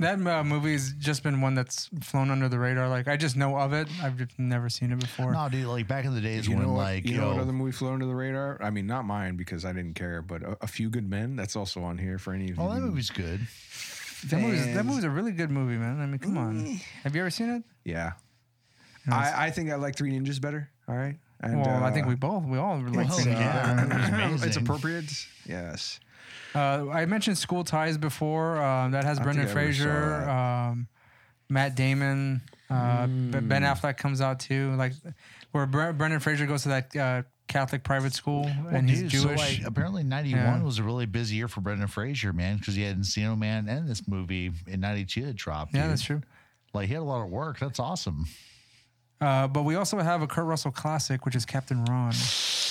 Speaker 10: That uh, movie's just been one that's flown under the radar. Like I just know of it. I've just never seen it before.
Speaker 1: No, dude, like back in the days when
Speaker 2: know what-
Speaker 1: like
Speaker 2: you
Speaker 1: you
Speaker 2: know what
Speaker 1: know,
Speaker 2: other movie flew under the radar? I mean, not mine because I didn't care, but a, a few good men. That's also on here for any of you.
Speaker 1: oh that movie's good.
Speaker 10: That movie's, that
Speaker 2: fans. Mm.
Speaker 10: movie's a really good movie, man. I mean, come on. Have you ever seen it?
Speaker 2: Yeah, I, I think I like Three Ninjas better. All right, and
Speaker 10: well, I
Speaker 2: uh,
Speaker 10: think we both we all like.
Speaker 1: Well,
Speaker 10: Three
Speaker 1: yeah,
Speaker 10: Ninjas.
Speaker 1: Oh, that movie's
Speaker 2: it's
Speaker 1: amazing.
Speaker 2: appropriate. Yes,
Speaker 10: Uh, I mentioned School Ties before. Uh, that has
Speaker 2: I
Speaker 10: Brendan
Speaker 2: think I ever saw
Speaker 10: Fraser,
Speaker 2: that. Mm.
Speaker 10: um, Matt Damon, uh, B- Ben Affleck comes out too. Like where Bre- Brendan Fraser goes to that uh, Catholic private school
Speaker 1: Well,
Speaker 10: and he's
Speaker 1: dude,
Speaker 10: Jewish.
Speaker 1: So like, apparently, ninety one
Speaker 10: Yeah.
Speaker 1: was a really busy year for Brendan Fraser, man, because he had Encino Man and this movie in ninety two had dropped.
Speaker 10: yeah,
Speaker 1: dude.
Speaker 10: that's true.
Speaker 1: Like he had a lot of work. That's awesome,
Speaker 10: Uh, but we also have a Kurt Russell classic, which is Captain Ron.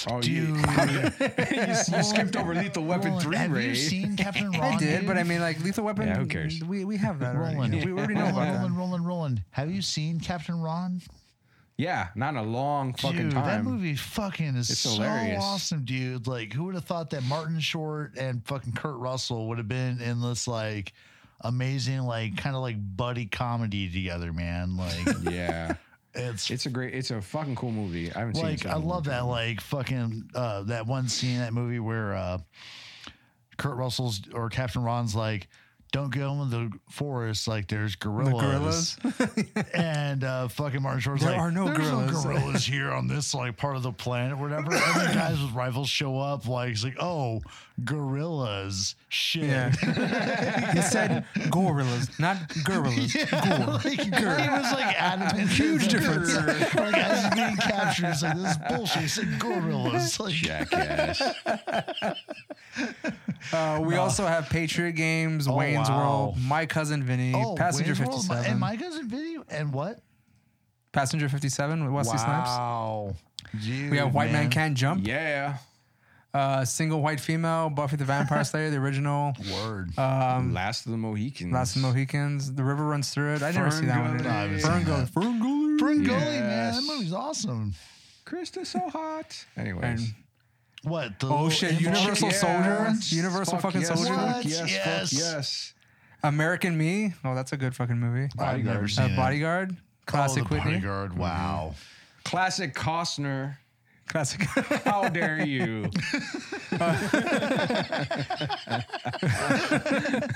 Speaker 2: Oh, you, you, you skipped over Lethal Weapon
Speaker 1: Roland,
Speaker 2: Three,
Speaker 1: have
Speaker 2: Ray.
Speaker 1: you seen Captain Ron?
Speaker 10: I did, but I
Speaker 1: dude?
Speaker 10: mean, like Lethal Weapon.
Speaker 2: Yeah, who cares?
Speaker 10: We, we have that already.
Speaker 1: Roland,
Speaker 10: We already know about
Speaker 1: Roland,
Speaker 10: that.
Speaker 1: Roland, Roland, Roland. Have you seen Captain Ron?
Speaker 2: yeah, not in a long fucking
Speaker 1: dude,
Speaker 2: time.
Speaker 1: that movie fucking is
Speaker 2: It's
Speaker 1: so
Speaker 2: hilarious.
Speaker 1: awesome, dude. Like, who would have thought that Martin Short and fucking Kurt Russell would have been in this like amazing, like kind of like buddy comedy together, man? Like,
Speaker 2: Yeah,
Speaker 1: it's
Speaker 2: it's a great, it's a fucking cool movie. I haven't seen. it
Speaker 1: like
Speaker 2: in
Speaker 1: I
Speaker 2: so long.
Speaker 1: love that like fucking uh that one scene in that movie where uh Kurt Russell's or Captain Ron's like don't go in the forest like there's gorillas, and uh fucking Martin Short's
Speaker 10: There
Speaker 1: like
Speaker 10: are no
Speaker 1: there's
Speaker 10: gorillas."
Speaker 1: no gorillas here on this like part of the planet or whatever and the guys with rifles show up like it's like oh gorillas shit
Speaker 10: Yeah. he said gorillas, not gorillas.
Speaker 1: Yeah, like he was like adamant. Huge
Speaker 10: difference.
Speaker 1: like as he's getting captured, it's like this is bullshit. He said gorillas. Like,
Speaker 2: Jackass.
Speaker 10: Uh, we also have Patriot Games,
Speaker 1: Oh,
Speaker 10: Wayne's
Speaker 1: wow.
Speaker 10: World, My Cousin Vinny,
Speaker 1: Oh,
Speaker 10: Passenger
Speaker 1: Wayne's World,
Speaker 10: 57.
Speaker 1: and my cousin video and what?
Speaker 10: Passenger 57 with Wesley Snipes.
Speaker 1: Wow. Dude,
Speaker 10: We have White Man,
Speaker 1: man.
Speaker 10: Can't Jump,
Speaker 2: Yeah,
Speaker 10: uh, Single White Female, Buffy the Vampire Slayer, the original,
Speaker 1: Word.
Speaker 10: Uh,
Speaker 2: Last of the Mohicans.
Speaker 10: Um, Last of the Mohicans, The River Runs Through It. I never see that one.
Speaker 2: Ferngully. No, I haven't
Speaker 1: seen
Speaker 10: Ferngully. Ferngully.
Speaker 1: Ferngully, man,
Speaker 2: Yes.
Speaker 1: that movie's awesome.
Speaker 2: Krista's so hot. Anyways.
Speaker 10: And-
Speaker 1: What? The
Speaker 10: Oh
Speaker 1: little
Speaker 10: shit!
Speaker 1: animal
Speaker 10: Universal
Speaker 1: chick?
Speaker 10: Soldier,
Speaker 1: Yeah.
Speaker 10: Universal fucking
Speaker 2: yes,
Speaker 10: Soldier,
Speaker 1: What?
Speaker 2: Fuck yes,
Speaker 1: Yes.
Speaker 2: yes. Fuck yes.
Speaker 10: American Me. Oh, that's a good fucking movie.
Speaker 1: I've never
Speaker 2: Bodyguard.
Speaker 1: seen
Speaker 10: Uh,
Speaker 1: it.
Speaker 10: Bodyguard, classic
Speaker 1: oh, the
Speaker 10: Whitney,
Speaker 1: Bodyguard. Wow.
Speaker 10: Mm-hmm.
Speaker 2: Classic Costner.
Speaker 10: classic.
Speaker 2: How dare you?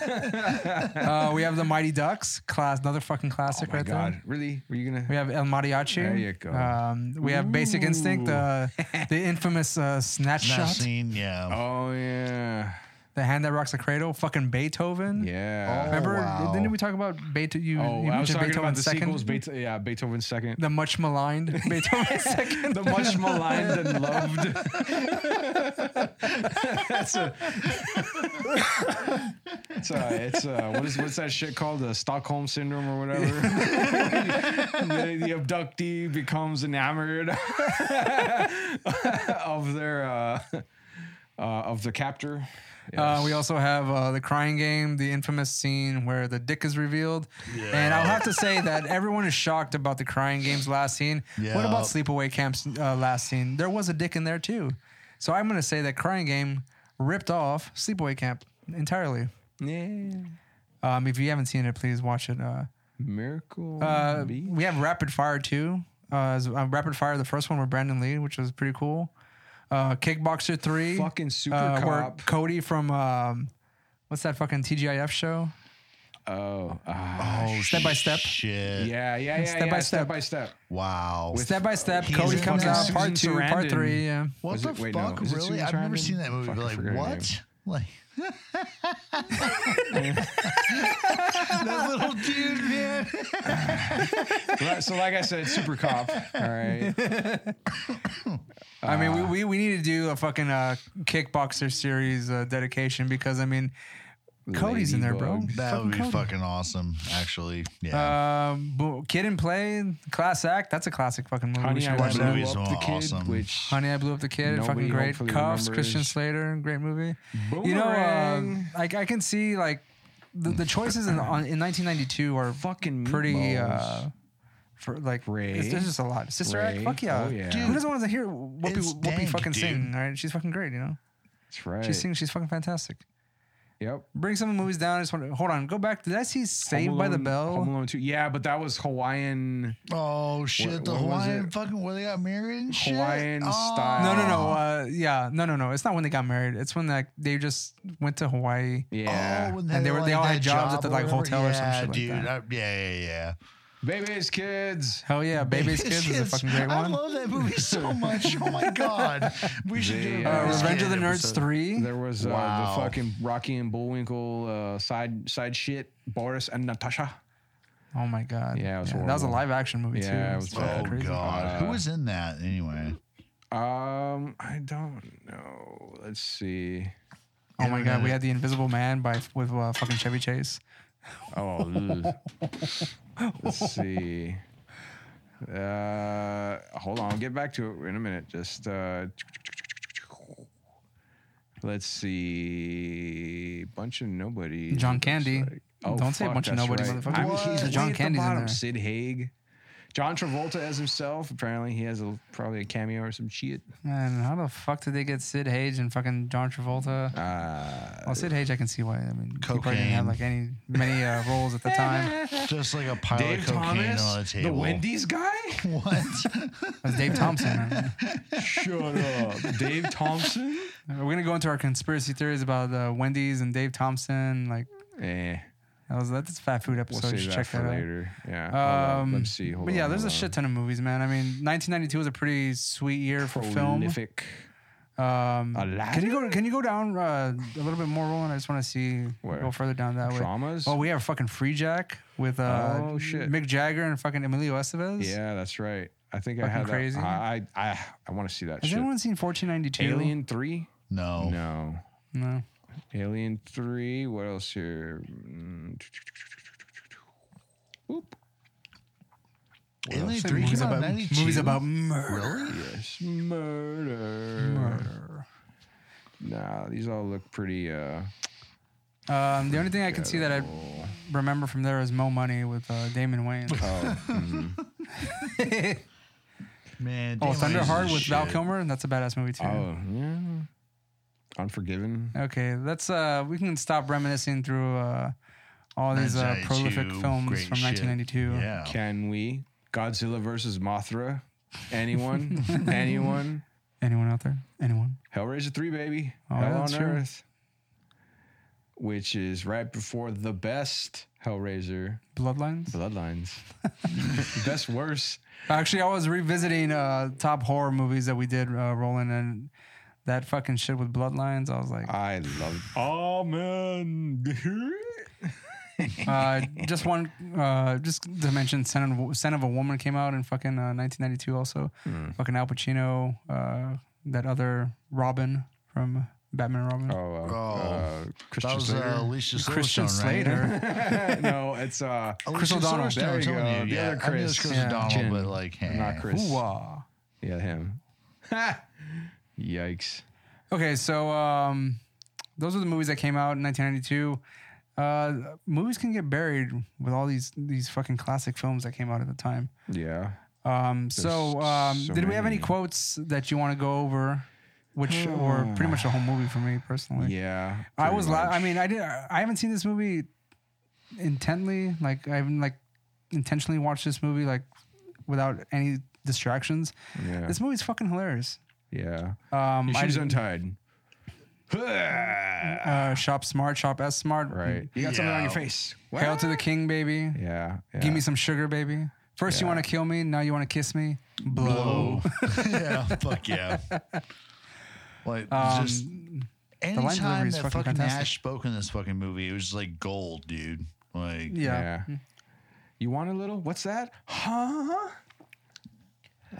Speaker 10: uh, we have the Mighty Ducks, class, another fucking classic
Speaker 2: Oh My
Speaker 10: right
Speaker 2: God,
Speaker 10: there.
Speaker 2: really? Were you gonna?
Speaker 10: We have El Mariachi.
Speaker 2: There you go.
Speaker 10: Um, we have Basic Instinct, uh, the infamous uh, snatch
Speaker 1: That
Speaker 10: shot,
Speaker 1: scene, yeah.
Speaker 2: Oh yeah,
Speaker 10: the hand that rocks the cradle, fucking Beethoven.
Speaker 2: yeah.
Speaker 10: Remember?
Speaker 1: Oh, wow.
Speaker 10: Didn't we talk about Beethoven? You,
Speaker 2: Oh,
Speaker 10: you
Speaker 2: I was
Speaker 10: mentioned
Speaker 2: talking about
Speaker 10: Beethoven's
Speaker 2: the
Speaker 10: second,
Speaker 2: sequels. Beethoven, yeah, Beethoven's second.
Speaker 10: the much maligned Beethoven second.
Speaker 2: The much maligned and loved. That's a. It's a. It's a. What is what's that shit called? The Stockholm syndrome or whatever. the, the abductee becomes enamored of their uh, uh, of the captor.
Speaker 10: Uh, we also have uh, the crying game, the infamous scene where the dick is revealed. And I'll have to say that everyone is shocked about the crying game's last scene. What about Sleepaway Camp's uh, last scene? There was a dick in there too. So I'm going to say that crying game ripped off Sleepaway Camp entirely.
Speaker 2: Yeah.
Speaker 10: Um, if you haven't seen it, please watch it. Uh,
Speaker 2: Miracle.
Speaker 10: uh,
Speaker 2: Beach.
Speaker 10: we have Rapid Fire too. Uh, is- uh, Rapid Fire, the first one with Brandon Lee, which was pretty cool. Uh, Kickboxer three, uh,
Speaker 2: Fucking Super
Speaker 10: Where
Speaker 2: Cop.
Speaker 10: Cody from um, what's that fucking TGIF show?
Speaker 2: oh. ah.
Speaker 1: Oh,
Speaker 10: Step by step.
Speaker 1: Shit.
Speaker 2: Yeah, yeah, yeah.
Speaker 10: Step
Speaker 2: yeah,
Speaker 10: by step.
Speaker 2: step by step.
Speaker 1: Wow.
Speaker 10: Step by step,
Speaker 1: He's
Speaker 10: Cody
Speaker 1: in
Speaker 10: comes
Speaker 1: fucking
Speaker 10: out
Speaker 1: Susan
Speaker 10: part two, part
Speaker 2: Sarandon.
Speaker 10: three. Yeah,
Speaker 1: What
Speaker 2: Was
Speaker 1: the
Speaker 2: it- wait, no.
Speaker 1: fuck?
Speaker 2: Is it
Speaker 1: really?
Speaker 2: Susan
Speaker 1: I've never
Speaker 2: Sarandon?
Speaker 1: seen that movie.
Speaker 2: Fuck,
Speaker 1: but
Speaker 2: I
Speaker 1: like,
Speaker 2: forgot her
Speaker 1: what? Like, that little dude, man.
Speaker 2: Right, so, like I said, super cop. All right.
Speaker 10: I mean, we, we we need to do a fucking uh, kickboxer series uh, dedication because I mean, Cody's in there, bro.
Speaker 2: Ladybug.
Speaker 1: That would be
Speaker 10: Fucking Cody.
Speaker 1: fucking awesome, actually. Yeah.
Speaker 10: Um, bo- Kid in Play, class act. That's a classic fucking movie.
Speaker 2: Honey,
Speaker 10: we should
Speaker 2: I
Speaker 10: watch
Speaker 2: watched
Speaker 1: Blew
Speaker 10: that.
Speaker 1: Movie. Up the
Speaker 2: the
Speaker 1: Kid,
Speaker 2: kid,
Speaker 1: awesome.
Speaker 2: which
Speaker 10: Honey, I blew up the kid.
Speaker 2: Nobody
Speaker 10: fucking great.
Speaker 2: hopefully
Speaker 10: Cuffs,
Speaker 2: remembers.
Speaker 10: Christian Slater, great movie. You know, um,
Speaker 2: Boomerang.
Speaker 10: like I can see like the, the choices in on, in 1992 are
Speaker 2: fucking
Speaker 10: pretty
Speaker 2: uh, meatballs.
Speaker 10: uh, for like
Speaker 2: Ray.
Speaker 10: It's, there's just a lot. Sister
Speaker 2: Ray.
Speaker 10: Act, fuck yeah.
Speaker 2: Oh, yeah.
Speaker 10: Who doesn't want to hear Whoopi,
Speaker 2: It's
Speaker 10: Whoopi
Speaker 2: dank,
Speaker 10: fucking
Speaker 2: dude.
Speaker 10: sing? All right, she's fucking great. You know,
Speaker 2: That's right.
Speaker 10: she sings. She's fucking fantastic.
Speaker 2: Yep.
Speaker 10: Bring some of the movies down. I just want to hold on. Go back. Did I see Saved
Speaker 2: Home
Speaker 10: by the
Speaker 2: Alone-
Speaker 10: Bell?
Speaker 2: Home Alone 2. Yeah, but that was Hawaiian.
Speaker 1: Oh shit!
Speaker 2: What-
Speaker 1: the
Speaker 2: what was
Speaker 1: Hawaiian
Speaker 2: it?
Speaker 1: fucking where they got married and shit.
Speaker 2: Hawaiian
Speaker 1: Oh.
Speaker 2: style.
Speaker 10: No, no, no. Uh, yeah, no, no, no. It's not when they got married. It's when like they just went to Hawaii.
Speaker 2: Yeah.
Speaker 1: Oh, when
Speaker 10: And they were-
Speaker 1: had,
Speaker 10: they all
Speaker 1: that
Speaker 10: had jobs at
Speaker 1: job
Speaker 10: the, like,
Speaker 1: whatever.
Speaker 10: hotel or some
Speaker 1: Yeah,
Speaker 10: shit like
Speaker 1: dude.
Speaker 10: that.
Speaker 1: I- yeah, yeah, yeah.
Speaker 2: Baby's Kids.
Speaker 10: Hell yeah, Baby's Kids is a fucking great
Speaker 1: I
Speaker 10: one.
Speaker 1: love that movie so much. Oh my god, we should do
Speaker 2: The,
Speaker 1: a
Speaker 10: Uh,
Speaker 1: Baby's
Speaker 10: Revenge of the
Speaker 1: Kid
Speaker 10: Nerds
Speaker 1: episode.
Speaker 10: three.
Speaker 2: There was uh,
Speaker 1: Wow.
Speaker 2: the fucking Rocky and Bullwinkle uh, side side shit. Boris and Natasha.
Speaker 10: Oh my god.
Speaker 2: Yeah, it was
Speaker 10: that was a
Speaker 2: horrible.
Speaker 10: live action movie too.
Speaker 2: Yeah, it was
Speaker 10: It's
Speaker 2: bad.
Speaker 10: fucking
Speaker 1: Oh
Speaker 10: crazy.
Speaker 1: god, who
Speaker 2: Uh,
Speaker 1: was in that anyway?
Speaker 2: Um, I don't know. Let's see.
Speaker 10: Oh my god, we had the Invisible Man by with uh, fucking Chevy Chase.
Speaker 2: Oh, ugh. let's see. Uh, hold on. I'll get back to it in a minute. Just uh, let's see. Bunch of nobody.
Speaker 10: John Candy.
Speaker 2: Oh,
Speaker 10: Don't say bunch of nobody,
Speaker 2: nobodies.
Speaker 10: motherfucker.
Speaker 2: I mean,
Speaker 10: What?
Speaker 2: he's
Speaker 10: The
Speaker 2: way
Speaker 10: John
Speaker 2: at the
Speaker 10: Candy's in
Speaker 2: bottom.
Speaker 10: there.
Speaker 2: Sid Haig. John Travolta as himself. Apparently, he has a probably a cameo or some shit.
Speaker 10: Man, how the fuck did they get Sid Hage and fucking John Travolta?
Speaker 2: Uh,
Speaker 10: well, Sid Hage, I can see why. I mean, he probably didn't
Speaker 1: Cocaine.
Speaker 10: have like any many uh, roles at the time.
Speaker 1: Just like a pile
Speaker 2: Dave
Speaker 1: of cocaine on the
Speaker 2: Thomas, the
Speaker 1: table.
Speaker 2: Wendy's guy.
Speaker 1: What?
Speaker 10: It was Dave Thompson. Man.
Speaker 2: Shut up, Dave Thompson.
Speaker 10: We're gonna go into our conspiracy theories about uh, Wendy's and Dave Thompson. Like
Speaker 2: Eh.
Speaker 10: that was that's a fat food
Speaker 2: We'll
Speaker 10: episode.
Speaker 2: save
Speaker 10: Just
Speaker 2: that
Speaker 10: check
Speaker 2: for
Speaker 10: that out.
Speaker 2: later. Yeah. hold on.
Speaker 10: Um,
Speaker 2: Let's see. Hold
Speaker 10: but yeah,
Speaker 2: on,
Speaker 10: there's a
Speaker 2: hold
Speaker 10: shit
Speaker 2: on.
Speaker 10: ton of movies, man. I mean, 1992 was a pretty sweet year for film.
Speaker 2: Prolific.
Speaker 10: Um,
Speaker 2: Aladdin?
Speaker 10: can you go? Can you go down uh, a little bit more, Roland? I just want to see
Speaker 2: Where?
Speaker 10: go further down that way.
Speaker 2: Dramas?
Speaker 10: Oh, we have fucking Free Jack with uh,
Speaker 2: Oh, shit.
Speaker 10: Mick Jagger and fucking Emilio Estevez.
Speaker 2: Yeah, that's right. I think I
Speaker 10: Fucking
Speaker 2: had that.
Speaker 10: crazy.
Speaker 2: I I I, I want to see that
Speaker 10: Has
Speaker 2: shit.
Speaker 10: anyone seen Oh. 1492?
Speaker 2: Alien Three?
Speaker 1: No.
Speaker 2: No.
Speaker 10: No.
Speaker 2: Alien Three. What else here? Mm, Oop.
Speaker 1: Alien
Speaker 10: Say
Speaker 1: 3
Speaker 10: movies
Speaker 1: came out in
Speaker 10: about
Speaker 1: 92?
Speaker 10: movies about murder.
Speaker 1: Really?
Speaker 2: Yes. Murder. Nah, these all look pretty. uh
Speaker 10: Um, the only thing I can see that I remember from there is Mo Money with uh, Damon Wayne.
Speaker 2: Oh.
Speaker 1: Man.
Speaker 10: oh,
Speaker 1: damn, I used
Speaker 10: Thunderheart
Speaker 1: to
Speaker 10: with Val
Speaker 1: shit.
Speaker 10: Kilmer. and That's a badass movie too.
Speaker 2: oh. Yeah. Unforgiven.
Speaker 10: Okay, that's uh, we can stop reminiscing through uh, all these uh,
Speaker 1: 1992,
Speaker 10: prolific films
Speaker 1: great
Speaker 10: from
Speaker 1: shit.
Speaker 10: 1992.
Speaker 1: Yeah.
Speaker 2: Can we? Godzilla versus Mothra. Anyone? Anyone?
Speaker 10: Anyone out there? Anyone?
Speaker 2: Hellraiser 3, baby.
Speaker 10: Oh,
Speaker 2: Hell
Speaker 10: yeah,
Speaker 2: on
Speaker 10: that's true.
Speaker 2: Earth. Which is right before the best Hellraiser
Speaker 10: Bloodlines.
Speaker 2: Bloodlines. best worse.
Speaker 10: Actually, I was revisiting uh, top horror movies that we did, uh, Roland, and that fucking shit with Bloodlines. I was like,
Speaker 2: I love Oh man.
Speaker 10: uh, just one, uh, just to mention, Son of, a- Son of a Woman came out in fucking uh, 1992. Also,
Speaker 1: Hmm.
Speaker 10: fucking Al Pacino, uh, that other Robin from Batman and Robin.
Speaker 2: oh, uh, uh, Christian
Speaker 1: That was
Speaker 2: Slater.
Speaker 1: uh, Alicia Silverstone,
Speaker 10: Christian
Speaker 1: right?
Speaker 10: Slater.
Speaker 2: no, it's uh
Speaker 10: Oh,
Speaker 1: Alicia
Speaker 10: O'Donnell.
Speaker 1: Silverstone,
Speaker 2: There
Speaker 1: I'm
Speaker 2: you
Speaker 1: telling
Speaker 2: go.
Speaker 1: you.
Speaker 2: The
Speaker 1: yeah,
Speaker 2: other
Speaker 1: I knew it was
Speaker 2: Chris.
Speaker 1: Chris
Speaker 10: Yeah.
Speaker 1: O'Donnell,
Speaker 2: Chin.
Speaker 1: but like, eh.
Speaker 2: not Chris.
Speaker 10: Ooh-ah.
Speaker 2: Yeah, him. Yikes.
Speaker 10: Okay, so um, those are the movies that came out in 1992. Uh, movies can get buried with all these these fucking classic films that came out at the time.
Speaker 2: Yeah.
Speaker 10: Um, so,
Speaker 2: There's
Speaker 10: um,
Speaker 2: so
Speaker 10: did we have any
Speaker 2: many. Hmm.
Speaker 10: quotes that you want to go over? Which or pretty much the whole movie for me personally.
Speaker 2: Yeah.
Speaker 10: I
Speaker 2: pretty
Speaker 10: was. La- I
Speaker 2: much.
Speaker 10: mean, I did. I haven't seen this movie intently. Like I haven't like intentionally watched this movie like without any distractions.
Speaker 2: Yeah.
Speaker 10: This movie's fucking hilarious.
Speaker 2: yeah.
Speaker 10: Um,
Speaker 2: Your
Speaker 10: I
Speaker 2: shoes
Speaker 10: didn't-
Speaker 2: untied.
Speaker 10: uh, shop smart, shop S smart.
Speaker 2: Right. You got something on
Speaker 1: Yeah.
Speaker 2: your face.
Speaker 10: Hail to the king, baby.
Speaker 2: Yeah.
Speaker 10: Give me some sugar, baby. First you
Speaker 2: Yeah.
Speaker 10: want to kill me, now you want to kiss me. Blow.
Speaker 1: yeah, fuck yeah. Like
Speaker 10: Um,
Speaker 1: just
Speaker 10: line delivery
Speaker 1: anytime
Speaker 10: is
Speaker 1: that
Speaker 10: fucking
Speaker 1: fucking,
Speaker 10: fantastic.
Speaker 1: Nash spoke in this fucking movie, it was just like gold, dude. Like
Speaker 10: yeah.
Speaker 2: Yeah. You want a little? What's that? Huh?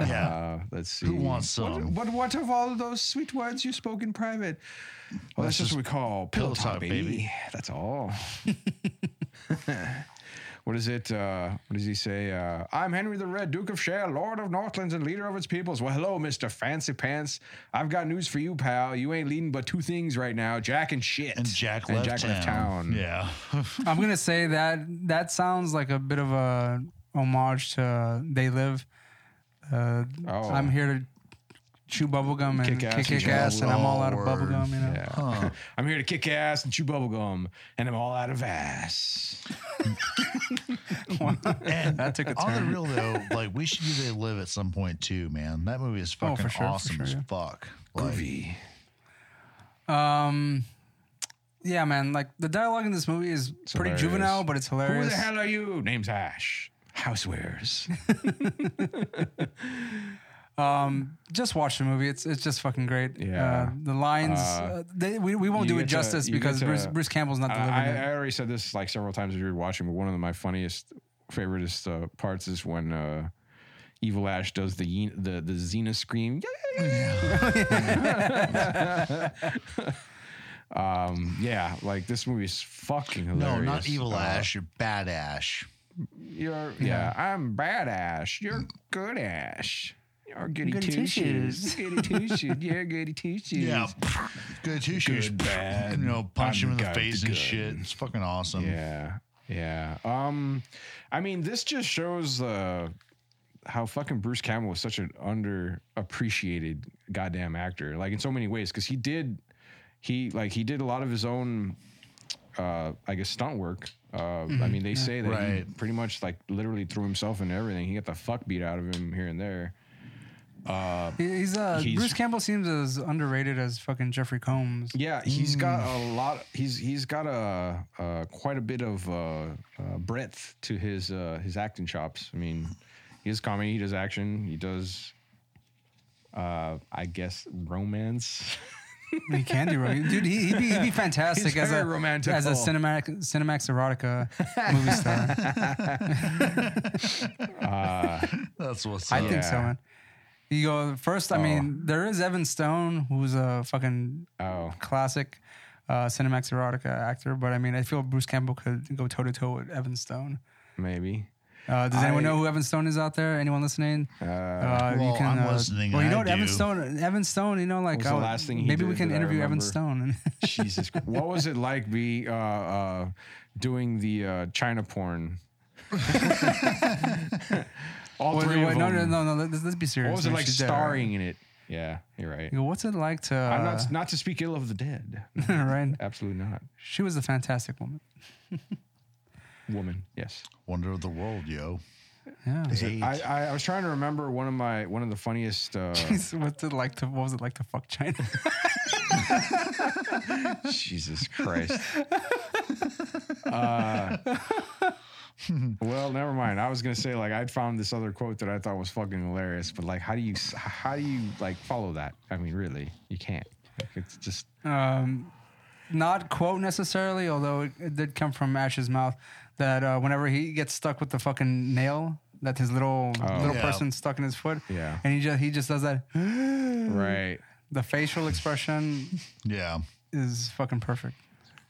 Speaker 1: yeah.
Speaker 2: Uh, let's see.
Speaker 1: Who wants
Speaker 2: What,
Speaker 1: some?
Speaker 2: what, what of all of those sweet words you spoke in private? Well,
Speaker 1: that's
Speaker 2: that's, just
Speaker 1: just
Speaker 2: what we call pillow talk, baby. That's all. what is it? Uh, what does he say? Uh, I'm Henry the Red, Duke of Share, Lord of Northlands, and leader of its peoples. Well, hello, Mr. Fancy Pants. I've got news for you, pal. You ain't leading but two things right now Jack and shit.
Speaker 1: And Jack left, town.
Speaker 2: town.
Speaker 1: Yeah.
Speaker 10: I'm gonna say that that sounds like a bit of a homage to They Live. Uh,
Speaker 2: Oh.
Speaker 10: I'm here to chew bubblegum and kick ass, kick,
Speaker 2: chew
Speaker 10: ass and I'm all out of
Speaker 2: bubble-
Speaker 10: bubblegum, you know?
Speaker 2: Yeah. I'm here to kick ass and chew bubblegum, and I'm all out of ass.
Speaker 1: And
Speaker 10: that took a
Speaker 1: on the
Speaker 10: turn.
Speaker 1: real though, like we should do they live at some point too, man. That movie is
Speaker 10: Oh, for
Speaker 1: fucking
Speaker 10: sure, for
Speaker 1: awesome
Speaker 10: sure,
Speaker 1: as
Speaker 10: yeah.
Speaker 1: fuck. Like,
Speaker 2: Groovy.
Speaker 10: Um, yeah, man. Like the dialogue in this movie is pretty
Speaker 2: hilarious.
Speaker 10: juvenile, but it's
Speaker 2: Who
Speaker 10: hilarious.
Speaker 2: the hell are you? Name's Ash. Housewares.
Speaker 10: Um, just watch the movie. It's it's just fucking great.
Speaker 2: Yeah.
Speaker 10: Uh, the lines
Speaker 2: Uh,
Speaker 10: uh, they, we, we won't
Speaker 2: you
Speaker 10: do it
Speaker 2: get to-
Speaker 10: justice
Speaker 2: you get
Speaker 10: because
Speaker 2: to- uh,
Speaker 10: Bruce, Bruce Campbell's not delivering
Speaker 2: I,
Speaker 10: it.
Speaker 2: I already said this like several times as we were watching, but one of my funniest, favoriteest uh, parts is when uh, Evil Ash does the Ye- the the Xena scream. um, yeah, like this movie's fucking hilarious.
Speaker 1: no, not Evil
Speaker 2: Uh,
Speaker 1: Ash, you're Bad Ash.
Speaker 2: You're yeah, I'm bad Ash. You're good Ash. You're goody,
Speaker 10: Goody
Speaker 2: two
Speaker 10: two-shoes.
Speaker 2: shoes. goody two shoes. Yeah, goody two shoes.
Speaker 1: Yeah. Good two shoes.
Speaker 2: Good, bad.
Speaker 1: You know, punch
Speaker 2: I'm
Speaker 1: him in the
Speaker 2: good,
Speaker 1: face and
Speaker 2: good.
Speaker 1: shit. It's fucking awesome.
Speaker 2: Yeah. Yeah. Um I mean this just shows uh how fucking Bruce Campbell was such an underappreciated goddamn actor. Like in so many ways cuz he did he like he did a lot of his own uh I guess stunt work. Uh I mean they say that he
Speaker 1: Right.
Speaker 2: pretty much like literally threw himself into everything. He got the fuck beat out of him here and there.
Speaker 10: He- He's uh
Speaker 2: He's-
Speaker 10: Bruce Campbell seems as underrated as fucking Jeffrey Combs.
Speaker 2: Yeah, he's got a
Speaker 10: Mm.
Speaker 2: lot. He's he's got a, uh quite a bit of uh, uh, breadth to his uh, his acting chops. I mean, he does comedy, he does action, he does, uh, I guess, romance.
Speaker 10: He can do right, dude. He, would be, he'd be fantastic
Speaker 2: He's
Speaker 10: as a
Speaker 2: very romantical.
Speaker 10: as a cinematic Cinemax erotica movie star.
Speaker 1: That's what's
Speaker 10: I
Speaker 1: up.
Speaker 10: think so,
Speaker 2: Yeah.
Speaker 10: man. You go first. I mean, there is Evan Stone, who's a fucking
Speaker 2: Oh,
Speaker 10: classic uh, Cinemax erotica actor, but I mean, I feel Bruce Campbell could go toe to toe with Evan Stone.
Speaker 2: maybe.
Speaker 10: Uh, does anyone
Speaker 2: I-
Speaker 10: know who Evan Stone is out there? Anyone listening? Uh,
Speaker 1: Well, I'm listening,
Speaker 10: Well, you
Speaker 1: and
Speaker 10: know
Speaker 1: I
Speaker 10: what, Evan
Speaker 1: do.
Speaker 10: Stone. Evan Stone. You know, like
Speaker 2: was the
Speaker 10: I would-
Speaker 2: last thing he
Speaker 10: maybe we
Speaker 2: did
Speaker 10: can
Speaker 2: that I
Speaker 10: interview Evan
Speaker 2: remember?
Speaker 10: Stone.
Speaker 2: Jesus, Christ. what was it like be uh, uh, doing the uh, China porn? All
Speaker 10: Wait,
Speaker 2: three
Speaker 10: wait,
Speaker 2: of
Speaker 10: no, no,
Speaker 2: them.
Speaker 10: no, no. let- Let's, let's be serious.
Speaker 2: What was it
Speaker 10: man,
Speaker 2: like
Speaker 10: she's dead, right?
Speaker 2: starring in it? Yeah, you're right.
Speaker 10: You go, What's it like to?
Speaker 2: I'm not not to speak ill of the dead.
Speaker 10: right.
Speaker 2: Absolutely not.
Speaker 10: She was a fantastic woman.
Speaker 2: Woman, yes.
Speaker 1: Wonder of the world, yo.
Speaker 10: Yeah.
Speaker 2: I, I, I was trying to remember one of my one of the funniest. Uh,
Speaker 10: Jeez, what's it like to? What was it like to fuck China?
Speaker 2: Jesus Christ. uh, well, never mind. I was gonna say like I'd found this other quote that I thought was fucking hilarious, but like, how do you how do you like follow that? I mean, really, you can't. Like, it's just
Speaker 10: um, not quote necessarily, although it, it did come from Ash's mouth that uh, whenever he gets stuck with the fucking nail, that his little little
Speaker 1: Yeah.
Speaker 10: person stuck in his foot,
Speaker 2: Oh. Yeah.
Speaker 10: and he just he just does that.
Speaker 2: right.
Speaker 10: The facial expression
Speaker 1: Yeah.
Speaker 10: is fucking perfect.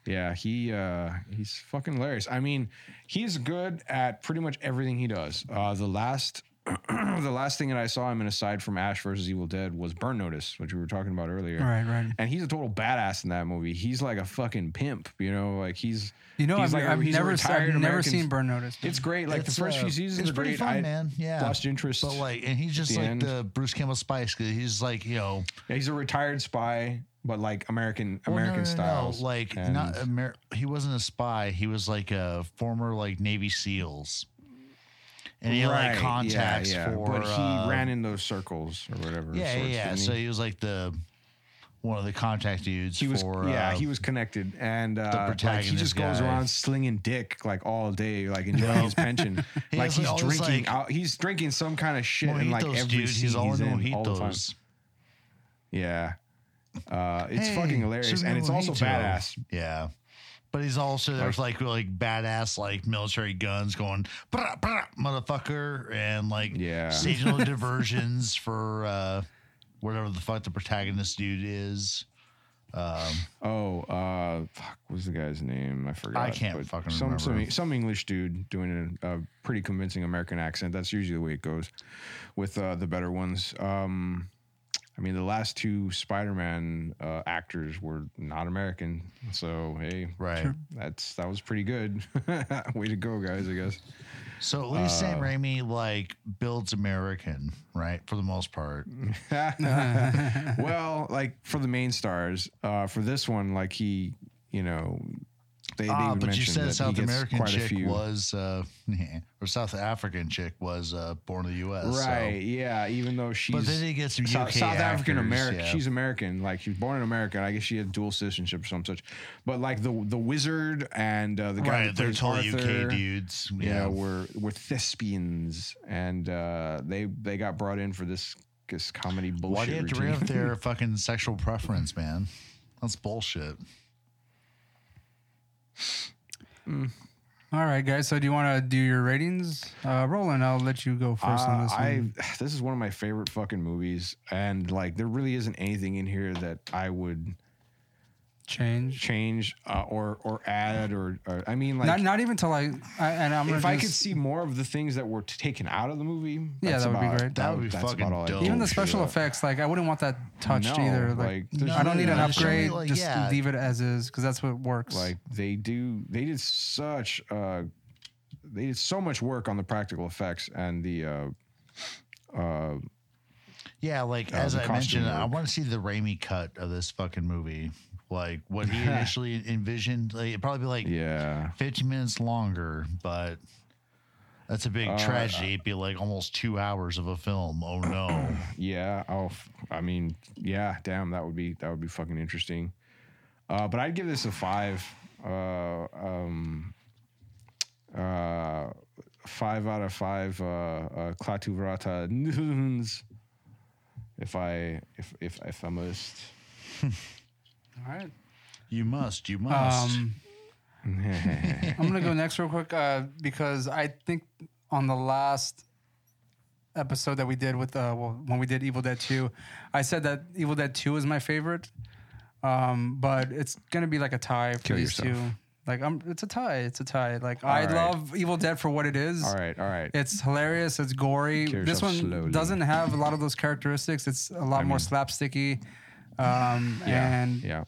Speaker 2: Yeah, he uh, he's fucking hilarious. I mean, he's good at pretty much everything he does. Uh, the last the last thing that I saw him in, aside from Ash versus Evil Dead, was Burn Notice, which we were talking about earlier.
Speaker 10: Right, right.
Speaker 2: And he's a total badass in that movie. He's like a fucking pimp, you know. Like he's
Speaker 10: You know,
Speaker 2: he's
Speaker 10: I've,
Speaker 2: like a-
Speaker 10: I've
Speaker 2: he's a
Speaker 10: never
Speaker 2: retired
Speaker 10: I've never
Speaker 2: American-
Speaker 10: seen Burn Notice.
Speaker 2: It's great. Like
Speaker 1: It's,
Speaker 2: the first
Speaker 1: uh,
Speaker 2: few seasons
Speaker 1: it's
Speaker 2: are
Speaker 1: pretty
Speaker 2: great.
Speaker 1: fun,
Speaker 2: I
Speaker 1: man. Yeah.
Speaker 2: lost interest.
Speaker 1: But like, and he's just
Speaker 2: the
Speaker 1: like
Speaker 2: end.
Speaker 1: the Bruce Campbell Spice because he's like, you know,
Speaker 2: yeah, he's a retired spy, but like American
Speaker 1: Well, no,
Speaker 2: American
Speaker 1: no, no,
Speaker 2: styles.
Speaker 1: No, like
Speaker 2: And-
Speaker 1: not Amer- he wasn't a spy. He was like a former like Navy SEALs. And he had
Speaker 2: Right,
Speaker 1: like contacts for
Speaker 2: but he
Speaker 1: uh,
Speaker 2: ran in those circles or whatever.
Speaker 1: Yeah, yeah,
Speaker 2: sorts,
Speaker 1: yeah.
Speaker 2: didn't
Speaker 1: So he was like the one of the contact dudes
Speaker 2: he was
Speaker 1: for uh,
Speaker 2: yeah he was connected and uh, like, he
Speaker 1: protagonist
Speaker 2: just goes
Speaker 1: guy.
Speaker 2: around slinging dick like all day like enjoying his pension
Speaker 1: He
Speaker 2: like
Speaker 1: has,
Speaker 2: he's
Speaker 1: like, all this,
Speaker 2: drinking
Speaker 1: like,
Speaker 2: out, he's drinking some kind of shit in like
Speaker 1: mojitos,
Speaker 2: every
Speaker 1: dude.
Speaker 2: scene
Speaker 1: He's all in
Speaker 2: in, all the time.
Speaker 1: mojitos.
Speaker 2: yeah uh, it's
Speaker 1: Hey,
Speaker 2: fucking hilarious
Speaker 1: some
Speaker 2: and it's also
Speaker 1: mojito.
Speaker 2: badass
Speaker 1: Yeah. But he's also there's like like badass like military guns going brah, brah, motherfucker and like
Speaker 2: Yeah.
Speaker 1: signal diversions for uh whatever the fuck the protagonist dude is.
Speaker 2: oh uh fuck what's the guy's name i forgot
Speaker 1: can't
Speaker 2: but
Speaker 1: fucking
Speaker 2: some, some
Speaker 1: remember.
Speaker 2: some english dude doing a, a pretty convincing american accent that's usually the way it goes with uh, the better ones um I mean, the last two Spider-Man uh, actors were not American, so hey,
Speaker 1: Right.
Speaker 2: that's that was pretty good. Way to go, guys! I guess.
Speaker 1: So at least Sam
Speaker 2: Uh,
Speaker 1: Raimi like builds American, right? For the most part.
Speaker 2: well, like for the main stars, uh, for this one, like he, you know, they, they
Speaker 1: ah,
Speaker 2: even
Speaker 1: but you
Speaker 2: mentioned
Speaker 1: said
Speaker 2: that
Speaker 1: South
Speaker 2: he gets
Speaker 1: American
Speaker 2: quite a
Speaker 1: chick
Speaker 2: few-
Speaker 1: was, uh, or South African chick was uh, born in the U.S. so-
Speaker 2: right? Yeah, even though she's
Speaker 1: But then he gets some
Speaker 2: South,
Speaker 1: UK
Speaker 2: African American.
Speaker 1: actors, yeah.
Speaker 2: She's American, like she was born in America. and I guess she had dual citizenship or some such. But like the the wizard and uh, the guy
Speaker 1: Right,
Speaker 2: that
Speaker 1: they're
Speaker 2: plays
Speaker 1: totally UK
Speaker 2: Arthur,
Speaker 1: dudes,
Speaker 2: you
Speaker 1: yeah.
Speaker 2: know, were were thespians, and uh, they they got brought in for this this comedy bullshit.
Speaker 1: Why do you have to bring
Speaker 2: routine.
Speaker 1: up their fucking sexual preference, man? That's bullshit.
Speaker 10: All right, guys. So do you want to do your ratings? Uh, Roland, I'll let you go first on
Speaker 2: Uh,
Speaker 10: this
Speaker 2: I
Speaker 10: one.
Speaker 2: this is one of my favorite fucking movies, and like there really isn't anything in here that I would
Speaker 10: change,
Speaker 2: change uh, or or add or, or I mean like
Speaker 10: not not even till I, I and I'm gonna
Speaker 2: if I
Speaker 10: do
Speaker 2: could
Speaker 10: this-
Speaker 2: see more of the things that were t- taken out of the movie,
Speaker 10: Yeah,
Speaker 2: that's
Speaker 10: that would be
Speaker 2: about-
Speaker 10: great.
Speaker 1: That would be
Speaker 2: that's
Speaker 1: fucking
Speaker 2: about all I
Speaker 1: dope.
Speaker 2: can
Speaker 10: even the
Speaker 2: do
Speaker 10: special
Speaker 2: that.
Speaker 10: effects. Like I wouldn't want that touched
Speaker 2: No,
Speaker 10: either. Like,
Speaker 2: like, there's
Speaker 10: I don't need an
Speaker 1: really- Show me,
Speaker 10: upgrade.
Speaker 1: like,
Speaker 10: just
Speaker 1: yeah.
Speaker 10: leave it as is because that's what works.
Speaker 2: Like they do, they did such uh, they did so much work on the practical effects and the uh, uh,
Speaker 1: Yeah, like
Speaker 10: Oh,
Speaker 2: Uh,
Speaker 1: as
Speaker 2: the
Speaker 1: I
Speaker 2: costume
Speaker 1: mentioned, I
Speaker 2: work.
Speaker 1: want to see the Raimi cut of this fucking movie. Like what he initially envisioned, like, it'd probably be like
Speaker 2: yeah.
Speaker 1: 15 minutes longer, but that's a big
Speaker 10: Uh,
Speaker 1: tragedy. It'd be like almost two hours of a film. Oh no.
Speaker 2: Yeah. Oh, f- I mean, yeah. Damn, that would be that would be fucking interesting. Uh, but I'd give this a five. Uh, um, uh, five out of five. Uh, uh, Klaatu Vrata nuns. If I if if if I must.
Speaker 10: all right.
Speaker 1: you must, you must.
Speaker 10: Um, I'm gonna go next real quick uh, because I think on the last episode that we did with uh, well, when we did Evil Dead Two, I said that Evil Dead Two is my favorite, um, but it's gonna be like a tie for
Speaker 2: Kill
Speaker 10: these
Speaker 2: yourself.
Speaker 10: two. Like I'm, it's a tie. It's a tie. Like I
Speaker 2: right.
Speaker 10: love Evil Dead for what it is.
Speaker 2: All right. All right.
Speaker 10: It's hilarious. It's gory.
Speaker 2: Kill
Speaker 10: This
Speaker 2: yourself
Speaker 10: one
Speaker 2: slowly.
Speaker 10: doesn't have a lot of those characteristics. It's a lot more slapsticky. Um,
Speaker 2: yeah.
Speaker 10: and
Speaker 2: yeah.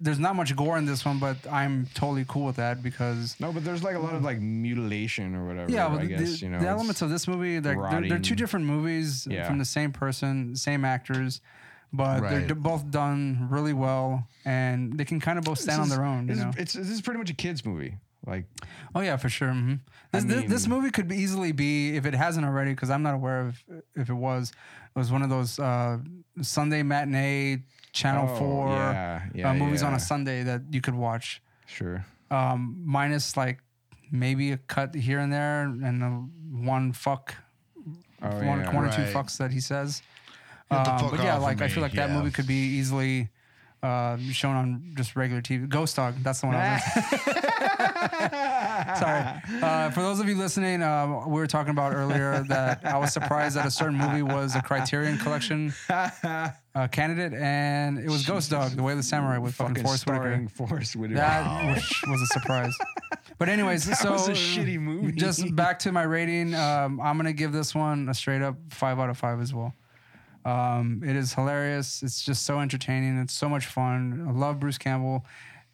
Speaker 10: there's not much gore in this one, but I'm totally cool with that because
Speaker 2: No, but there's like a lot of like mutilation or whatever.
Speaker 10: yeah,
Speaker 2: Yeah,
Speaker 10: well,
Speaker 2: I
Speaker 10: the,
Speaker 2: guess you know
Speaker 10: the
Speaker 2: it's-
Speaker 10: elements of this movie they're, they're, they're two
Speaker 2: rotting.
Speaker 10: different movies
Speaker 2: Yeah.
Speaker 10: from the same person, same actors, but they're
Speaker 1: Right.
Speaker 10: d- both done really well, and they can kind of both stand on
Speaker 2: This is-
Speaker 10: their own. You
Speaker 2: This is,
Speaker 10: know?
Speaker 2: it's this is pretty much a kids movie. Like
Speaker 10: oh yeah, for sure. mhm. This, this, this
Speaker 2: mean-
Speaker 10: movie could be- easily be, if it hasn't already, because I'm not aware of if it was. It was one of those uh, Sunday matinee Channel
Speaker 2: Oh,
Speaker 10: Four
Speaker 2: yeah,
Speaker 10: uh,
Speaker 2: yeah,
Speaker 10: movies on
Speaker 2: yeah.
Speaker 10: a Sunday that you could watch.
Speaker 2: sure.
Speaker 10: um, minus like maybe a cut here and there and a one fuck,
Speaker 2: Oh,
Speaker 10: one
Speaker 2: yeah.
Speaker 10: one or two
Speaker 1: Right.
Speaker 10: fucks that he says.
Speaker 1: Get the
Speaker 10: Um,
Speaker 1: fuck
Speaker 10: but yeah,
Speaker 1: off of
Speaker 10: like I feel
Speaker 1: me,
Speaker 10: like that
Speaker 1: yeah.
Speaker 10: movie could be easily uh, shown on just regular TV. Ghost Dog, that's the one. I was Sorry. Uh, for those of you listening, um, we were talking about earlier that I was surprised that a certain movie was a Criterion Collection uh, candidate, and it was Ghost Dog, The Way of the Samurai with fucking,
Speaker 2: fucking
Speaker 10: Forrest Whitaker.
Speaker 2: starring Forrest Whitaker.
Speaker 10: That was, was a surprise. But anyways,
Speaker 2: That
Speaker 10: so
Speaker 2: was a shitty movie.
Speaker 10: Just back to my rating. Um, I'm gonna give this one a straight up five out of five as well. Um, it is hilarious. It's just so entertaining. It's so much fun. I love Bruce Campbell.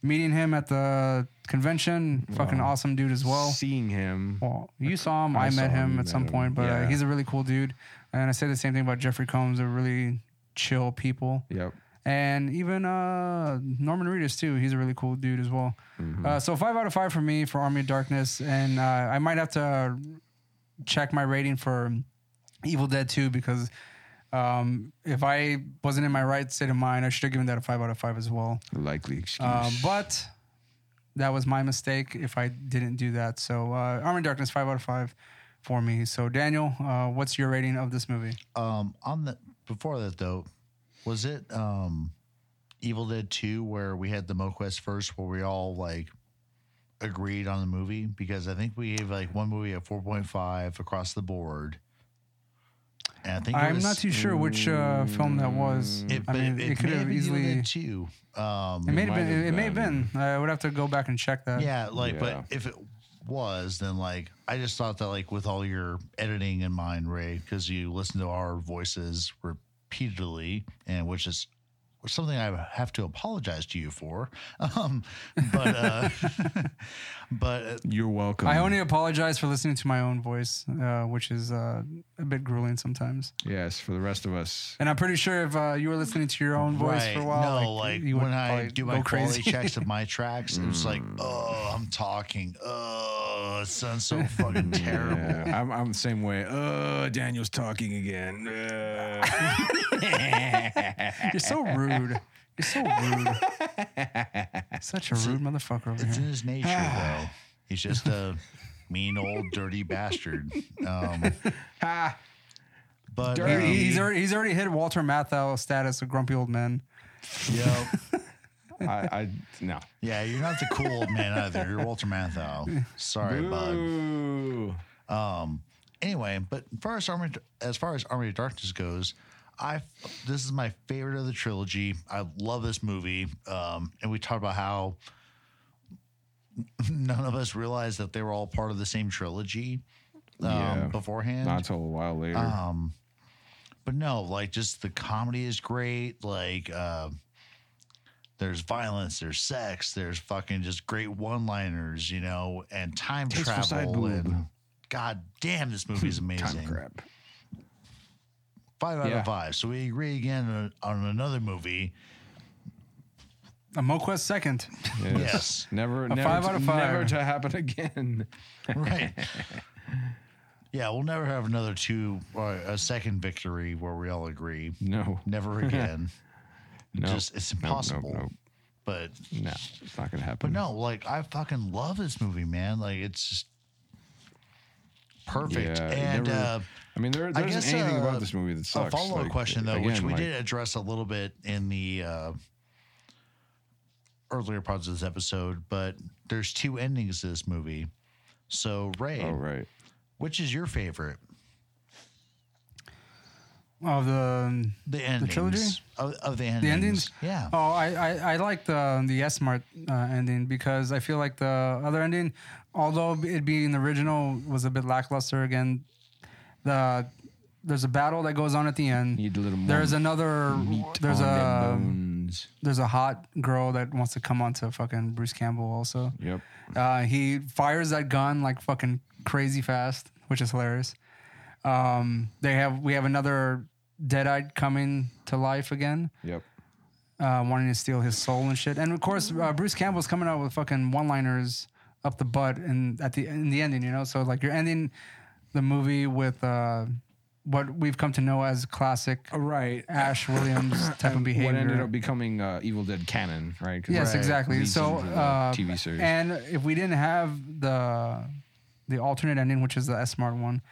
Speaker 10: Meeting him at the convention, fucking awesome dude as well.
Speaker 2: seeing him.
Speaker 10: Well, you saw him.
Speaker 2: I
Speaker 10: I,
Speaker 2: saw
Speaker 10: met
Speaker 2: him,
Speaker 10: him
Speaker 2: you
Speaker 10: at
Speaker 2: met
Speaker 10: some
Speaker 2: him.
Speaker 10: point, but uh,
Speaker 2: Yeah.
Speaker 10: he's a really cool dude. And I say the same thing about Jeffrey Combs. They're really chill people
Speaker 2: Yep.
Speaker 10: and even uh, Norman Reedus too. He's a really cool dude as well. Uh, so five out of five for me for Army of Darkness, and uh, I might have to check my rating for Evil Dead Two because um, if I wasn't in my right state of mind, I should have given that a five out of five as well.
Speaker 2: Likely excuse.
Speaker 1: um,
Speaker 10: Uh, but that was my mistake if I didn't do that. So uh, Army of Darkness five out of five for me. So Daniel, uh, what's your rating of this movie?
Speaker 1: Um, on the before that though, was it um Evil Dead 2 where we had the MoQuest first where we all like agreed on the movie? Because I think we gave like one movie a 4.5 across the board. And I think it
Speaker 10: I'm
Speaker 1: was-
Speaker 10: not too sure which uh, film that was.
Speaker 1: It,
Speaker 10: I
Speaker 1: but
Speaker 10: mean,
Speaker 1: it,
Speaker 10: it, could
Speaker 1: may
Speaker 10: have
Speaker 1: been Evil
Speaker 10: easily.
Speaker 1: Dead
Speaker 10: It
Speaker 1: 2. Um,
Speaker 10: may have
Speaker 2: might
Speaker 10: been.
Speaker 2: have
Speaker 10: It, it may have
Speaker 2: been.
Speaker 10: been. I would have to go back and check that.
Speaker 1: Yeah, like,
Speaker 2: Yeah.
Speaker 1: but if it was, then like, I just thought that like with all your editing in mind, Ray, because you listen to our voices repeatedly, and which is something I have to apologize to you for. Um, but uh, but uh,
Speaker 2: You're welcome.
Speaker 10: I only apologize for listening to my own voice, uh, which is uh, a bit grueling sometimes.
Speaker 2: yes for the rest of us.
Speaker 10: And I'm pretty sure if uh, you were listening to your own voice for a while,
Speaker 1: No, like, when I
Speaker 10: probably
Speaker 1: do my quality checks of my tracks, it's like,
Speaker 2: Mm.
Speaker 1: oh, I'm talking. Oh, it sounds so fucking terrible.
Speaker 2: Yeah, I'm, I'm the same way. Uh, Daniel's talking again. Uh.
Speaker 10: You're so rude. You're so rude. Such a rude motherfucker over
Speaker 1: It's in
Speaker 10: here.
Speaker 1: his nature, though. He's just a mean old dirty bastard. Um, but
Speaker 10: He-
Speaker 1: um,
Speaker 10: he's, already, he's already hit Walter Matthau status of grumpy old man.
Speaker 1: yeah,
Speaker 2: I, I no.
Speaker 1: uh, yeah, you're not the cool old man either. You're Walter Matthau. Sorry, bud.
Speaker 2: Ooh.
Speaker 1: Um, anyway, but as far as Army, as far as Army of Darkness goes, I this is my favorite of the trilogy. I love this movie, um, and we talked about how none of us realized that they were all part of the same trilogy um,
Speaker 2: Yeah.
Speaker 1: beforehand.
Speaker 2: Not till a while later.
Speaker 1: Um, but no, like just the comedy is great. Like, uh, there's violence, there's sex, there's fucking just great one-liners, you know, and time
Speaker 2: Tasteful side
Speaker 1: travel.
Speaker 2: boob.
Speaker 1: And god damn, this movie is
Speaker 2: Time
Speaker 1: amazing.
Speaker 2: crap.
Speaker 1: Five out
Speaker 2: Yeah.
Speaker 1: of five. So we agree again on, on another movie.
Speaker 10: A MoQuest second.
Speaker 2: Yes.
Speaker 1: Yes.
Speaker 2: Never.
Speaker 10: A
Speaker 2: never
Speaker 10: five
Speaker 2: to-
Speaker 10: out of five.
Speaker 2: Never to happen again.
Speaker 1: right. Yeah, we'll never have another two, or a second victory where we all agree.
Speaker 2: No.
Speaker 1: Never again.
Speaker 2: No.
Speaker 1: Just it's
Speaker 2: Nope, nope,
Speaker 1: impossible.
Speaker 2: nope.
Speaker 1: But
Speaker 2: No. It's not gonna
Speaker 1: But
Speaker 2: happen.
Speaker 1: no, like I fucking love this movie, man. Like it's just perfect.
Speaker 2: Yeah, it
Speaker 1: and
Speaker 2: never-
Speaker 1: uh,
Speaker 2: I mean, there,
Speaker 1: I
Speaker 2: there isn't
Speaker 1: guess,
Speaker 2: anything
Speaker 1: uh,
Speaker 2: about this movie that
Speaker 1: a
Speaker 2: sucks.
Speaker 1: follow up
Speaker 2: Like,
Speaker 1: question though, which
Speaker 2: again,
Speaker 1: we
Speaker 2: like,
Speaker 1: did address a little bit in the uh, earlier parts of this episode, but there's two endings to this movie. So Ray,
Speaker 2: Oh right.
Speaker 1: which is your favorite?
Speaker 10: Of the um,
Speaker 1: The endings
Speaker 10: trilogy?
Speaker 1: of, of the endings.
Speaker 10: the endings.
Speaker 1: yeah.
Speaker 10: Oh, I I, I like the the S Mart uh, ending because I feel like the other ending, although it being the original was a bit lackluster. Again, the there's a battle that goes on at the end.
Speaker 2: Need a little more
Speaker 10: There's another. There's
Speaker 2: On
Speaker 10: a
Speaker 2: them bones.
Speaker 10: there's a hot girl that wants to come onto fucking Bruce Campbell. Also,
Speaker 2: Yep.
Speaker 10: uh, he fires that gun like fucking crazy fast, which is hilarious. Um, they have we have another deadite coming to life again
Speaker 2: Yep.
Speaker 10: uh, wanting to steal his soul and shit. And of course, uh, Bruce Campbell's coming out with fucking one-liners up the butt and at the in the ending, you know. So like you're ending the movie with uh, what we've come to know as classic
Speaker 2: Right.
Speaker 10: Ash Williams type of
Speaker 2: What ended
Speaker 10: behavior.
Speaker 2: up becoming uh, Evil Dead canon, right? 'Cause
Speaker 10: yes,
Speaker 2: it
Speaker 10: exactly.
Speaker 2: leads
Speaker 10: So
Speaker 2: into the
Speaker 10: uh,
Speaker 2: TV series.
Speaker 10: And if we didn't have the the alternate ending, which is the S Smart one.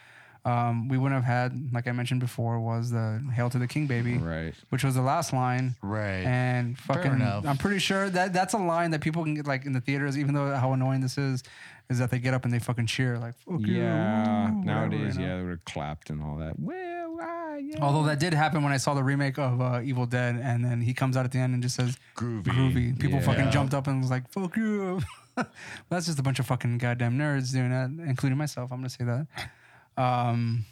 Speaker 10: Um, we wouldn't have had, like I mentioned before, was the "Hail to the King, Baby,"
Speaker 2: Right.
Speaker 10: which was the last line,
Speaker 1: Right.
Speaker 10: and fucking
Speaker 1: enough.
Speaker 10: i'm pretty sure that that's a line that people can get like in the theaters even though how annoying this is is that they get up and they fucking cheer like fuck you,
Speaker 2: Yeah,
Speaker 10: woo," whatever,
Speaker 2: nowadays,
Speaker 10: you know?
Speaker 2: yeah, they would have clapped and all that. Well, ah, yeah.
Speaker 10: although that did happen when i saw the remake of uh, evil dead and then he comes out at the end and just says
Speaker 1: Groovy.
Speaker 10: groovy people
Speaker 2: Yeah.
Speaker 10: fucking jumped up and was like fuck you that's just a bunch of fucking goddamn nerds doing that including myself i'm gonna say that um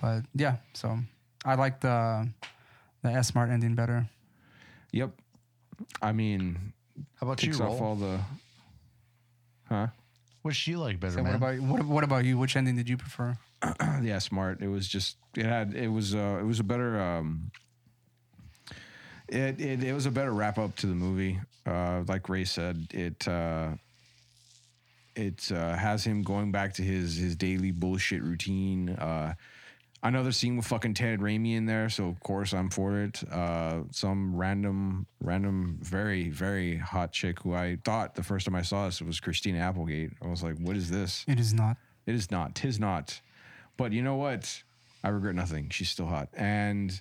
Speaker 10: but yeah so i like the the s smart ending better
Speaker 2: yep. I mean,
Speaker 1: How about you,
Speaker 2: kicks off
Speaker 1: Roll?
Speaker 2: all the. Huh?
Speaker 1: Which do you like better,
Speaker 10: so what
Speaker 1: man?
Speaker 10: about what, what about you which ending did you prefer
Speaker 2: Yeah, smart. It was just it had it was uh it was a better um. It it it was a better wrap up to the movie. Uh, like Ray said, it uh. It uh, has him going back to his his daily bullshit routine. Uh, another scene with fucking Ted Raimi in there, so of course I'm for it. Uh, some random, random, very, very hot chick who I thought the first time I saw this was Christina Applegate. I was like, what is this?
Speaker 10: it is not
Speaker 2: It is not. Tis not. But you know what? I regret nothing. She's still hot. And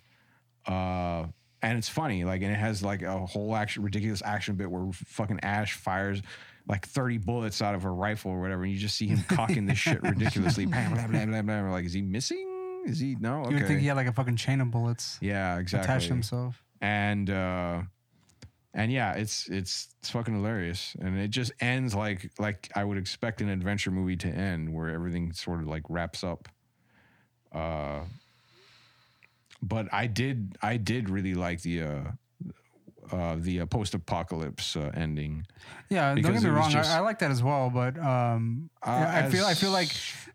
Speaker 2: uh and it's funny. Like and it has like a whole action ridiculous action bit where fucking Ash fires like 30 bullets out of a rifle or whatever, and you just see him cocking this shit ridiculously. Bam, blah, blah, blah, blah. Like, is he missing? Is he no?
Speaker 10: You would think he
Speaker 2: Okay.
Speaker 10: had like a fucking chain of bullets
Speaker 2: Yeah, exactly
Speaker 10: attached to himself.
Speaker 2: and uh and yeah it's it's it's fucking hilarious and it just ends like like i would expect an adventure movie to end where everything sort of like wraps up uh but i did i did really like the uh uh, the uh, post-apocalypse uh, ending.
Speaker 10: Yeah, don't
Speaker 2: Because
Speaker 10: get me
Speaker 2: it was
Speaker 10: wrong.
Speaker 2: just- Uh,
Speaker 10: I, I like that as well, but um, I, I feel I feel like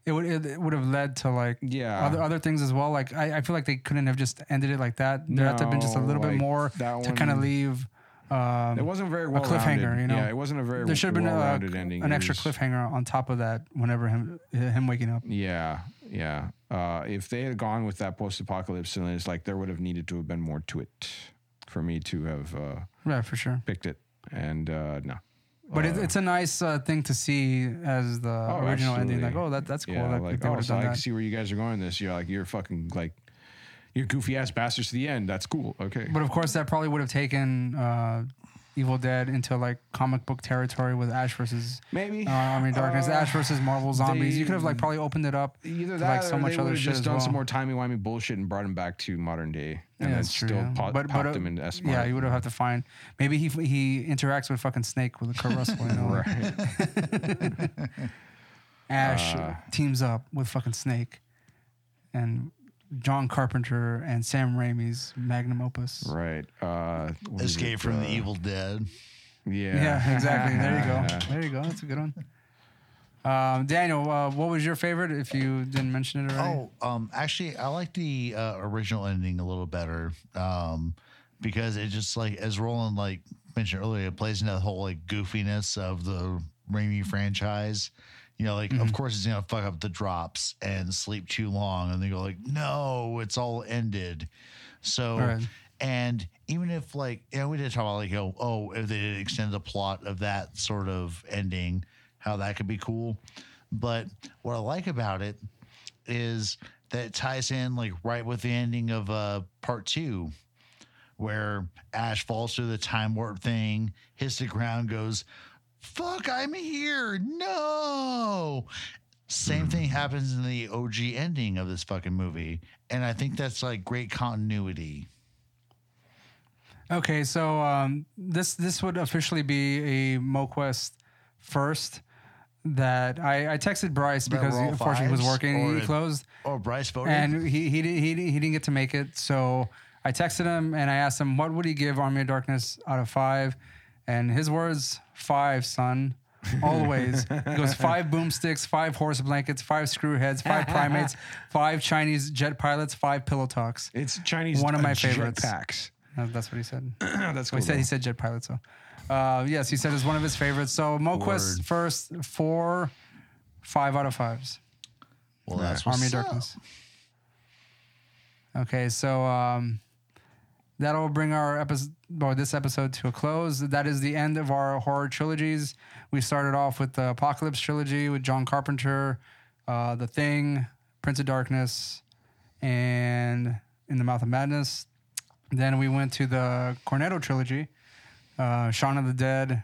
Speaker 10: it would it would have led to like
Speaker 2: Yeah.
Speaker 10: other other things as well. Like I, I feel like they couldn't have just ended it like that. There had to have been just a
Speaker 2: No,
Speaker 10: little
Speaker 2: like,
Speaker 10: bit more
Speaker 2: that
Speaker 10: to kind of
Speaker 2: one-
Speaker 10: leave. Um,
Speaker 2: It wasn't very
Speaker 10: a
Speaker 2: well-rounded.
Speaker 10: cliffhanger, you know.
Speaker 2: Yeah, it wasn't a very
Speaker 10: There should have been
Speaker 2: well-rounded
Speaker 10: a,
Speaker 2: ending.
Speaker 10: an
Speaker 2: It
Speaker 10: extra
Speaker 2: was-
Speaker 10: cliffhanger on top of that. Whenever him him waking up.
Speaker 2: Yeah, yeah. Uh, if they had gone with that post-apocalypse, then it's like there would have needed to have been more to it for me to have uh,
Speaker 10: Yeah, for sure.
Speaker 2: picked it. And uh, no,
Speaker 10: But it, it's a nice uh, thing to see as the
Speaker 2: Oh,
Speaker 10: original ending. Like,
Speaker 2: absolutely.
Speaker 10: oh, that that's cool.
Speaker 2: Yeah,
Speaker 10: that,
Speaker 2: like,
Speaker 10: they
Speaker 2: oh,
Speaker 10: would have
Speaker 2: so
Speaker 10: done
Speaker 2: I can
Speaker 10: that.
Speaker 2: see where you guys are going. with This, you're like, you're fucking like, you're goofy ass bastards to the end. That's cool. Okay.
Speaker 10: But of course, that probably would have taken uh, Evil Dead into like comic book territory with Ash versus
Speaker 2: Maybe.
Speaker 10: uh, Army of Darkness,
Speaker 2: Uh,
Speaker 10: Ash versus Marvel Zombies. you could have like
Speaker 2: they-
Speaker 10: probably opened it up
Speaker 2: Either
Speaker 10: to
Speaker 2: that,
Speaker 10: like so
Speaker 2: or
Speaker 10: much
Speaker 2: they
Speaker 10: other
Speaker 2: would've
Speaker 10: shit
Speaker 2: just
Speaker 10: as
Speaker 2: done
Speaker 10: well.
Speaker 2: some more timey wimey bullshit and brought him back to modern day, and
Speaker 10: Yeah,
Speaker 2: then
Speaker 10: that's true,
Speaker 2: still
Speaker 10: yeah.
Speaker 2: pop,
Speaker 10: But- but,
Speaker 2: popped
Speaker 10: uh,
Speaker 2: him into S.
Speaker 10: Yeah,
Speaker 2: Mark.
Speaker 10: you would have had to find. Maybe he he interacts with fucking Snake with Kurt Russell. You know, like- Ash
Speaker 2: Uh,
Speaker 10: teams up with fucking Snake, and John Carpenter and Sam Raimi's magnum opus.
Speaker 2: Right. Uh, what is
Speaker 1: Escape
Speaker 2: it?
Speaker 1: from the
Speaker 2: Uh,
Speaker 1: Evil Dead.
Speaker 2: Yeah.
Speaker 10: Yeah, exactly. There you go. There you go. That's a good one. Um, Daniel, uh, what was your favorite? If you didn't mention it already,
Speaker 1: Oh, um, actually, I like the uh, original ending a little better um, because it just like as Roland like mentioned earlier, it plays into the whole like goofiness of the Raimi franchise. You know, like of course he's gonna fuck up the drops and sleep too long, and they go like, "No, it's all ended." So,
Speaker 10: Right.
Speaker 1: and even if like, you know, we did talk about like, oh, oh, if they did extend the plot of that sort of ending, how that could be cool. But what I like about it is that it ties in like right with the ending of uh part two where ash falls through the time warp thing hits the ground goes fuck i'm here no same thing happens in the og ending of this fucking movie and i think that's like great continuity Oh.
Speaker 10: okay. So um, this this would officially be a MoQuest first. That I, I texted Bryce
Speaker 1: That
Speaker 10: because
Speaker 1: we're all
Speaker 10: unfortunately he was
Speaker 1: fives,
Speaker 10: working.
Speaker 1: or
Speaker 10: He
Speaker 1: if-
Speaker 10: closed.
Speaker 1: oh bryce voted
Speaker 10: and he he didn't he, didn't- he didn't get to make it. So I texted him and I asked him what would he give Army of Darkness out of five, and his words five, son. Always. He goes five boomsticks, five horse blankets, five screw heads, five primates, five Chinese jet pilots, five pillow talks.
Speaker 2: It's Chinese.
Speaker 10: One of
Speaker 2: uh,
Speaker 10: my
Speaker 2: jet
Speaker 10: favorites.
Speaker 2: Packs.
Speaker 10: Uh, That's what he said.
Speaker 2: That's
Speaker 10: Well,
Speaker 2: cool.
Speaker 10: he said he said jet pilot. So, uh, yes, he said it's one of his favorites. So MoQuest first four, five out of fives.
Speaker 1: well that's what's
Speaker 10: Army of
Speaker 1: up.
Speaker 10: Darkness. Okay, so um, that'll bring our episode, or this episode, to a close. That is the end of our horror trilogies. We started off with the Apocalypse trilogy with John Carpenter, uh, The Thing, Prince of Darkness, and In the Mouth of Madness. Then we went to the Cornetto trilogy, uh, Shaun of the Dead,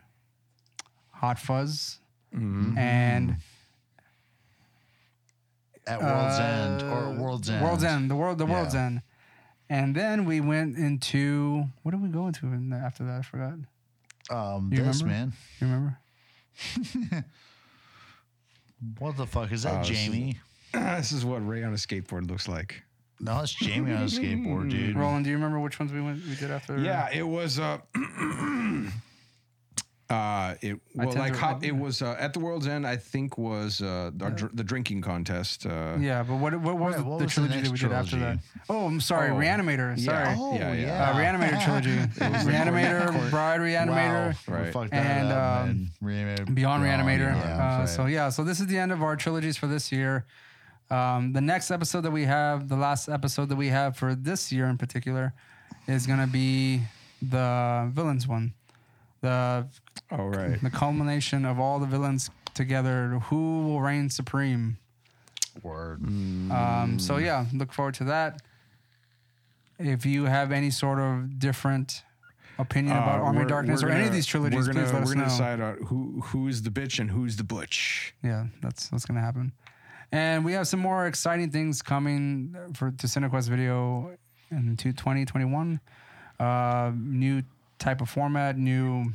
Speaker 10: Hot Fuzz, and
Speaker 1: at world's end or world's end
Speaker 10: World's End. Uh, The world. The
Speaker 1: Yeah.
Speaker 10: World's End. And then we went into what did we go into in the- after that? I forgot.
Speaker 1: um
Speaker 10: You
Speaker 1: this
Speaker 10: remember?
Speaker 1: man
Speaker 10: You remember?
Speaker 1: what the fuck is that
Speaker 10: Uh,
Speaker 2: this is-
Speaker 1: jamie
Speaker 2: Ah, this is what Ray on a skateboard looks like.
Speaker 1: no it's jamie on a skateboard dude
Speaker 10: Roland, do you remember which ones we went? We did after.
Speaker 2: Yeah, it was. Uh, uh, it well,
Speaker 10: tend
Speaker 2: like
Speaker 10: to-
Speaker 2: hot, it was uh, at the world's end. I think was uh, the, dr- the drinking contest. Uh,
Speaker 10: Yeah, but what what was
Speaker 1: Right, what
Speaker 10: the
Speaker 1: was the
Speaker 10: trilogy
Speaker 1: next
Speaker 10: that we did after that?
Speaker 1: trilogy?
Speaker 10: Oh, I'm sorry,
Speaker 2: Oh,
Speaker 10: Reanimator.
Speaker 2: yeah.
Speaker 10: Sorry,
Speaker 1: oh
Speaker 2: Yeah,
Speaker 1: yeah,
Speaker 2: yeah.
Speaker 10: uh, Reanimator trilogy. Reanimator, Bride Reanimator.
Speaker 1: Wow. We
Speaker 2: Right.
Speaker 1: fucked that
Speaker 10: And,
Speaker 1: up,
Speaker 10: um,
Speaker 1: man. Reanimator- Oh,
Speaker 10: Beyond Reanimator.
Speaker 1: yeah.
Speaker 10: uh, So yeah, so this is the end of our trilogies for this year. Um, the next episode that we have, the last episode that we have for this year in particular, is gonna be the villains one, the
Speaker 2: Oh right.
Speaker 10: the culmination of all the villains together. Who will reign supreme?
Speaker 1: Word.
Speaker 10: Um, so
Speaker 2: Mm.
Speaker 10: yeah, look forward to that. If you have any sort of different opinion about
Speaker 2: Uh,
Speaker 10: Army
Speaker 2: we're-
Speaker 10: of Darkness
Speaker 2: we're
Speaker 10: or any of
Speaker 2: gonna-
Speaker 10: these trilogies,
Speaker 2: we're gonna,
Speaker 10: please let us
Speaker 2: we're gonna
Speaker 10: know.
Speaker 2: decide on who who is the bitch and who's the butch.
Speaker 10: yeah, that's what's gonna happen. And we have some more exciting things coming for to CineQuest Video in 2021. Uh, new type of format, new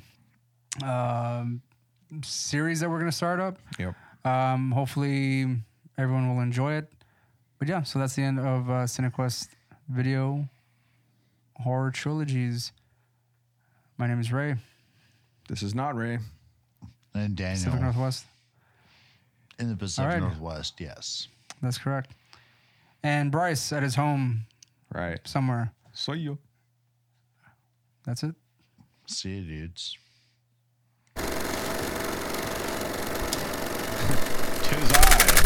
Speaker 10: um series that we're gonna start up.
Speaker 2: Yep.
Speaker 10: Um, hopefully, everyone will enjoy it. But yeah, so that's the end of uh, CineQuest Video Horror Trilogies. My name is Ray.
Speaker 2: This is not Ray.
Speaker 1: And Daniel.
Speaker 10: Pacific Northwest.
Speaker 1: In the Pacific
Speaker 10: All right.
Speaker 1: Northwest, yes.
Speaker 10: That's correct. And Bryce at his home
Speaker 2: Right.
Speaker 10: somewhere.
Speaker 2: So you.
Speaker 10: That's it.
Speaker 1: See you, dudes.
Speaker 2: Tis I.